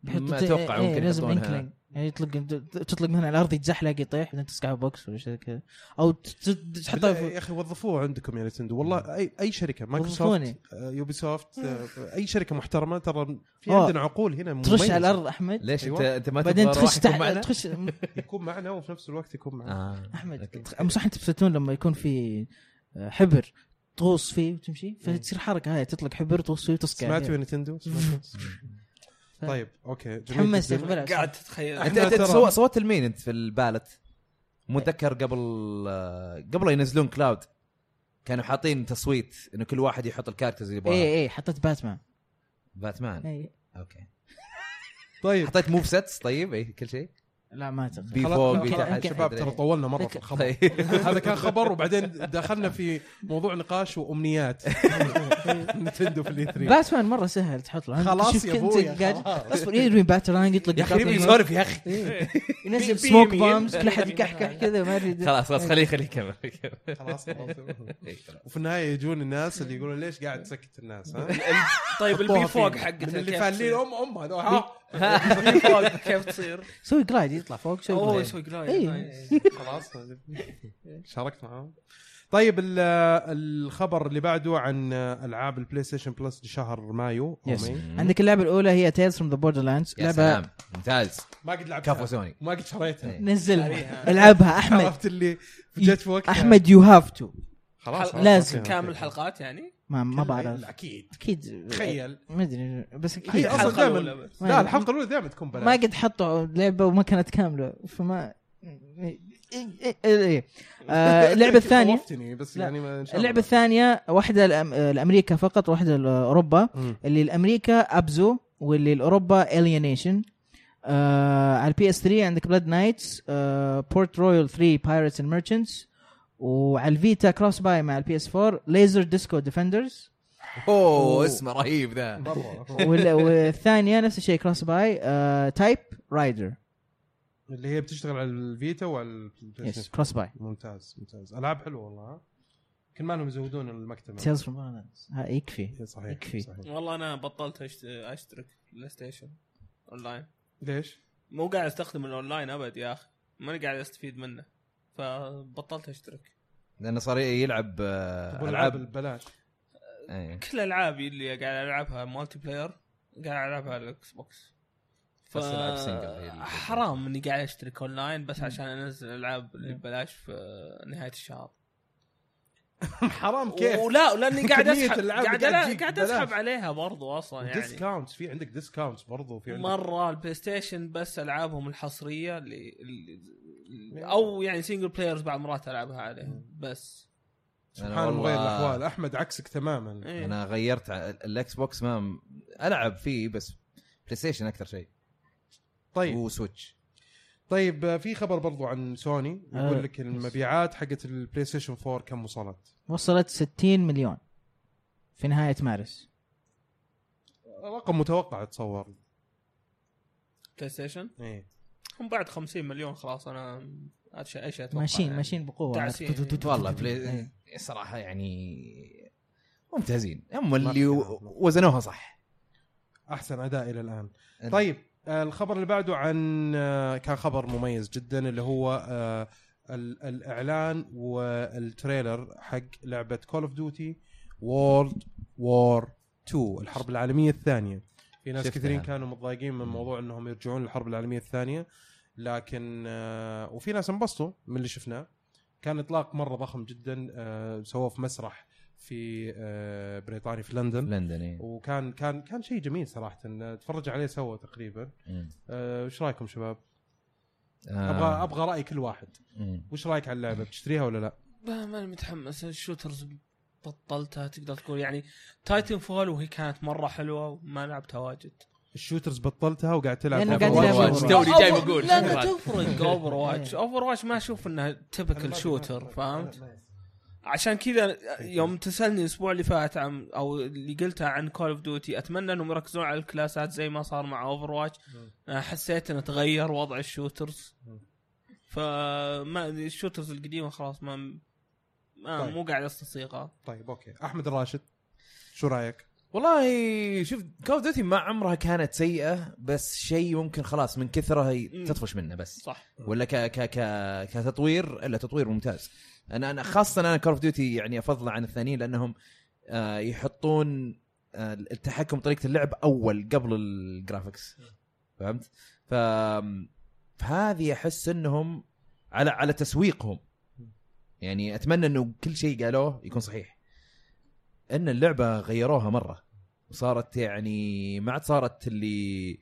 بيحطوا
ما
ت-
أتوقع
إيه،
ممكن
لازم
يحطونها.
انكلينج يعني يطلق تطلق من هنا على الارض يتزحلق يطيح بعدين تسقعه بوكس ولا شيء كذا او ت- ت- تحطه
بالله
في إيه.
يا اخي وظفوه عندكم يا نتندو والله اي اي شركه مايكروسوفت
وظفوني.
آه، يوبي سوفت آه، اي شركه محترمه ترى في
آه.
عندنا عقول هنا
ترش
مميزة.
على الارض احمد
ليش انت
أيوة.
انت ما
بعدين
تبغى راح
تخش
يكون معنا؟
تحت تخش
*laughs* يكون معنا وفي نفس الوقت يكون معنا
آه.
احمد
أوكي.
تخ- مو صح انت بسلتون لما يكون في آه، حبر تغوص فيه وتمشي فتصير حركه هاي تطلق حبر تغوص فيه وتسقع
سمعتوا يا
فيه. *laughs*
نتندو سمعتوا؟ طيب اوكي جميل
تحمست يا
جداً.
أخي، بلعب.
قاعد تتخيل
انت
إحنا
انت
ترى-
صو- صوت المين انت في البالت متذكر قبل آه، قبل ينزلون كلاود كانوا حاطين تصويت انه كل واحد يحط الكاركترز اللي يبغاها إيه.
اي اي حطيت إيه، باتمان إيه.
باتمان
اي
اوكي
طيب
حطيت موف سيتس طيب اي كل
*laughs*
شيء
لا ما اعتقد
بي
خلاص،
فوق
يمكن-
بي تحت
يمكن- شباب ترى طولنا مره في الخبر
طيب.
*laughs* هذا كان خبر وبعدين دخلنا في موضوع نقاش
*laughs*
وامنيات نتندو في الاي 3
باتمان مره سهل تحط له
خلاص
شوف
يا
كنت
أبويا،
قاعد-
خلاص.
اصبر يرمي باترانج يطلق
يا اخي
يطلق-
نبي نسولف يا اخي
ينزل
بي-
سموك
بيمين.
بامز كل احد يكحكح كذا ما ادري
*laughs* خلاص خلاص خليه خليه يكمل *laughs* يكمل.
خلاص خلاص
إيه، خلاص.
وفي النهايه يجون الناس اللي يقولون ليش قاعد تسكت الناس
*laughs*
ها
*laughs* طيب
حطوها
البي فوق
فينا.
حقتها
من اللي
كيف
فالين ام ام هذول ها
*laughs* تصير؟ البي فوق كيف
*laughs*
تصير؟
سوي جلايد يطلع فوق سوي
اوه
جلايد.
يسوي جلايد
إيه.
نايس.
خلاص شاركت معاهم طيب ال- الخبر اللي بعده عن العاب البلاي ستيشن بلس لشهر مايو أو
Yes.
ماي.
عندك اللعبه الاولى هي تيلز فروم ذا بوردر لاندز
يا
لعبه
سلام ممتاز
ما قد لعبتها
كفو سوني
ما *laughs* قد شريتها
إيه.
نزلها
شاريها.
العبها احمد
عرفت اللي جت في وقتها
احمد يو هاف تو
خلاص
حل-
إيه. لازم.
أوكي،
كامل
أوكي.
الحلقات يعني
ما ما
كلها-
بعرف إيه.
لا، اكيد
اكيد
تخيل
ما ادري بس اكيد
هي
الحلقة
اصلا
الأولى
دائما
بس.
لا الحلقه الاولى دائما تكون
ما
بلاش
قد حطوا لعبه وما كانت كامله فما إيه.
*laughs*
آه، اللعبه الثانيه
خوفتني بس
لا.
يعني ما- إن شاء الله.
اللعبه الثانيه واحده لأم- لامريكا فقط واحده لاوروبا
مم.
اللي الامريكا ابزو واللي الاوروبا الينيشن آه على البي اس 3 عندك آه، بلاد نايتس بورت رويال 3 بايرتس اند ميرشنتس وعلى الفيتا كروس باي مع البي اس 4 ليزر ديسكو ديفندرز
اوه اسمه رهيب ذا
برا.
والثانيه نفس الشيء آه، كروس باي تايب رايدر
اللي هي بتشتغل على الفيتا وعلى البلاي
يس
ستيشن.
كروس باي
ممتاز ممتاز العاب حلوه والله ها؟ كل ما لهم يزودون المكتبه
تيلز فروم يكفي
صحيح
يكفي.
صحيح.
والله انا بطلت أشت- اشترك بلاي ستيشن اونلاين
ليش؟
مو قاعد استخدم الاونلاين ابد يا اخي ماني قاعد استفيد منه فبطلت اشترك
لانه صار يلعب آه،
العاب
العاب
البلاش
إيه.
كل العابي اللي قاعد العبها مالتي بلاير قاعد العبها على الاكس بوكس ف
بس ألعاب سنجل هي اللي-
حرام اني قاعد اشترك اونلاين بس عشان انزل العاب اللي ببلاش في نهايه الشهر
*laughs* حرام كيف؟ *laughs*
ولا لاني قاعد
كمية
اسحب
الألعاب
قاعد
اللي قاعد
ألا-
تجيك
قاعد
ببلاش.
اسحب عليها برضو اصلا يعني
ديسكاونتس في عندك ديسكاونتس برضو في عندك
مره البلاي ستيشن بس العابهم الحصريه اللي, اللي او يعني سنجل بلايرز بعض مرات العبها عليه بس
سبحان الله غير الاحوال احمد عكسك تماما
إيه.
انا غيرت ع- الاكس بوكس ما العب فيه بس بلاي ستيشن اكثر شيء
طيب
وسويتش
طيب آه، في خبر برضو عن سوني
آه.
يقول لك المبيعات حقت البلاي ستيشن 4 كم وصلت؟
وصلت 60 مليون في نهايه مارس
رقم متوقع اتصور
بلاي ستيشن
ايه
هم بعد 50 مليون خلاص انا أتش- ايش اتوقع
ماشيين
يعني.
ماشيين بقوه
تعسين.
تو- تو- تو-
والله
تو- تو-
بلاي
إيه.
صراحه يعني ممتازين هم اللي
مرة.
و- وزنوها صح
احسن اداء الى الان طيب آه، الخبر اللي بعده عن آه، كان خبر مميز جدا اللي هو آه، ال- الاعلان والتريلر حق لعبه كول اوف ديوتي وورلد وور 2 الحرب العالميه الثانيه في ناس
شفتها.
كثيرين كانوا متضايقين من موضوع انهم يرجعون للحرب العالميه الثانيه لكن آه، وفي ناس انبسطوا من اللي شفناه كان اطلاق مره ضخم جدا آه، سووه في مسرح في آه، بريطانيا في لندن
لندن إيه.
وكان كان كان شيء جميل صراحه اتفرج عليه سوا تقريبا
مم.
أه، وش رايكم شباب؟
إيه. آه. إيه.
ابغى ابغى راي كل واحد
مم.
وش رايك على اللعبه بتشتريها ولا لا؟
ما- ماني متحمس الشوترز بطلتها تقدر تقول يعني تايتن فول وهي كانت مره حلوه وما لعبتها واجد
الشوترز بطلتها وقاعد تلعب
لأنه
لعبة
قاعد
وايد وايد.
يلعب Overwatch.
توني
أو-
جاي بقول.
لا لا
بعد.
تفرق
*laughs*
اوفر واتش اوفر واتش ما اشوف انها تبكل شوتر فهمت عشان كذا يوم تسالني الاسبوع اللي فات عن او اللي قلتها عن كول اوف ديوتي اتمنى انهم يركزون على الكلاسات زي ما صار مع اوفر واتش حسيت انه تغير وضع الشوترز
مم.
فما الشوترز القديمه خلاص ما ما
طيب.
مو قاعد استصيغها
طيب اوكي احمد الراشد شو رايك؟
والله شوف كول اوف ديوتي ما عمرها كانت سيئه بس شيء ممكن خلاص من كثرها ي-
مم.
تطفش منه بس
صح
ولا ك ك ك كتطوير الا تطوير ممتاز انا انا خاصه انا كول اوف ديوتي يعني افضله عن الثانيين لانهم آه يحطون آه التحكم طريقه اللعب اول قبل الجرافكس فهمت؟ ف فهذه احس انهم على على تسويقهم يعني اتمنى انه كل شيء قالوه يكون صحيح ان اللعبه غيروها مره وصارت يعني ما عاد صارت اللي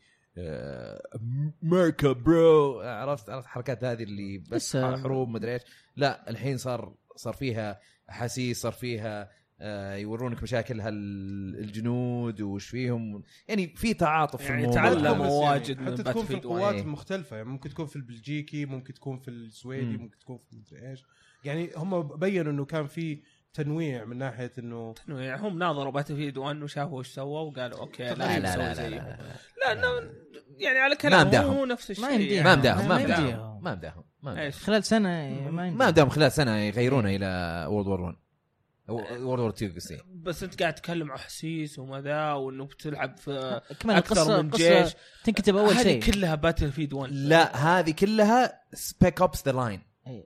امريكا برو عرفت عرفت الحركات هذه اللي بس
بس-
حروب مدري ايش لا الحين صار صار فيها احاسيس صار فيها آه، يورونك مشاكل هال- الجنود وش فيهم يعني في تعاطف في
يعني
الموضوع
تعلموا
بس يعني
واجد من
حتى تكون في
Battlefield
القوات
1.
المختلفه يعني ممكن تكون في البلجيكي ممكن تكون في السويدي
مم.
ممكن تكون في مدري ايش يعني هم بينوا انه كان في تنويع من ناحيه انه
يعني هم ناظروا باتل 1 وشافوا ايش سووا وقالوا اوكي لا
لا
لا
لا
لا,
لا, لا, لا, لا.
لأنه يعني على
ما
كلامه
مداهم.
هو نفس الشيء
ما يمديهم.
ما
يعني.
مداهم ما
ما
مداهم
يمديهم.
ما مداهم ما مداهم.
ايش
خلال سنه ما يمدي.
ما دام خلال سنه يغيرونه الى وورد وور 1 وورد وور 2 قصدي
بس انت قاعد تتكلم احاسيس وما ذا وانه بتلعب في
كمان
أكثر
القصه
من
القصة
جيش.
تنكتب اول
هذه
شيء
كلها باتل فيد 1
لا هذه كلها سبيك اوبس ذا لاين
إيه.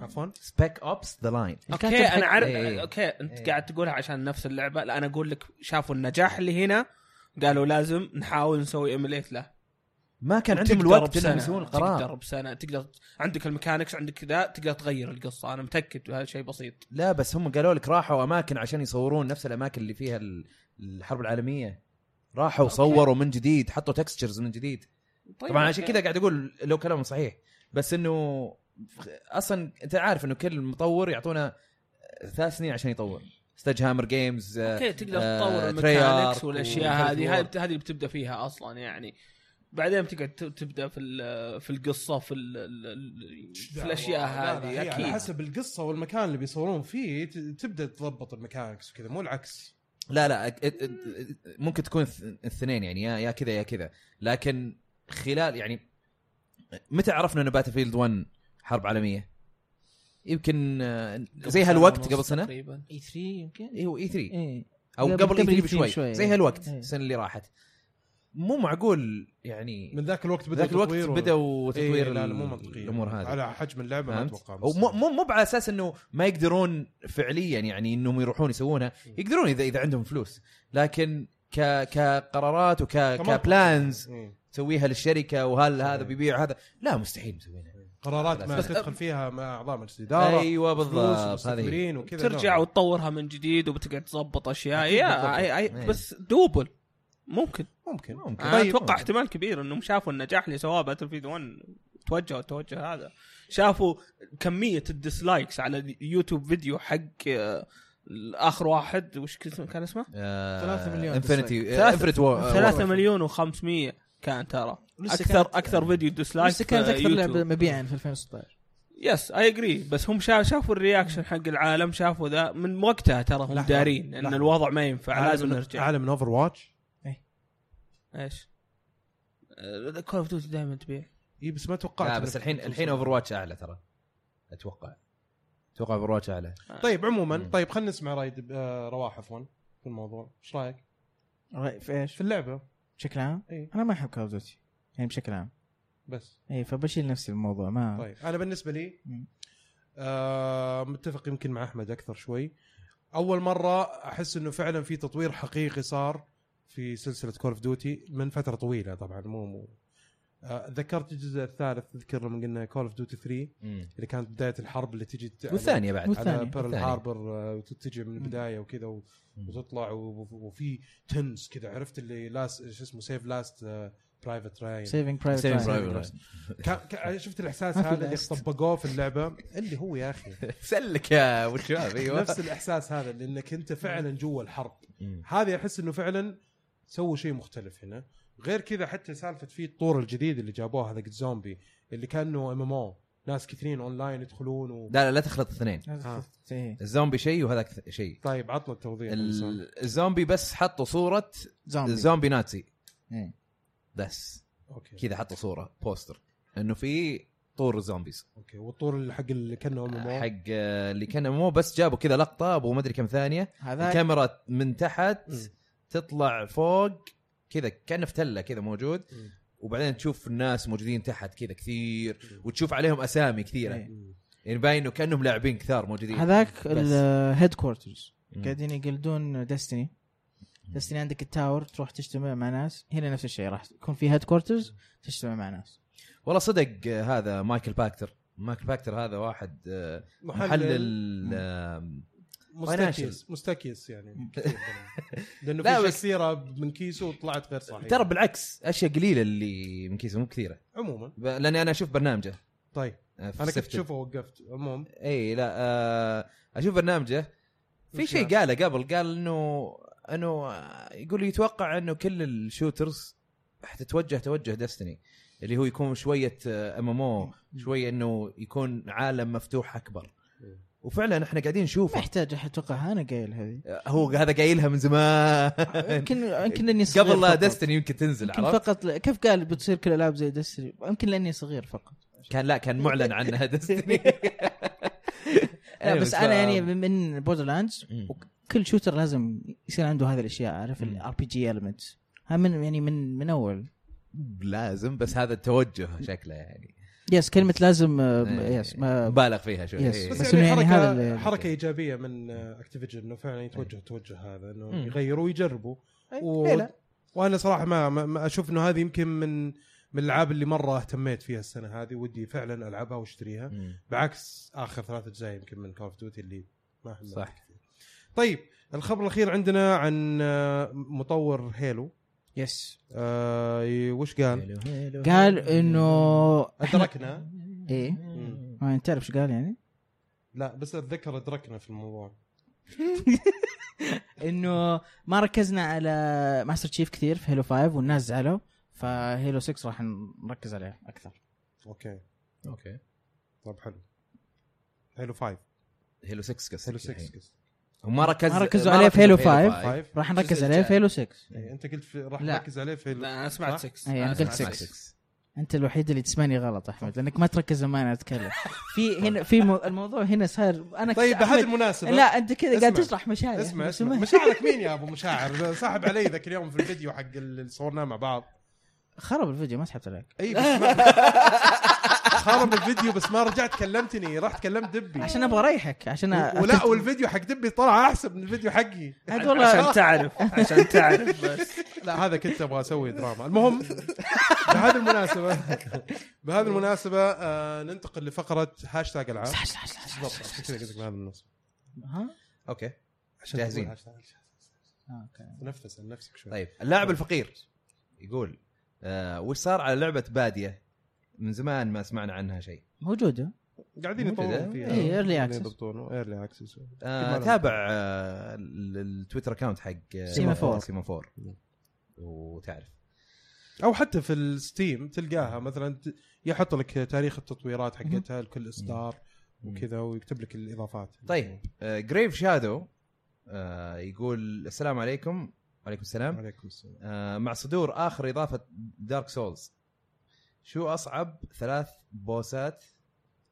عفوا
سبيك اوبس ذا لاين
الكاتب
اوكي
حق-
انا عارف
إيه.
اوكي انت
إيه.
قاعد تقولها عشان نفس اللعبه لا انا اقول لك شافوا النجاح اللي هنا قالوا لازم نحاول نسوي ايميليت له
ما كان عندهم
وتقدر
الوقت انهم
بسنة-
يسوون القرار
تقدر بسنه تقدر عندك الميكانكس عندك كذا تقدر تغير القصه انا متاكد هذا شيء بسيط
لا بس هم قالوا لك راحوا اماكن عشان يصورون نفس الاماكن اللي فيها ال- الحرب العالميه راحوا
أوكي.
صوروا من جديد حطوا تكستشرز من جديد
طيب
طبعا عشان
أوكي.
كذا قاعد اقول لو كلامهم صحيح بس انه اصلا انت عارف انه كل مطور يعطونا ثلاث سنين عشان يطور ستاج هامر جيمز
اوكي تقدر
آه،
تطور
تريارك
الميكانكس والاشياء
ومش عارف
هذه
وورد.
هذه هذه اللي بتبدا فيها اصلا يعني بعدين تقعد ت- تبدا في ال- في القصه في ال- ال- ال- في الاشياء
لا، لا،
هذه
هي على
اكيد
حسب القصه والمكان اللي بيصورون فيه ت- تبدا تضبط الميكانكس وكذا مو العكس
لا لا أك- أك- ممكن تكون الث- الثنين يعني يا يا كذا يا كذا لكن خلال يعني متى عرفنا ان باتل فيلد 1 حرب عالميه؟ يمكن آه، زي
قبل سنة
هالوقت
ونص إيه،
قبل سنه
تقريبا
اي 3 E يمكن إيه.
ايوه اي 3
اي
او
قبل-
قبل,
قبل
E
قبل
E3
بشوي
بشوي.
زي هالوقت
إيه.
السنه اللي راحت مو معقول يعني
من ذاك الوقت بدا
ذاك الوقت
تطوير و-
بدأوا تطوير
إيه، لا لا مو منطقية
الامور هذه
على حجم اللعبه ما
فهمت؟
اتوقع
أو مو مو مو على اساس انه ما يقدرون فعليا يعني انهم يروحون يسوونها يقدرون اذا اذا عندهم فلوس لكن ك كقرارات وك
كمان.
كبلانز
إيه.
تسويها للشركه وهل هذا
إيه.
بيبيع هذا لا مستحيل مسوينها
قرارات ما
بس-
تدخل فيها مع اعضاء مجلس اداره
ايوه بالضبط هذه
هذه وكذا
ترجع وتطورها من جديد وبتقعد تضبط اشياء
أكيد بالضبط.
يا أي
إيه.
أي بس دوبل ممكن
ممكن ممكن طيب.
انا
طيب.
اتوقع احتمال كبير انهم شافوا النجاح اللي سواه باتل فيلد 1 توجهوا التوجه هذا شافوا كميه الديسلايكس على يوتيوب فيديو حق آه، اخر واحد وش كان كان اسمه؟
ثلاثة مليون
انفنتي
ثلاثة-
انفنت وور
3 مليون و500 كان ترى
آه، لسه
اكثر
كانت- آه،
اكثر فيديو ديسلايك
لسه كانت
في
اكثر
يوتيوب.
لعبه مبيعا في 2016
يس اي اجري بس هم شا- شافوا الرياكشن حق العالم شافوا ذا من وقتها ترى هم
لحظة،
دارين ان
لحظة.
الوضع ما ينفع لازم
عالم
نرجع
عالم من اوفر واتش
ايش؟ كول اوف ديوتي دائما تبيع
اي بس ما توقعت
لا
إنه
بس الحين
بتوصل.
الحين اوفر واتش اعلى ترى اتوقع اتوقع اوفر واتش اعلى
طيب عموما
مم.
طيب خلينا نسمع راي دب- آه، رواح عفوا في الموضوع ايش رايك
رأي- في ايش؟
في اللعبه
بشكل عام؟
إيه.
انا ما احب كول اوف ديوتي يعني بشكل عام
بس
اي فبشيل نفسي من الموضوع ما
طيب انا بالنسبه لي
آه. مم.
آه متفق يمكن مع احمد اكثر شوي اول مره احس انه فعلا في تطوير حقيقي صار في سلسله كول اوف ديوتي من فتره طويله طبعا مو مو آه ذكرت الجزء الثالث تذكر لما قلنا كول اوف ديوتي 3 اللي كانت بدايه الحرب اللي تجي على-
والثانيه بعد
على
والثانية.
بيرل
الثانية.
هاربر آه، وتتجي من البدايه وكذا و-
مم.
وتطلع و- وفي تنس كذا عرفت اللي لاست شو اسمه آه، سيف لاست برايفت راين
سيفنج برايفت
Saving
Private
رايان
Private
Ryan. كا- كا- شفت الاحساس
ما في
هذا اللي
last.
طبقوه في اللعبه اللي هو يا اخي
*laughs* سلك يا ابو الشباب ايوه
نفس الاحساس هذا اللي انك انت فعلا جوا الحرب
مم.
هذه احس انه فعلا سووا شيء مختلف هنا غير كذا حتى سالفه في الطور الجديد اللي جابوه هذاك الزومبي اللي كانه ام ام او ناس كثيرين اونلاين يدخلون و...
لا لا لا تخلط الاثنين
إيه،
الزومبي شيء وهذاك ث- شيء
طيب عطنا التوضيح إنسان.
ال- الزومبي بس حطوا صوره
زومبي
زومبي ناتسي
إيه.
بس
اوكي
كذا حطوا صوره بوستر انه في طور زومبيز
اوكي والطور اللي حق اللي كانه ام ام او
حق آه، اللي كان مو بس جابوا كذا لقطه ابو ما ادري كم ثانيه
هذا
الكاميرا من تحت
مم.
تطلع فوق كذا كانه في تله كذا موجود
مم.
وبعدين تشوف الناس موجودين تحت كذا كثير وتشوف عليهم اسامي
إيه.
كثيره يعني باين انه كانهم لاعبين كثار موجودين
هذاك
بس.
الهيد كوارترز
مم.
قاعدين يقلدون ديستني ديستني عندك التاور تروح تجتمع مع ناس هنا نفس الشيء راح يكون في هيد كوارترز تجتمع مع ناس
والله صدق آه، هذا مايكل باكتر مايكل باكتر هذا واحد آه، محلل آه،
مستكيس مستكيس
*laughs*
يعني لانه
لا
في اشياء
بس-
كثيره من كيسه وطلعت غير صحيحه
آه، ترى بالعكس اشياء قليله اللي من كيسه مو كثيره
عموما
ب- لاني انا اشوف برنامجه
طيب
آه، في
انا كنت
Sifted.
اشوفه وقفت عموما
إيه.
اي لا آه، اشوف برنامجه في
وش
شيء
قال؟
قاله قبل قال انه انه آه، يقول يتوقع انه كل الشوترز حتتوجه توجه دستني اللي هو يكون آه، شويه ام ام او شويه انه يكون عالم مفتوح اكبر
مم.
وفعلا احنا قاعدين
ما
نشوفه
يحتاج احد يتوقعها انا قايل هذه
آه، هو هذا قايلها من زمان
يمكن يمكن لاني صغير
قبل لا
فقط.
دستني يمكن تنزل
يمكن
عرفت
فقط ل... كيف قال بتصير كل الالعاب زي ديستني يمكن لاني صغير فقط
كان لا كان معلن
*laughs*
عنها دستني إيه،
لا بس انا يعني من بوردر لاندز
مم.
كل شوتر لازم يصير عنده هذه الاشياء عارف
مم.
الار بي جي المنت من يعني من من اول
لازم بس هذا التوجه شكله يعني
يس كلمه لازم آه،
إيه.
يس ما
مبالغ فيها شوي
يس.
إيه.
بس,
بس
يعني,
إنه يعني
حركه
هذا اللي-
حركه ايجابيه من اكتيفيجن انه فعلا يتوجه توجه هذا انه
مم.
يغيروا ويجربوا
إيه،
و...
ليه لا؟
وانا صراحه ما, ما, ما اشوف انه هذه يمكن من من الالعاب اللي مره اهتميت فيها السنه هذه ودي فعلا العبها واشتريها بعكس اخر ثلاث اجزاء يمكن من كول اوف ديوتي اللي ما حملت
صح.
كثير. طيب الخبر الاخير عندنا عن آه، مطور هيلو
يس
آه وش
إيه.
قال؟
قال انه احنا
ادركنا
ايه
مم.
ما انت تعرف ايش قال يعني *laughs*
لا بس اتذكر ادركنا في الموضوع
انه ما ركزنا على ماستر تشيف كثير في هيلو 5 والناس زعلوا فهيلو 6 راح نركز عليه اكثر
اوكي
اوكي
طب حلو هيلو 5
هيلو 6 قصدك
هيلو
الحين.
6
هم ما ركز
ما ركزوا عليه في هيلو فايف.
5
راح
الجزء
نركز عليه في
الجاي.
هيلو 6
إيه، انت قلت في- راح
لا.
نركز عليه في
لا
هيلو
انا سمعت
صح؟
6
إيه، أنا قلت
سمعت
6.
6
انت الوحيد اللي تسمعني غلط احمد لانك ما تركز لما انا اتكلم في هنا في مو الموضوع هنا صار انا
طيب
أحمد-
بهذه المناسبه
لا انت كذا قاعد
اسمع.
تشرح مشاعري
اسمع
*laughs* أحمد،
اسمع
سمعت.
مشاعرك مين يا ابو مشاعر *laughs* ساحب علي ذاك اليوم في الفيديو حق اللي صورناه مع بعض
خرب الفيديو ما سحبت عليك
اي بس ما-
*laughs*
خرب الفيديو بس ما رجعت كلمتني رحت كلمت دبي
عشان ابغى اريحك عشان
و- ولا والفيديو حق دبي طلع احسن من الفيديو حقي
عاد
عشان
والله
تعرف *laughs* عشان تعرف *laughs* بس
لا هذا كنت ابغى اسوي دراما المهم بهذه المناسبه بهذه المناسبه آه ننتقل لفقره هاشتاج العاب
صح، صح، صح، صح،
بالضبط
صح،
عشان
صح.
كذا قلت لك بهذه المناسبه
ها
اوكي
عشان
جاهزين.
تقول هاشتاج.
آه، أوكي.
تنفس عن نفسك شوي
طيب اللاعب الفقير يقول آه وش صار على لعبه باديه من زمان ما سمعنا عنها شيء
موجوده
قاعدين
موجودة.
يطورون فيها
إيه، early access.
يضبطونه ايرلي اكسس
آه
كمان.
تابع آه ال- التويتر اكاونت حق آه،
سيما فور.
سيما فور
مم.
وتعرف
او حتى في الستيم تلقاها مثلا ت- يحط لك تاريخ التطويرات حقتها لكل اصدار وكذا ويكتب لك الاضافات
طيب آه جريف شادو آه يقول السلام عليكم وعليكم السلام
نعم. عليكم السلام
آه، مع صدور اخر اضافه دارك سولز شو اصعب ثلاث بوسات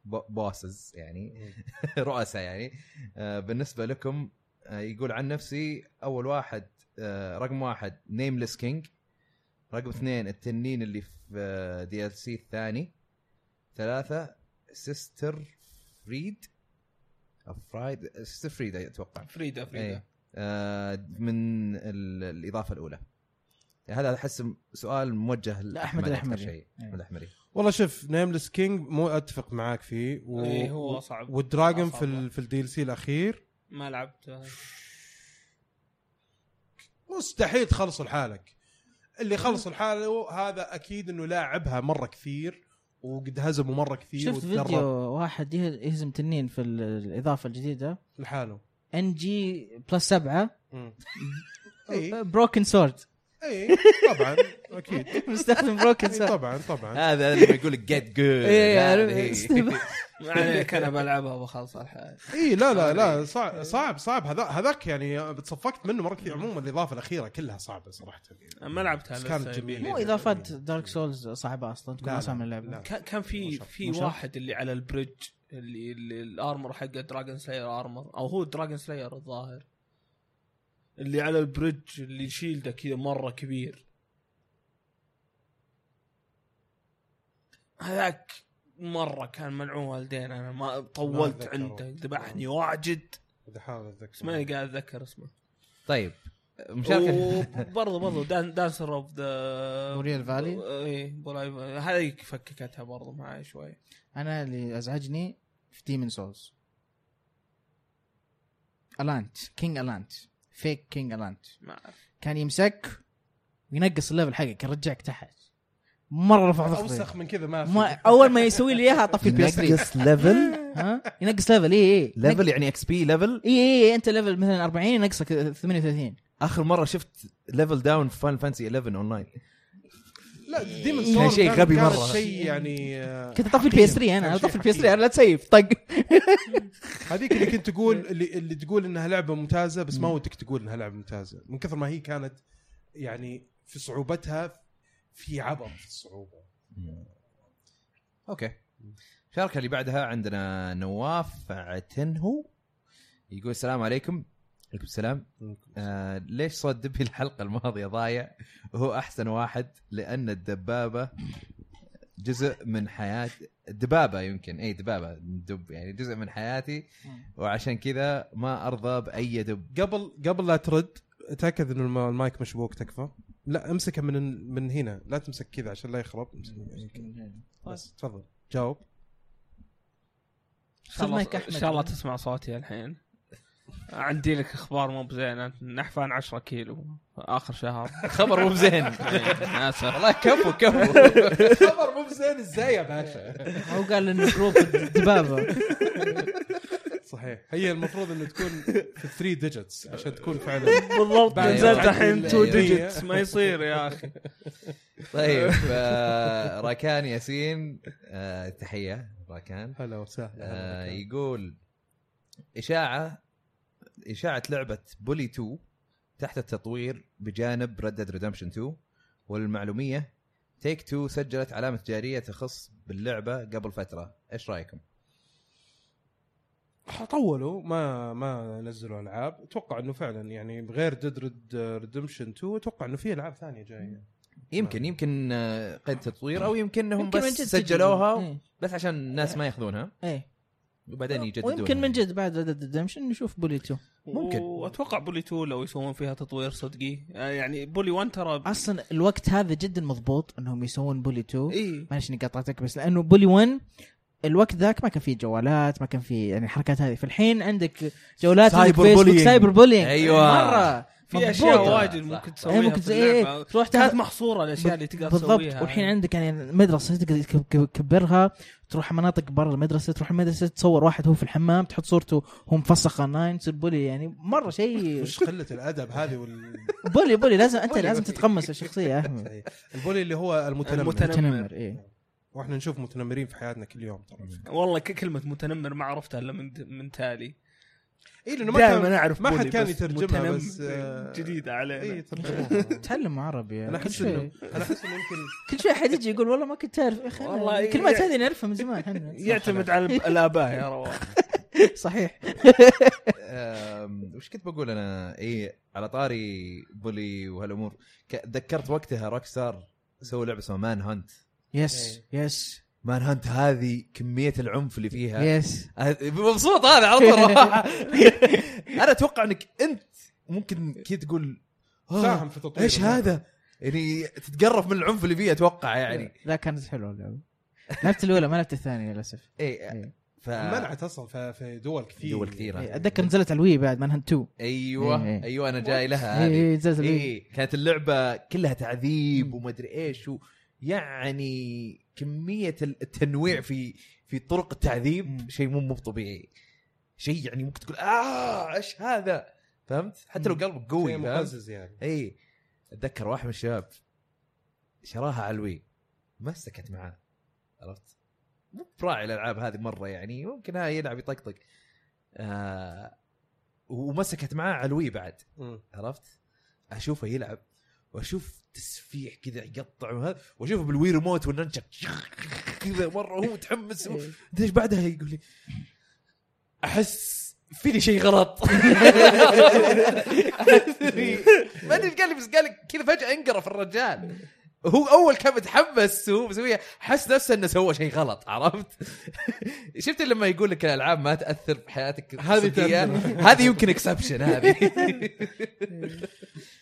بو- بوسز يعني *laughs* رؤساء يعني آه، بالنسبه لكم آه، يقول عن نفسي اول واحد آه، رقم واحد نيمليس كينج رقم اثنين التنين اللي في آه، دي ال سي الثاني ثلاثه سيستر فريد أو فرايد سيستر فريد اتوقع
فريده
إيه.
فريده
ايه آه من ال- الاضافه الاولى هذا احس سؤال موجه
أحمد
الأحمر
الأحمري.
شيء
إيه.
احمد الاحمري
والله شوف نيمليس كينج مو اتفق معاك فيه إيه. و...
ايه هو صعب
والدراجون
أصعب
في ال... في الدي ال سي الاخير
ما لعبتها
مستحيل تخلصه لحالك اللي خلص لحاله هذا اكيد انه لاعبها مره كثير وقد هزمه مره كثير
شفت فيديو واحد يه- يهزم تنين في ال- الاضافه الجديده
لحاله
ان جي بلس سبعه
*laughs* مم. اي
بروكن سورد
*laughs* اي طبعا اكيد
مستخدم بروكن
إي،
سورد
طبعا
*laughs*
طبعا
هذا اللي يقول لك جيت
إيه، عارف،
جود
استهبال. *laughs*
ما عليك انا بلعبها وبخلص الحال
اي إيه، لا لا لا صعب صعب صعب هذا هذاك يعني بتصفقت منه مره كثير عموما الاضافه الاخيره كلها صعبه صراحه
أنا ما لعبتها
بس
لسه
كانت
يبي
جميله
لي.
مو اضافات دارك سولز صعبه اصلا تكون
لا،
اصعب من
لا،
اللعبه
لا.
كان كان في
مشرف.
في
مشرف.
واحد اللي على البريدج اللي, اللي الارمر حقه دراجون سلاير ارمر او هو دراجون سلاير الظاهر اللي على البريدج اللي شيلده كذا مره كبير هذاك مره كان ملعون والدين انا ما طولت
أتذكره.
عنده ذبحني واجد
بدي احاول اتذكر
بس ماني قاعد اتذكر اسمه
طيب *laughs* مشاركه
وبرضه برضه دان دانسر اوف ذا
موريال فالي
اي بولاي هذيك فككتها برضه معي شوي
انا اللي ازعجني في ديمن سولز الانت كينج الانت فيك كينج الانت
ما أعرف.
كان يمسك وينقص الليفل حقك يرجعك تحت مره رفع
اوسخ
ضغطي
من كذا ما في
ما اول ما يسوي لي اياها اطفي البي اس
*laughs*
3
نقص ليفل
ها ينقص إيه، ليفل اي اي
ليفل يعني اكس بي ليفل
اي اي انت ليفل مثلا 40 ينقصك 38
اخر مره شفت ليفل داون في فان فانسي 11 اونلاين
لا ديمن
كان
سول
شيء
كان-
غبي
كان
مرة.
شيء يعني آه،
كنت اطفي البي اس 3 انا
كان شيء
اطفي البي اس 3
حقيقي.
انا لا تسيف طق
هذيك اللي كنت تقول اللي, اللي تقول انها لعبه ممتازه بس ما ودك تقول انها لعبه ممتازه من كثر ما هي كانت يعني في صعوبتها في عبط في الصعوبه
اوكي الشاركه اللي بعدها عندنا نواف عتنهو يقول السلام عليكم عليكم السلام آه ليش صوت دبي الحلقه الماضيه ضايع وهو احسن واحد لان الدبابه جزء من حياه دبابه يمكن اي دبابه دب يعني جزء من حياتي وعشان كذا ما ارضى باي دب
قبل قبل لا ترد تاكد انه الم- المايك مشبوك تكفى لا امسكها من من هنا لا تمسك كذا عشان لا يخرب امسك من هنا. بس تفضل *laughs* جاوب
إن شاء الله-
خذ مايك أحمد.
ان شاء الله تسمع صوتي الحين عندي لك اخبار مو بزين أنا نحفان 10 كيلو اخر شهر
خبر مو بزين
*laughs* إيه، اسف
والله آه، كفو كفو
خبر مو بزين ازاي يا باشا
هو قال انه جروب *laughs* الدبابه
*laughs* صحيح هي المفروض انه تكون 3 ديجيتس عشان تكون فعلا
بالضبط
بعد
نزلت
بعد
الحين
ال-
2
اليومية.
ديجيتس ما يصير يا اخي
طيب آه، راكان ياسين آه، تحيه راكان
هلا وسهلا
آه،
هلا وسهلا.
يقول اشاعه اشاعه لعبه بولي 2 تحت التطوير بجانب ريد ديد ريدمشن 2 والمعلوميه تيك 2 سجلت علامه تجاريه تخص باللعبه قبل فتره ايش رايكم
طولوا ما ما نزلوا العاب اتوقع انه فعلا يعني غير ديد ريدمشن 2 اتوقع انه في العاب ثانيه جايه
يمكن يمكن آه، قيد تتطوير او يمكن هم
يمكن من
بس
جد
سجلوها
تجي.
بس عشان الناس ما ياخذونها
ايه إيه.
وبعدين يعني يجددونها
ويمكن من جد بعد ريد ديدمشن نشوف بولي 2
ممكن.
واتوقع بولي 2 لو يسوون فيها تطوير صدقي آه، يعني بولي 1 ترى
اصلا الوقت هذا جدا مضبوط انهم يسوون بولي 2
اي
معلش اني قاطعتك بس لانه بولي 1 الوقت ذاك ما كان فيه جوالات ما كان فيه يعني الحركات هذه فالحين عندك جوالات
سايبر
عندك فيسبوك،
بولينج.
سايبر بولينج
أيوة.
مره
في اشياء
مضبوطة.
واجد
صح.
ممكن
إيه،
تسويها في
ممكن زي- إيه،
اللعبه
تروح
كانت
تاخذ-
محصوره الاشياء اللي تقدر
بالضبط
تسويها
والحين عندك يعني المدرسه تقدر تك- ك- كبرها تروح مناطق برا المدرسه تروح المدرسه تصور واحد هو في الحمام تحط صورته هو مفسخ اونلاين تصير بولي يعني مره شيء
وش قله الادب هذه وال *laughs*
بولي بولي لازم انت
بولي
لازم
بولي.
تتقمص الشخصيه يا
*laughs*
احمد
أي. البولي اللي هو المتنمر
المتنمر.
تنمر ايه
واحنا نشوف متنمرين في حياتنا كل يوم ترى
والله ك- كلمه متنمر ما عرفتها الا من من تالي
اي لانه إيه، ما كان
دائما اعرف
ما حد
بولي،
كان
بس
يترجمها،
متنمر
بس، آه،
جديده
اي
إيه، علينا
*laughs*
ترجموها
تعلم عربي يعني.
انا
كل
احس
شوي
انه انا احس انه يمكن
كل شوي حد يجي يقول والله ما كنت تعرف يا اخي
والله
والله
إيه.
كلمات هذه نعرفها من زمان احنا
يعتمد على الب- الاباء يا روان
صحيح
أم، وش كنت بقول انا اي على طاري بولي وهالامور ك- تذكرت وقتها روك ستار سووا لعبه اسمها مان هانت
يس يس
مان هانت هذه كميه العنف اللي فيها *laughs*
يس
أه، مبسوط هذا على طول *laughs*
*laughs*
راح. انا اتوقع انك انت ممكن كي تقول *laughs* آه،
ساهم في تطوير
ايش
اللعبة.
هذا يعني تتقرف من العنف اللي فيه اتوقع يعني
لا كانت حلوه اللعبه لعبت الاولى ما لعبت الثانيه للاسف
اي
إيه.
ف...
منعت اصلا في- في دول كثير
دول كثيرة.
إيه، اتذكر نزلت على الوي بعد مان هانت 2
ايوه
إيه.
ايوه انا جاي لها هذه إيه.
اي إيه، نزلت على الوي
اي كانت اللعبه كلها تعذيب ومدري ايش و يعني كميه التنويع في في طرق التعذيب
مم.
شيء مو مو طبيعي شيء يعني ممكن تقول اه ايش هذا فهمت حتى لو
مم.
قلبك
قوي
قوي فاهم؟
مقزز يعني
اي اتذكر واحد من الشباب شراها على الوي ما استكت معاه عرفت؟ مو براعي الالعاب هذه مره يعني ممكن ها يلعب يطقطق آه ومسكت معاه على الوي بعد
مم.
عرفت؟ اشوفه يلعب واشوف تسفيح كذا يقطع وهذا واشوفه بالوي ريموت والننشق كذا مره وهو متحمس و-
إيه.
ليش بعدها يقول لي احس فيني شيء *laughs* غلط أحس إني- ما ادري ايش قال لي بس قال لي كذا فجاه انقرف الرجال هو اول كان متحمس وهو مسويها حس نفسه انه سوى شيء غلط عرفت؟ *laughs* شفت لما يقول لك الالعاب ما تاثر في حياتك
هذه
الشخصية؟
تأثر.
هذه يمكن اكسبشن *laughs* هذه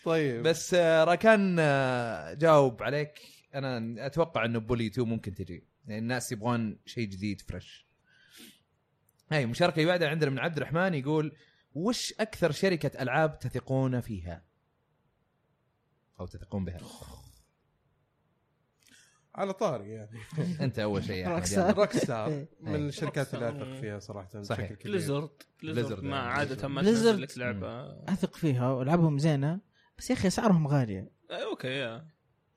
طيب
بس آه، راكان آه، جاوب عليك انا اتوقع انه بولي 2 ممكن تجي يعني الناس يبغون شيء جديد فريش هاي مشاركه اللي بعدها عندنا من عبد الرحمن يقول وش اكثر شركه العاب تثقون فيها او تثقون بها
*laughs*
على طاري يعني
انت اول شيء يا
روكستار.
احمد
روك ستار
*laughs* إيه.
من الشركات اللي
روكستار.
اثق فيها صراحه
صحيح.
بشكل كبير
بليزرد
Blizzard
بليزرد ما
يعني.
عاده ما
Blizzard.
تنزل لك لعبه
اثق فيها والعابهم زينه بس يا اخي اسعارهم غاليه
أي اوكي إيه، يا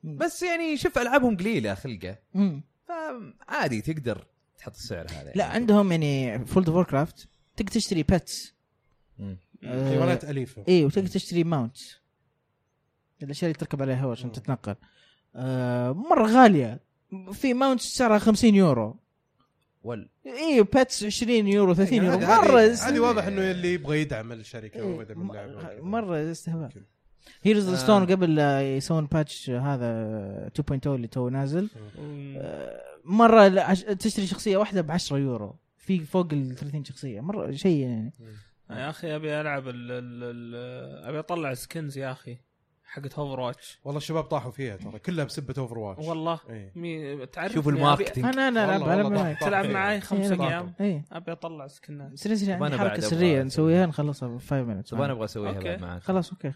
بس يعني شوف العابهم قليله خلقه
مم.
فعادي تقدر تحط السعر هذا
لا
يعني.
عندهم يعني فولد اوف كرافت تقدر تشتري بيتس
مم.
آه.
حيوانات اليفه
إيه،
اي إيه، وتقدر تشتري ماونت الاشياء اللي تركب عليها هواء عشان تتنقل آه مره غاليه في ماونت سعرها 50 يورو
وال
اي باتس 20 يورو 30
يعني
يورو
يعني هذه- هذه-
مره
هذه
است-
واضح انه اللي يبغى يدعم الشركه
إيه،
ويدعم اللعبه
مره استهبال
أوكي.
هيروز
آه.
اوف ستون قبل آه، يسوون باتش هذا آه، 2.0 اللي تو نازل
أمم.
آه، مره لا- عش- تشتري شخصيه واحده ب 10 يورو في فوق ال 30 شخصيه مره شيء يعني
يا اخي ابي العب ال ال ال- ابي اطلع سكنز يا اخي حقت اوفر واتش
والله الشباب طاحوا فيها ترى كلها بسبه اوفر واتش
والله
إيه.
مين تعرف
شوف
إني
يعني،
أبي-
الماركتينج
انا انا
والله-
العبها
والله
انا معي
ضغط.
تلعب معي خمسة
إيه.
ايام
اي
ابي اطلع سكنات
سريع سريع
طب أنا
عندي
بعد
حركه
أبغى
سريه
أسوي.
نسويها نخلصها في 5 minutes
طب انا ابغى اسويها
أوكي.
بعد معك
خلاص اوكي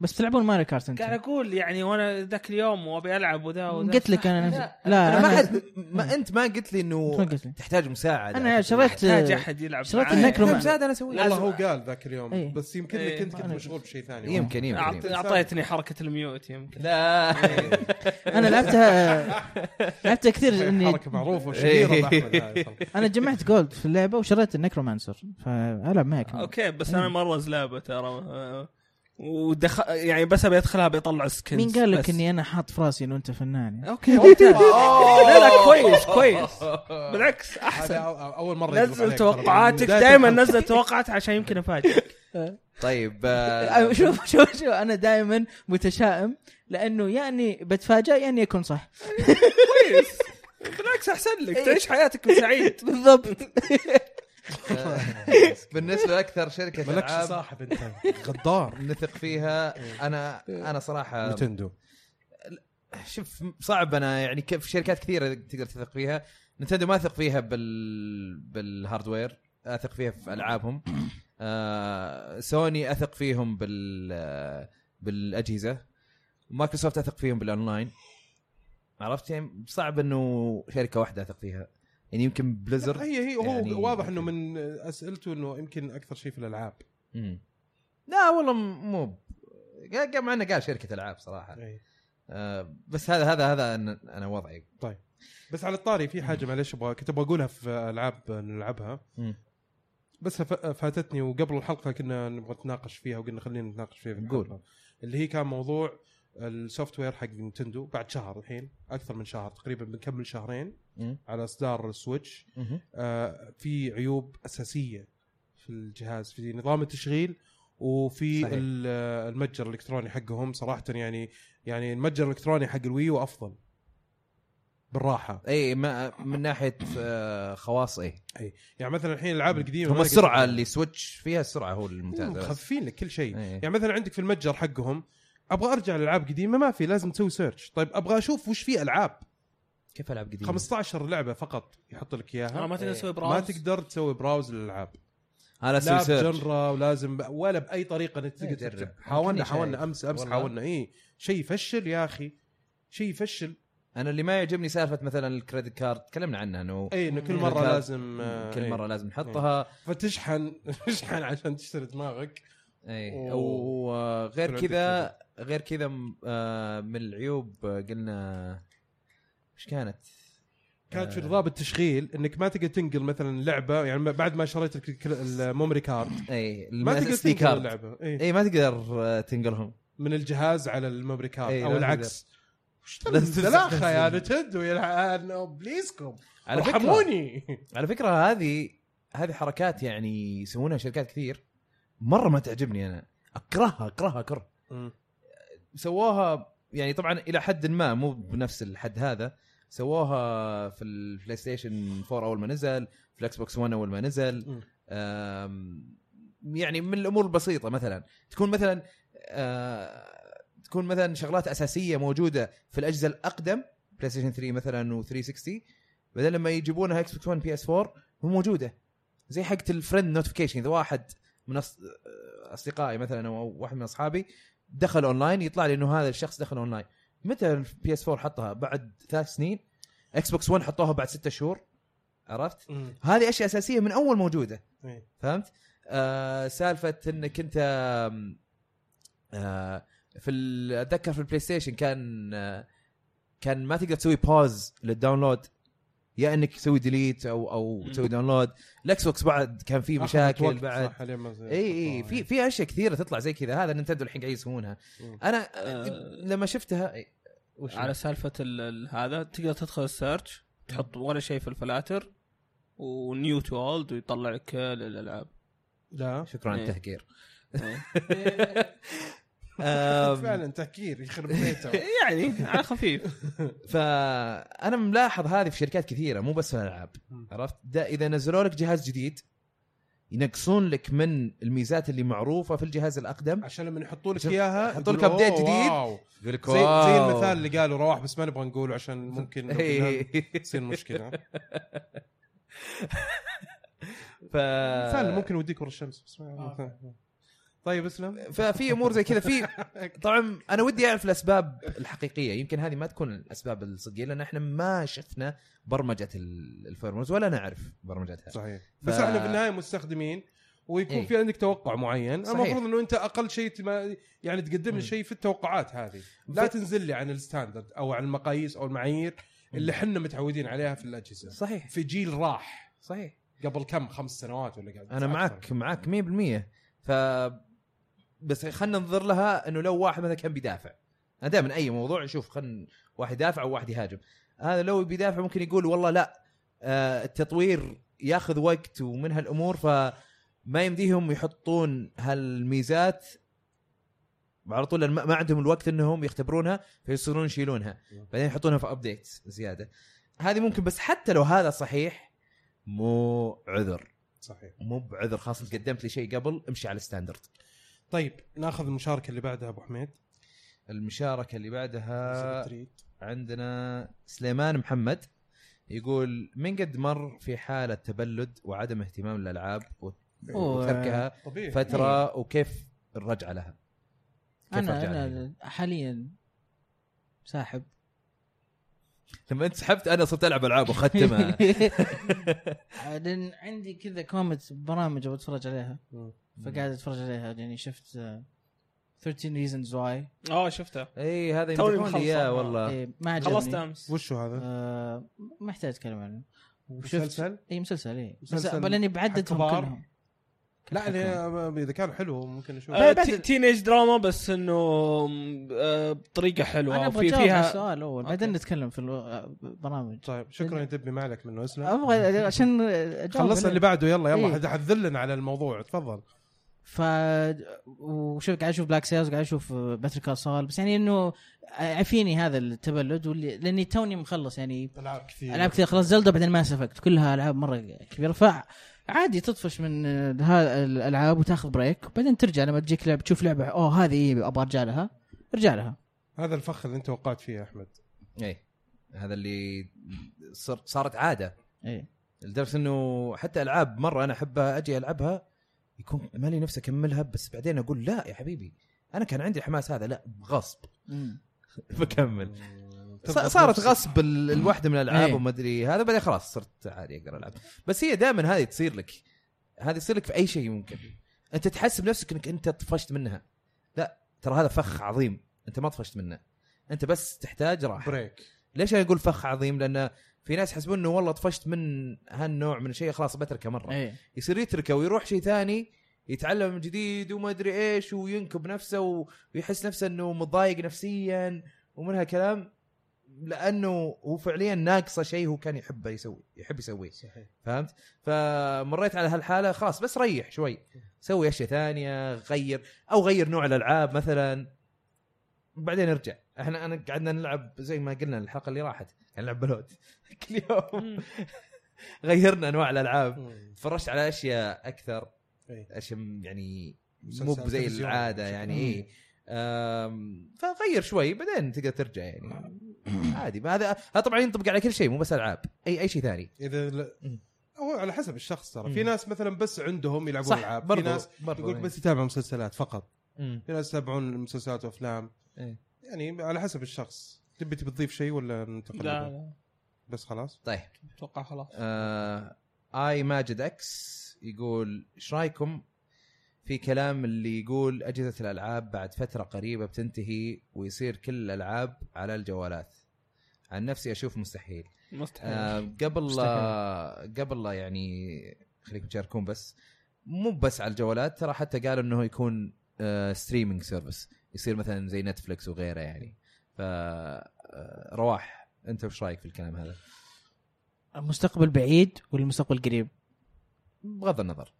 بس تلعبون ماري كارت انت
قاعد اقول يعني وانا ذاك اليوم وابي العب وذا وذا
قلت لك انا نفسي
لا،
لا
انا ما
انا
حد ما انت ما قلت لي
شلون
انه
قلت لي؟
تحتاج مساعده
انا شريت
احتاج احد يلعب
شريت
معاي.
النكرة
تحتاج
مع-
مساعده انا اسويها
والله هو قال ذاك اليوم
إيه.
بس يمكن
إيه.
انك انت كنت
أنا-
مشغول بشيء ثاني
يمكن
أعط-
يمكن
اعطيتني حركه الميوت يمكن
لا
*laughs*
انا لعبتها لعبتها كثير
والله.
اني
حركه معروفه وشهيره بأحمد هاي ترى.
انا جمعت جولد في اللعبه وشريت النكرومانسر فالعب معك
اوكي بس انا مروز لعبه ترى آه، ودخل يعني بس ابي ادخلها بيطلع سكنز
مين قال
بس.
لك اني انا حاط في راسي انه انت فنان
اوكي ممتاز
*laughs*
لا لا كويس كويس بالعكس
هذا
احسن
أو- أو- اول مره يقلب
نزل
عليك ترى.
توقعاتك
بداية
دائما
الحلقة.
نزل توقعات عشان
*laughs*
يمكن افاجئك
طيب
آه،
أيوة،
آه،
شوف شوف شوف انا دائما متشائم يعني لانه يا اني بتفاجئ يا اني اكون صح
كويس بالعكس احسن
إيه.
لك تعيش حياتك
*laughs*
سعيد
بالضبط
آه، بالنسبه لاكثر شركه
مالكش
العاب
صاحب انت غدار
نثق فيها انا انا صراحه
نتندو
شوف صعب انا يعني كيف في شركات كثيره تقدر تثق فيها نتندو ما اثق فيها بال بالهاردوير اثق فيها في العابهم آه سوني اثق فيهم بال آه، بالاجهزه مايكروسوفت اثق فيهم بالاونلاين عرفت يعني صعب انه شركه واحده اثق فيها يعني يمكن
لا،
بليزر
هي هي هو
يعني-
واضح انه من اسئلته انه يمكن اكثر شيء في الالعاب
لا والله م- مو ب- قال قال- مع انه قال شركه العاب صراحه
إيه.
آه بس هذا هذا هذا أنا- انا وضعي
بس على الطاري في حاجه معليش ابغى كنت ابغى اقولها في العاب نلعبها
مم.
بس هف- فاتتني وقبل الحلقه كنا نبغى نتناقش فيها وقلنا خلينا نتناقش فيها في
قول.
الحلقة. اللي هي كان موضوع السوفت وير حق نينتندو بعد شهر الحين اكثر من شهر تقريبا بنكمل شهرين
مم.
على اصدار السويتش
مهم.
آه، في عيوب اساسيه في الجهاز في نظام التشغيل وفي
صحيح.
ال- آه، المتجر الالكتروني حقهم صراحه يعني يعني المتجر الالكتروني حق الويو افضل بالراحه
اي ما من ناحيه آه، خواص اي
يعني مثلا الحين الالعاب القديمه
هم
ما
السرعه
لقيت-
اللي سويتش فيها السرعه هو
مم،
الممتاز بس.
مخففين لك كل شيء
إيه.
يعني مثلا عندك في المتجر حقهم ابغى ارجع لالعاب قديمه ما في لازم تسوي سيرش طيب ابغى اشوف وش في العاب
كيف العاب قديمه
15 لعبه فقط يحط لك اياها
آه، ما تقدر تسوي
إيه. ما
براوز
تقدر تسوي براوز للالعاب
انا
لا
اسوي سيرش
بجنرا ولازم ب... ولا باي طريقه انك
إيه،
تقدر
جرب.
ترجع حاولنا
يمكنني
حاولنا
شايف.
امس امس
والله.
حاولنا اي شيء يفشل يا اخي شيء يفشل
انا اللي ما يعجبني سالفه مثلا الكريدت كارد تكلمنا عنها انه
اي انه إيه، كل
مم.
مره
كل-
لازم آه،
كل
إيه.
مره لازم نحطها
فتشحن *laughs* تشحن عشان تشتري دماغك
اي
أوه.
وغير
طلعت
آه، كذا غير كذا م- آه، من العيوب آه، قلنا ايش كانت؟
كانت في
آه.
نظام التشغيل انك ما تقدر تنقل مثلا لعبه يعني بعد ما شريت الك- الك- الميموري كارد
اي
ما تقدر
ال SD
تنقل
كارد.
اللعبه إيه.
اي ما تقدر آه، تنقلهم
من الجهاز على الميموري كارد
إيه،
او
لا
العكس وش
لازم-
دلاخه يا نتندو يا آه، الع- بليزكم
على فكره
ارحموني
على فكره هذه هذه حركات يعني يسوونها شركات كثير مره ما تعجبني انا اكرهها اكرهها كره سووها يعني طبعا الى حد ما مو بنفس الحد هذا سووها في البلاي ستيشن 4 اول ما نزل في الاكس بوكس 1 اول ما نزل
مم.
أم، يعني من الامور البسيطه مثلا تكون مثلا آه، تكون مثلا شغلات اساسيه موجوده في الاجهزه الاقدم بلاي ستيشن 3 مثلا و360 بعدين لما يجيبونها اكس بوكس 1 بي اس 4 مو موجوده زي حقه الفرند نوتيفيكيشن اذا واحد من أص- آه، اصدقائي مثلا او واحد من اصحابي دخل اونلاين يطلع لي انه هذا الشخص دخل اونلاين متى البي اس 4 حطها بعد ثلاث سنين اكس بوكس 1 حطوها بعد ستة شهور عرفت
مم.
هذه اشياء اساسيه من اول موجوده
إيه.
فهمت آه سالفه انك انت آم، آه في ال- اتذكر في البلاي ستيشن كان آه كان ما تقدر تسوي باوز للداونلود يا انك تسوي ديليت او او
مم.
تسوي داونلود الاكس بوكس بعد كان في
أخذت
مشاكل
وقت
بعد
صح، لين ما-
اي اي في في اشياء كثيره تطلع زي كذا هذا نينتندو الحين قاعد يسوونها
مم.
انا
آه.
لما شفتها إي، وش
على سالفه ال- ال- هذا تقدر تدخل السيرش تحط ولا شيء في الفلاتر ونيو تو اولد ويطلع لك كل الالعاب *laughs*
لا
شكرا على
إي. *laughs*
التهكير
إيه.
آم،
فعلا تهكير يخرب بيته
*laughs*
يعني على خفيف
فانا ملاحظ هذه في شركات كثيره مو بس في الالعاب
مم.
عرفت دا اذا نزلوا لك جهاز جديد ينقصون لك من الميزات اللي معروفه في الجهاز الاقدم
عشان لما يحطوا لك
شوف،
اياها
يحطوا لك
يقولوا،
update
"أوه،
جديد."
واو.
يقول لك
زي زي المثال اللي قالوا رواح بس ما نبغى نقوله عشان
*laughs*
ممكن لو
إيه.
قلنا تصير مشكله
ف...
مثال ممكن يوديك ورا الشمس بس
آه.
ما طيب اسلم
ففي امور زي كذا في طبعا انا ودي اعرف الاسباب الحقيقيه يمكن هذه ما تكون الاسباب الصجيه لان احنا ما شفنا برمجه ال- الفيرمز ولا نعرف برمجتها
صحيح بس احنا في النهايه مستخدمين ويكون
إيه.
في عندك توقع معين
صحيح.
المفروض انه انت اقل شيء تما- يعني تقدم
مم.
لي شيء في التوقعات هذه لا
ف-
تنزل لي عن الستاندرد او عن المقاييس او المعايير اللي احنا متعودين عليها في الاجهزه
صحيح
في جيل راح
صحيح
قبل كم خمس سنوات ولا قبل
انا معك معك 100% ف بس خلينا ننظر لها انه لو واحد مثلا كان بيدافع انا دائما اي موضوع نشوف خلينا واحد يدافع او واحد يهاجم هذا لو بيدافع ممكن يقول والله لا آه، التطوير ياخذ وقت ومن هالامور فما يمديهم يحطون هالميزات على طول لأن ما ما عندهم الوقت انهم يختبرونها فيصيرون يشيلونها بعدين يحطونها في ابديت زياده هذه ممكن بس حتى لو هذا صحيح مو عذر
صحيح
مو بعذر خاص انت قدمت لي شيء قبل امشي على الستاندرد
طيب ناخذ المشاركه اللي بعدها ابو حميد
المشاركه اللي بعدها
إذا تريد.
عندنا سليمان محمد يقول من قد مر في حاله تبلد وعدم اهتمام للالعاب
أوه.
*laughs* وتركها
طبيعي
فتره وكيف الرجعه لها كيف
انا
رجع لها؟
انا حاليا ساحب
لما انت سحبت انا صرت العب العاب *laughs*
*laughs*
واختمها
لان آه، عندي كذا كومة برامج ابغى اتفرج عليها
مم.
فقاعد اتفرج عليها يعني شفت آه، 13 reasons why
اه شفتها
اي إيه، هذا
توني
يمدحون لي اياه
مخلصها.
آه.
والله
إيه، ما عجبني
خلصت امس
وشو هذا؟
آه، ما احتاج اتكلم عنه وشفت
مسلسل؟
اي مسلسل اي بس
مسلسل
لاني بعددهم
كبار؟
كلهم
لا أنا- اذا كان حلو ممكن نشوف
آه،
بعد-
تي- تينيج دراما بس انه آه، بطريقه
انا
حلوه
ابغى
وفي
اجاوب على
فيها
السؤال الاول بعدين نتكلم في آه، البرامج
طيب شكرا يا دبي ما عليك منه اسلم
ابغى عشان أجاوب
خلصنا
عليه.
اللي بعده يلا يلا
إيه.
إيه؟ حتذلنا على الموضوع تفضل
ف وشوف قاعد اشوف بلاك سيلز قاعد اشوف باتل كارسال بس يعني انه عفيني هذا التبلد واللي لاني توني مخلص يعني
العاب كثير
العاب كثير خلاص زلدا بعدين ما سفكت كلها العاب مره كبيره فعادي تطفش من ها الالعاب وتاخذ بريك وبعدين ترجع لما تجيك لعبه تشوف لعبه اوه هذه إيه ابغى ارجع لها ارجع لها
هذا الفخ اللي انت وقعت فيه يا احمد
اي إيه. هذا اللي صر- صارت عاده
اي
لدرجه انه حتى العاب مره انا احبها اجي العبها يكون مالي نفسي اكملها بس بعدين اقول لا يا حبيبي انا كان عندي الحماس هذا لا غصب *laughs* بكمل ص- صارت غصب ال- الواحده من الالعاب
إيه.
وما ادري هذا بعدين خلاص صرت عادي اقدر العب بس هي دائما هذه تصير لك هذه تصير لك في اي شيء ممكن انت تحسب نفسك انك انت طفشت منها لا ترى هذا فخ عظيم انت ما طفشت منه انت بس تحتاج راحه
بريك
ليش انا اقول فخ عظيم لان في ناس يحسبون انه والله طفشت من هالنوع من الشيء خلاص بتركه مره
اي
يصير يتركه ويروح شيء ثاني يتعلم من جديد وما ادري ايش وينكب نفسه و- ويحس نفسه انه متضايق نفسيا ومن هالكلام لانه هو فعليا ناقصه شيء هو كان يحبه يسوي يحب يسويه
صحيح
فهمت؟ فمريت على هالحاله خلاص بس ريح شوي سوي اشياء ثانيه غير او غير نوع الالعاب مثلا بعدين ارجع احنا انا قعدنا نلعب زي ما قلنا الحلقه اللي راحت قاعد نلعب بلوت *laughs* كل يوم غيرنا انواع الالعاب تفرجت على اشياء اكثر
إيه.
اشياء م- يعني مو
مسلسل
زي
تلفزيون.
العاده يعني
مم.
إيه. أم، فغير شوي بعدين تقدر ترجع
*clears throat*
يعني عادي ما هذا هذا طبعا ينطبق على كل شيء مو بس العاب اي اي شيء ثاني
اذا ل...
مم.
هو على حسب الشخص ترى
مم.
في ناس مثلا بس عندهم يلعبون
صح
العاب في
برضو
ناس
برضو
يقول
إيه.
بس يتابعوا مسلسلات فقط
مم.
في ناس يتابعون مسلسلات وافلام
إيه.
يعني على حسب الشخص تبي تبي تضيف شيء ولا ننتقل
لا
لبعد؟
لا،
بس خلاص
طيب
اتوقع خلاص
آه اي ماجد اكس يقول ايش رايكم في كلام اللي يقول اجهزه الالعاب بعد فتره قريبه بتنتهي ويصير كل الالعاب على الجوالات عن نفسي اشوف مستحيل
مستحيل
آه، قبل لا قبل لا يعني خليكم تشاركون بس مو بس على الجوالات ترى حتى قالوا انه يكون ستريمينج سيرفيس يصير مثلا زي نتفلكس وغيره يعني ف آه، رواح انت وش رايك في الكلام هذا؟
المستقبل بعيد والمستقبل قريب
بغض النظر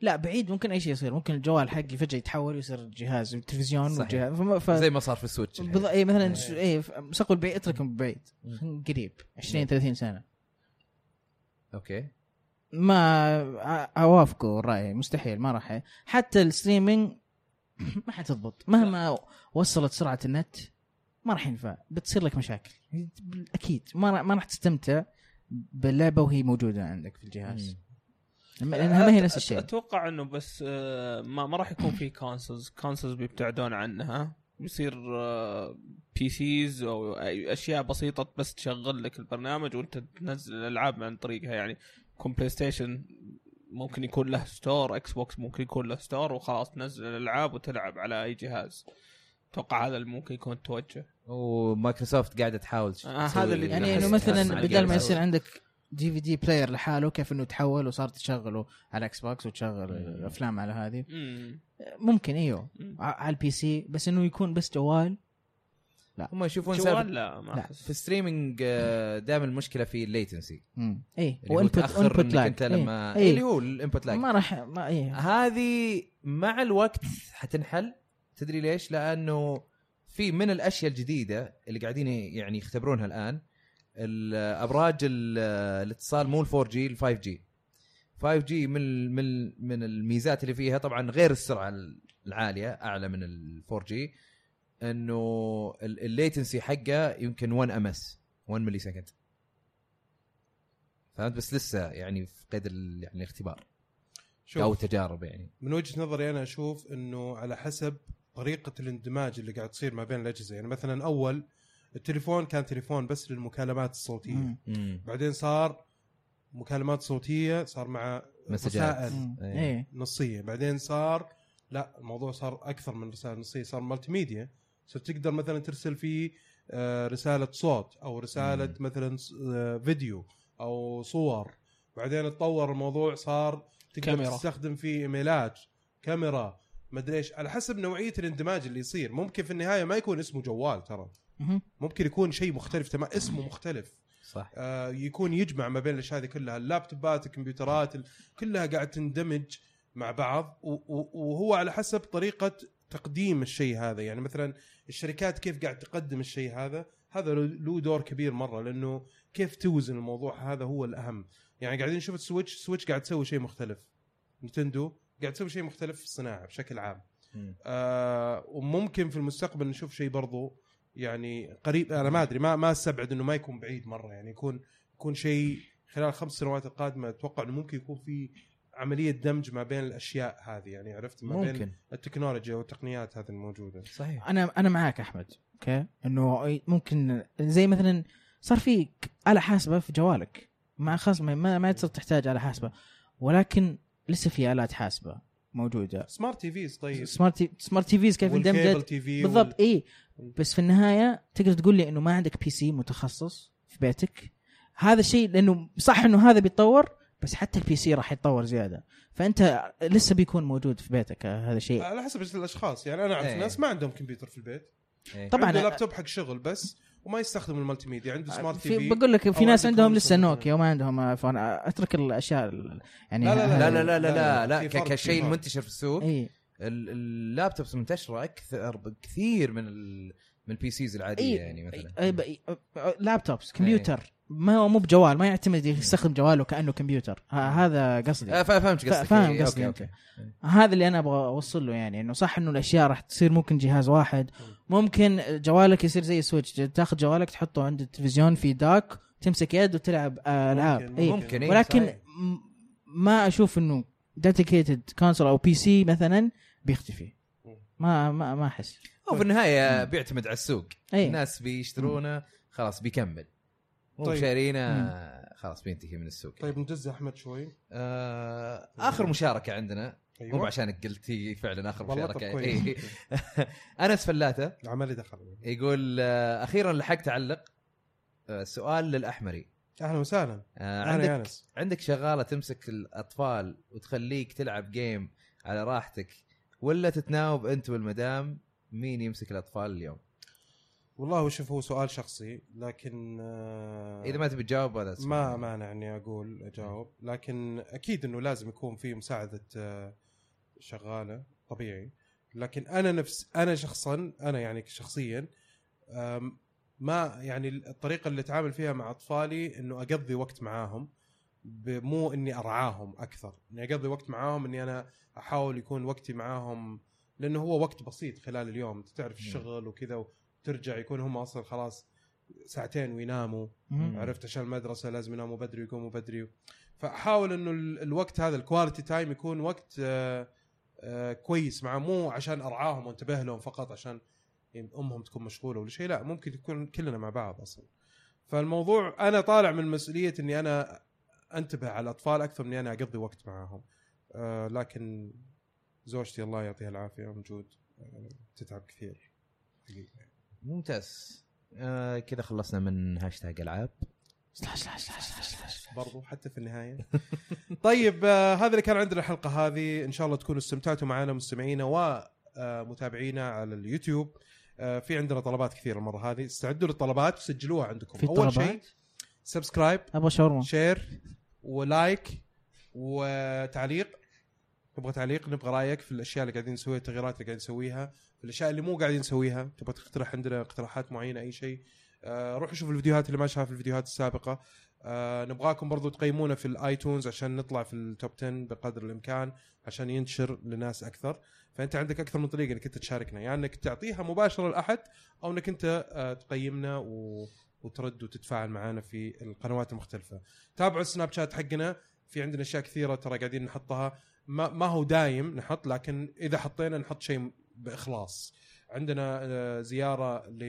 لا بعيد ممكن اي شيء يصير ممكن الجوال حقي فجاه يتحول ويصير جهاز وتلفزيون
صحيح.
وجهاز فما- ف...
زي ما صار في السويتش الحين.
بض... اي
إيه.
مثلا ش- اي إيه، ف- مستقبل بعيد اتركهم بعيد
مم.
قريب 20 30 سنه
اوكي
ما أ- اوافقه الراي مستحيل ما راح حتى الستريمينج *clears throat* ما حتضبط مهما وصلت سرعه النت ما راح ينفع بتصير لك مشاكل اكيد ما راح ما راح تستمتع باللعبه وهي موجوده عندك في الجهاز لما- لانها ما هي نفس
إيه. أت-
الشيء
اتوقع انه بس آه، ما ما راح يكون في كونسولز كونسولز بيبتعدون عنها بيصير آه، بي سيز او أي اشياء بسيطه بس تشغل لك البرنامج وانت تنزل الالعاب عن طريقها يعني يكون بلاي ستيشن ممكن يكون له ستور اكس بوكس ممكن يكون له ستور وخلاص تنزل الالعاب وتلعب على اي جهاز اتوقع هذا اللي ممكن يكون التوجه
ومايكروسوفت قاعده تحاول
آه،
تسوي
هذا اللي-
يعني
تحس-
انه
تحسن
مثلا
على
بدل ما
الجهاز.
يصير عندك دي في دي بلاير لحاله كيف انه تحول وصار تشغله على اكس بوكس وتشغل
إيه.
الافلام على هذه
مم.
ممكن ايوه
مم.
ع- على البي سي بس انه يكون بس جوال
هم يشوفون سالفة-
جوال لا ما
لا،
احس
في الستريمنج دائما المشكله في الليتنسي
اي
اللي هو تاخر انك انت لما
إيه.
اللي هو آه، الانبوت لاج
ما راح ما إيه. اي
هذه مع الوقت حتنحل تدري ليش؟ لانه في من الاشياء الجديده اللي قاعدين يعني يختبرونها الان ال- ابراج ال- الاتصال مو ال 4 جي ال 5 جي 5 جي من ال- من ال- من الميزات اللي فيها طبعا غير السرعه العاليه اعلى من ال 4 جي انه الليتنسي حقه يمكن 1 ام اس 1 ملي سكند فهمت بس لسه يعني في قيد ال- يعني الاختبار او
شوف
تجارب يعني
من وجهه نظري انا اشوف انه على حسب طريقه الاندماج اللي قاعد تصير ما بين الاجهزه يعني مثلا اول التليفون كان تليفون بس للمكالمات الصوتيه
مم.
مم.
بعدين صار مكالمات صوتيه صار مع
مسجات.
رسائل
مم.
إيه.
إيه.
نصيه بعدين صار لا الموضوع صار اكثر من رسائل نصيه صار مالتي ميديا صرت تقدر مثلا ترسل فيه آه، رساله صوت او رساله
مم.
مثلا ص- آه، فيديو او صور بعدين تطور الموضوع صار تقدر
كاميرا.
كاميرا. تستخدم فيه ايميلات كاميرا مدري ايش على حسب نوعيه الاندماج اللي يصير ممكن في النهايه ما يكون اسمه جوال ترى
مهم.
ممكن يكون شيء مختلف تمام اسمه مختلف
صح
آه، يكون يجمع ما بين الاشياء هذه كلها اللابتوبات الكمبيوترات ال- كلها قاعد تندمج مع بعض و- و- وهو على حسب طريقه تقديم الشيء هذا يعني مثلا الشركات كيف قاعد تقدم الشيء هذا هذا له- له دور كبير مره لانه كيف توزن الموضوع هذا هو الاهم يعني قاعدين نشوف السويتش السويتش قاعد تسوي شيء مختلف نتندو قاعد تسوي شيء مختلف في الصناعه بشكل عام
مم.
آه وممكن في المستقبل نشوف شيء برضو يعني قريب انا ما ادري ما ما استبعد انه ما يكون بعيد مره يعني يكون يكون شيء خلال خمس سنوات القادمه اتوقع انه ممكن يكون في عمليه دمج ما بين الاشياء هذه يعني عرفت ما بين
ممكن
التكنولوجيا والتقنيات هذه الموجوده
صحيح
انا انا معاك احمد اوكي انه ممكن زي مثلا صار في ك- آلة حاسبة في جوالك مع خاص ما ما ما تصير تحتاج آلة حاسبة ولكن لسه في آلات حاسبة موجودة
سمارت تي فيز طيب
سمارت تي- سمارت تي فيز كيف اندمجت
تي في
بالضبط اي بس في النهايه تقدر تقول لي انه ما عندك بي سي متخصص في بيتك هذا الشيء لانه صح انه هذا بيتطور بس حتى البي سي راح يتطور زياده فانت لسه بيكون موجود في بيتك آه، هذا الشيء
على حسب الاشخاص يعني انا اعرف
إيه.
ناس ما عندهم كمبيوتر في البيت
إيه.
طبعاً.
عنده لابتوب حق شغل بس وما يستخدم المالتي ميديا عنده سمارت
آه، في-
تي في
بقول لك في
أو
ناس
عندك
عندهم
كونسول
لسه
مثلاً.
نوكيا وما عندهم ايفون آه، اترك الاشياء ال- يعني
لا، لا،
هذه-
إيه. لا لا لا لا
لا،
لا لا
في
ك-
فرق، في
كشيء
فرق.
منتشر في السوق
اي
ال- اللابتوبس منتشره اكثر بكثير من ال من البي سيز العاديه
إيه.
يعني مثلا
أي- ب- أي- آه، لابتوبس كمبيوتر ما هو مو بجوال ما يعتمد يستخدم جواله كانه كمبيوتر ه- هذا قصدي
آه، فا- فهمت قصدك
فاهم
إيه،
قصدي
أوكي،
أنت.
أوكي.
هذا اللي انا ابغى اوصل له يعني انه صح انه الاشياء راح تصير ممكن جهاز واحد ممكن جوالك يصير زي السويتش تاخذ جوالك تحطه عند التلفزيون في داك تمسك يد وتلعب آه، العاب إيه.
ممكن إيه،
ولكن
صحيح.
م- ما اشوف انه ديديكيتد كونسول او بي سي مثلا بيختفي ما ما ما احس
هو في النهايه بيعتمد على السوق
إيه.
الناس بيشترونه خلاص بيكمل مو
طيب.
شارينه خلاص بينتهي من السوق
طيب نجز احمد شوي
آه، اخر مشاركه عندنا مو
ايوه
عشانك قلتي فعلا اخر
والله طب
مشاركه إيه.
*laughs* كويس
انس فلاته
عملي دخل
يقول آه، اخيرا لحقت اعلق آه، سؤال للاحمري
اهلا وسهلا
آه،
اهلا يا
عندك
انس
عندك شغاله تمسك الاطفال وتخليك تلعب جيم على راحتك ولا تتناوب انت والمدام مين يمسك الاطفال اليوم؟
والله شوف هو سؤال شخصي لكن آه،
اذا ما تبي تجاوب هذا السؤال.
ما مانع اني اقول اجاوب لكن اكيد انه لازم يكون في مساعده آه، شغاله طبيعي لكن انا نفس انا شخصا انا يعني شخصيا آم، ما يعني الطريقه اللي اتعامل فيها مع اطفالي انه اقضي وقت معاهم ب- مو اني ارعاهم اكثر اني اقضي وقت معاهم اني انا احاول يكون وقتي معاهم لانه هو وقت بسيط خلال اليوم أنت تعرف الشغل وكذا وترجع يكون هم اصلا خلاص ساعتين ويناموا
مم.
عرفت عشان المدرسه لازم يناموا بدري ويقوموا بدري فاحاول انه ال- الوقت هذا الكواليتي تايم يكون وقت آه، آه، كويس معه مو عشان ارعاهم وانتبه لهم فقط عشان امهم تكون مشغوله ولا شيء لا ممكن يكون كلنا مع بعض اصلا فالموضوع انا طالع من مسؤوليه اني انا انتبه على الاطفال اكثر من اني انا اقضي وقت معاهم آه، لكن زوجتي الله يعطيها العافيه موجود آه، تتعب كثير حقيقة.
ممتاز آه كذا خلصنا من هاشتاج العاب
سلاش سلاش سلاش سلاش سلاش.
برضو حتى في النهايه *laughs* طيب آه هذا اللي كان عندنا الحلقه هذه ان شاء الله تكونوا استمتعتوا معنا مستمعينا ومتابعينا على اليوتيوب آه في عندنا طلبات كثيره المره هذه استعدوا للطلبات وسجلوها عندكم
في
اول شيء
طلبات
سبسكرايب
ابغى شاورما
شير ولايك وتعليق نبغى تعليق نبغى رايك في الاشياء اللي قاعدين نسويها التغييرات اللي قاعدين نسويها في الاشياء اللي مو قاعدين نسويها تبغى تقترح عندنا اقتراحات معينه اي شيء آه روحوا شوفوا الفيديوهات اللي ما شاف الفيديوهات السابقه آه نبغاكم برضو تقيمونا في الايتونز عشان نطلع في التوب 10 بقدر الامكان عشان ينتشر لناس اكثر فانت عندك اكثر من طريقه انك انت تشاركنا يعني انك تعطيها مباشره لاحد او انك انت آه تقيمنا و... وترد وتتفاعل معنا في القنوات المختلفه تابعوا السناب شات حقنا في عندنا اشياء كثيره ترى قاعدين نحطها ما, ما هو دايم نحط لكن اذا حطينا نحط شيء باخلاص عندنا آه، زياره ل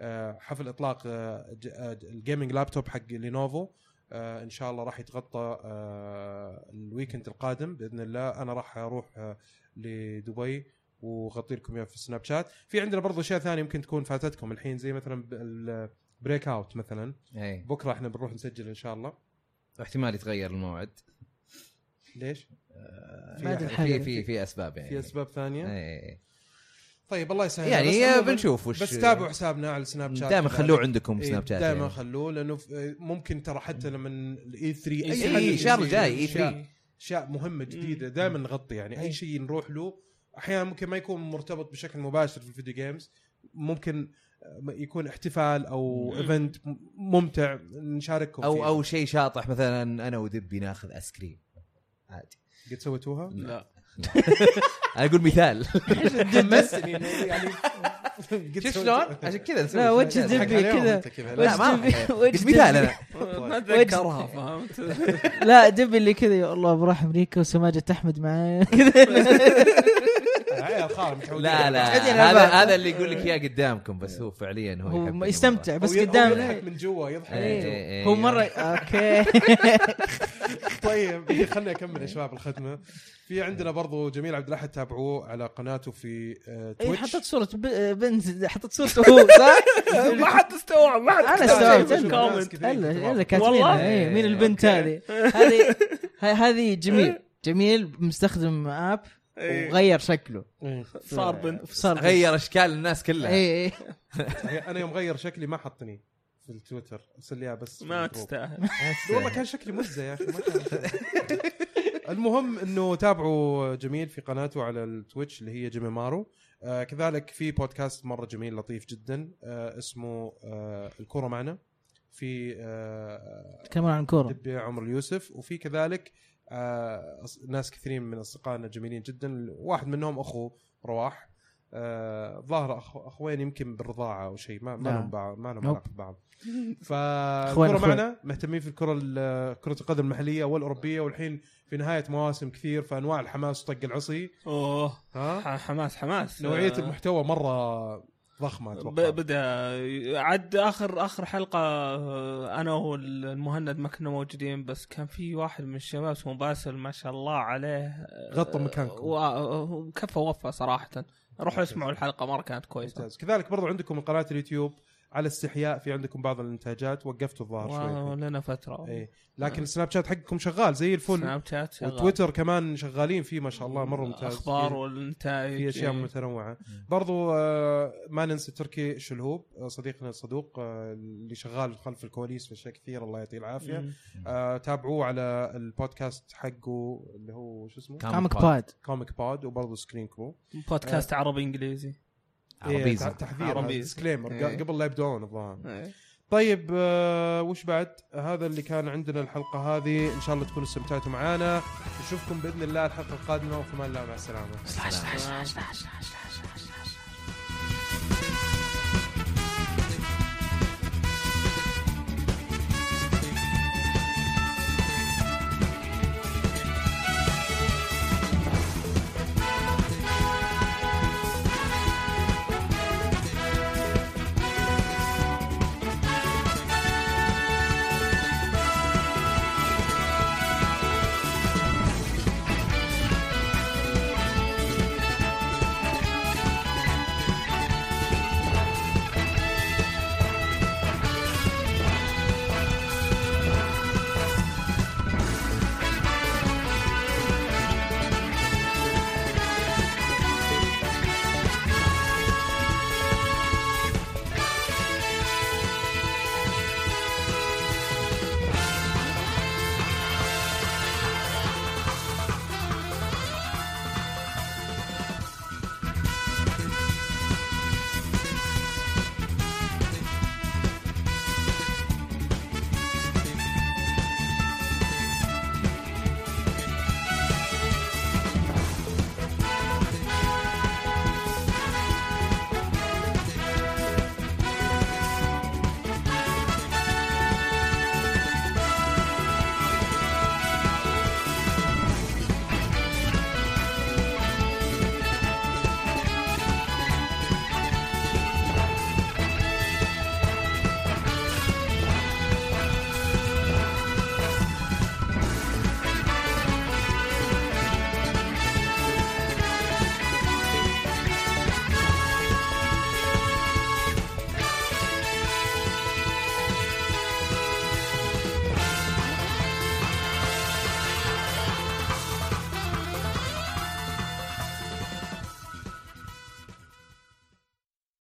آه، حفل اطلاق آه، ج- آه، الجيمنج لابتوب حق لينوفو آه، ان شاء الله راح يتغطى آه، الويكند القادم باذن الله انا راح اروح آه، لدبي وغطي لكم اياه في السناب شات في عندنا برضو اشياء ثانيه يمكن تكون فاتتكم الحين زي مثلا البريك اوت مثلا
اي
بكره احنا بنروح نسجل ان شاء الله
إيه، احتمال يتغير الموعد
ليش؟
ما
في
أدري.
أحد-
آه، يعني في في في اسباب يعني
في اسباب ثانيه؟
إيه.
طيب الله يسهل بس
يعني
عموماً-
بنشوف وش
بس تابعوا إيه، حسابنا على السناب شات
دائما خلوه عندكم سناب شات
دائما
يعني.
خلوه لانه ف- إيه، ممكن ترى حتى لما الاي 3
إيه،
حد
إن شاء الله
يصير
جاي، إيه،
أشياء-
في-
اشياء مهمه جديده دائما نغطي يعني
إيه.
اي شيء نروح له احيانا ممكن ما يكون مرتبط بشكل مباشر في الفيديو جيمز ممكن آه، يكون احتفال او ايفنت ممتع نشارككم
او
فيه.
او شيء شاطح مثلا انا ودبي ناخذ ايس كريم عادي
قد
*laughs*
سويتوها؟
لا
انا اقول مثال
حمستني إنه يعني قد
شوف
سويتوها.
شلون عشان كذا نسوي
لا، وجه
شيء.
حق
دبي
اليوم
كذا.
أنت كذا.
لا ما
وجه دبي-
راح.
وجه
قلت مثال انا *laughs*
ما اتذكرها فهمت
*laughs* لا دب اللي كذا يا الله بروح امريكا وسماجه احمد معايا
*laughs* عيال خالهم متعودين
لا لا
متعودين على
هذا
بعض.
هذا اللي يقول لك اياه قدامكم بس هو فعليا هو يحب
هو
الموضوع.
يستمتع بس
هو ي- هو
قدامنا
يضحك من جوا يضحك
إيه،
من
إيه،
جوا
إيه.
هو مره اوكي
طيب *laughs* إيه، خلني اكمل يا شباب الختمه في عندنا برضو جميل عبد الاحد تابعوه على قناته في آه،
*laughs* إيه،
تويتش
حطت صوره ب- بنت حطت صورته هو صح؟
*laughs* ما حد استوعب ما حد
أنا
لا،
استوعبت.
شوف، شوف، ناس
كومنت
كثيرين
الا
كتبوا.
الا كاتبينها
والله؟
اي مين البنت هذه هذه ه- هذه جميل جميل مستخدم اب
أيوة،
وغير شكله
إيه.
صار بنت
صار بنت.
غير اشكال الناس كلها
اي اي
انا إيه. يوم غير شكلي ما حطني في التويتر ارسل لي إياه بس في
ما
الجروب.
تستاهل
والله كان شكلي مزه يا اخي ما كان *laughs* المهم انه تابعوا جميل في قناته على التويتش اللي هي جيمي مارو آه كذلك في بودكاست مره جميل لطيف جدا آه اسمه آه الكوره معنا في آه
يتكلمون عن
*laughs*
الكوره
دبي عمر اليوسف وفي كذلك آه أص- ناس كثيرين من اصدقائنا جميلين جدا واحد منهم اخو رواح آه ظاهر أخو اخوين يمكن بالرضاعه او شيء ما ما
نعم.
لهم بعض ما لهم
نوب.
علاقه
*laughs*
ببعض فالكره
أخوين.
معنا مهتمين في الكره ال- كره القدم المحليه والاوروبيه والحين في نهايه مواسم كثير فانواع الحماس وطق العصي
اوه
ها
ح- حماس حماس
نوعيه
آه،
المحتوى مره ضخمه
ب-
اتوقع
بدا عد اخر اخر حلقه آه، انا والمهند ما كنا موجودين بس كان في واحد من الشباب اسمه باسل ما شاء الله عليه أه،
غطوا مكانكم
وكفى وفى صراحه روحوا اسمعوا الحلقه مره كانت كويسه
ممتاز كذلك برضو عندكم قناه اليوتيوب على استحياء في عندكم بعض الانتاجات وقفتوا الظاهر شوي
واو، لنا فتره
ايه لكن السناب شات حقكم شغال زي الفل
آه. سناب شات شغال.
وتويتر كمان شغالين فيه ما شاء الله مره ممتاز
اخبار
في-
والنتائج
في اشياء
إيه.
متنوعه برضو آه، ما ننسى تركي شلهوب آه، صديقنا الصدوق آه، اللي شغال خلف الكواليس في اشياء كثيره الله يعطيه العافيه
مم.
آه، تابعوه على البودكاست حقه اللي هو شو اسمه
كوميك باد
كوميك بود وبرضو سكرين كرو
بودكاست عربي انجليزي
إيه،
عربيزي
تحذير
عربيزي.
ديسكليمر
إيه.
قبل لا يبدون الظاهر
إيه.
طيب آه وش بعد؟ هذا اللي كان عندنا الحلقه هذه ان شاء الله تكونوا استمتعتوا معنا نشوفكم باذن الله الحلقه القادمه وفي امان الله مع السلامه
سلاش سلاش سلاش سلاش سلاش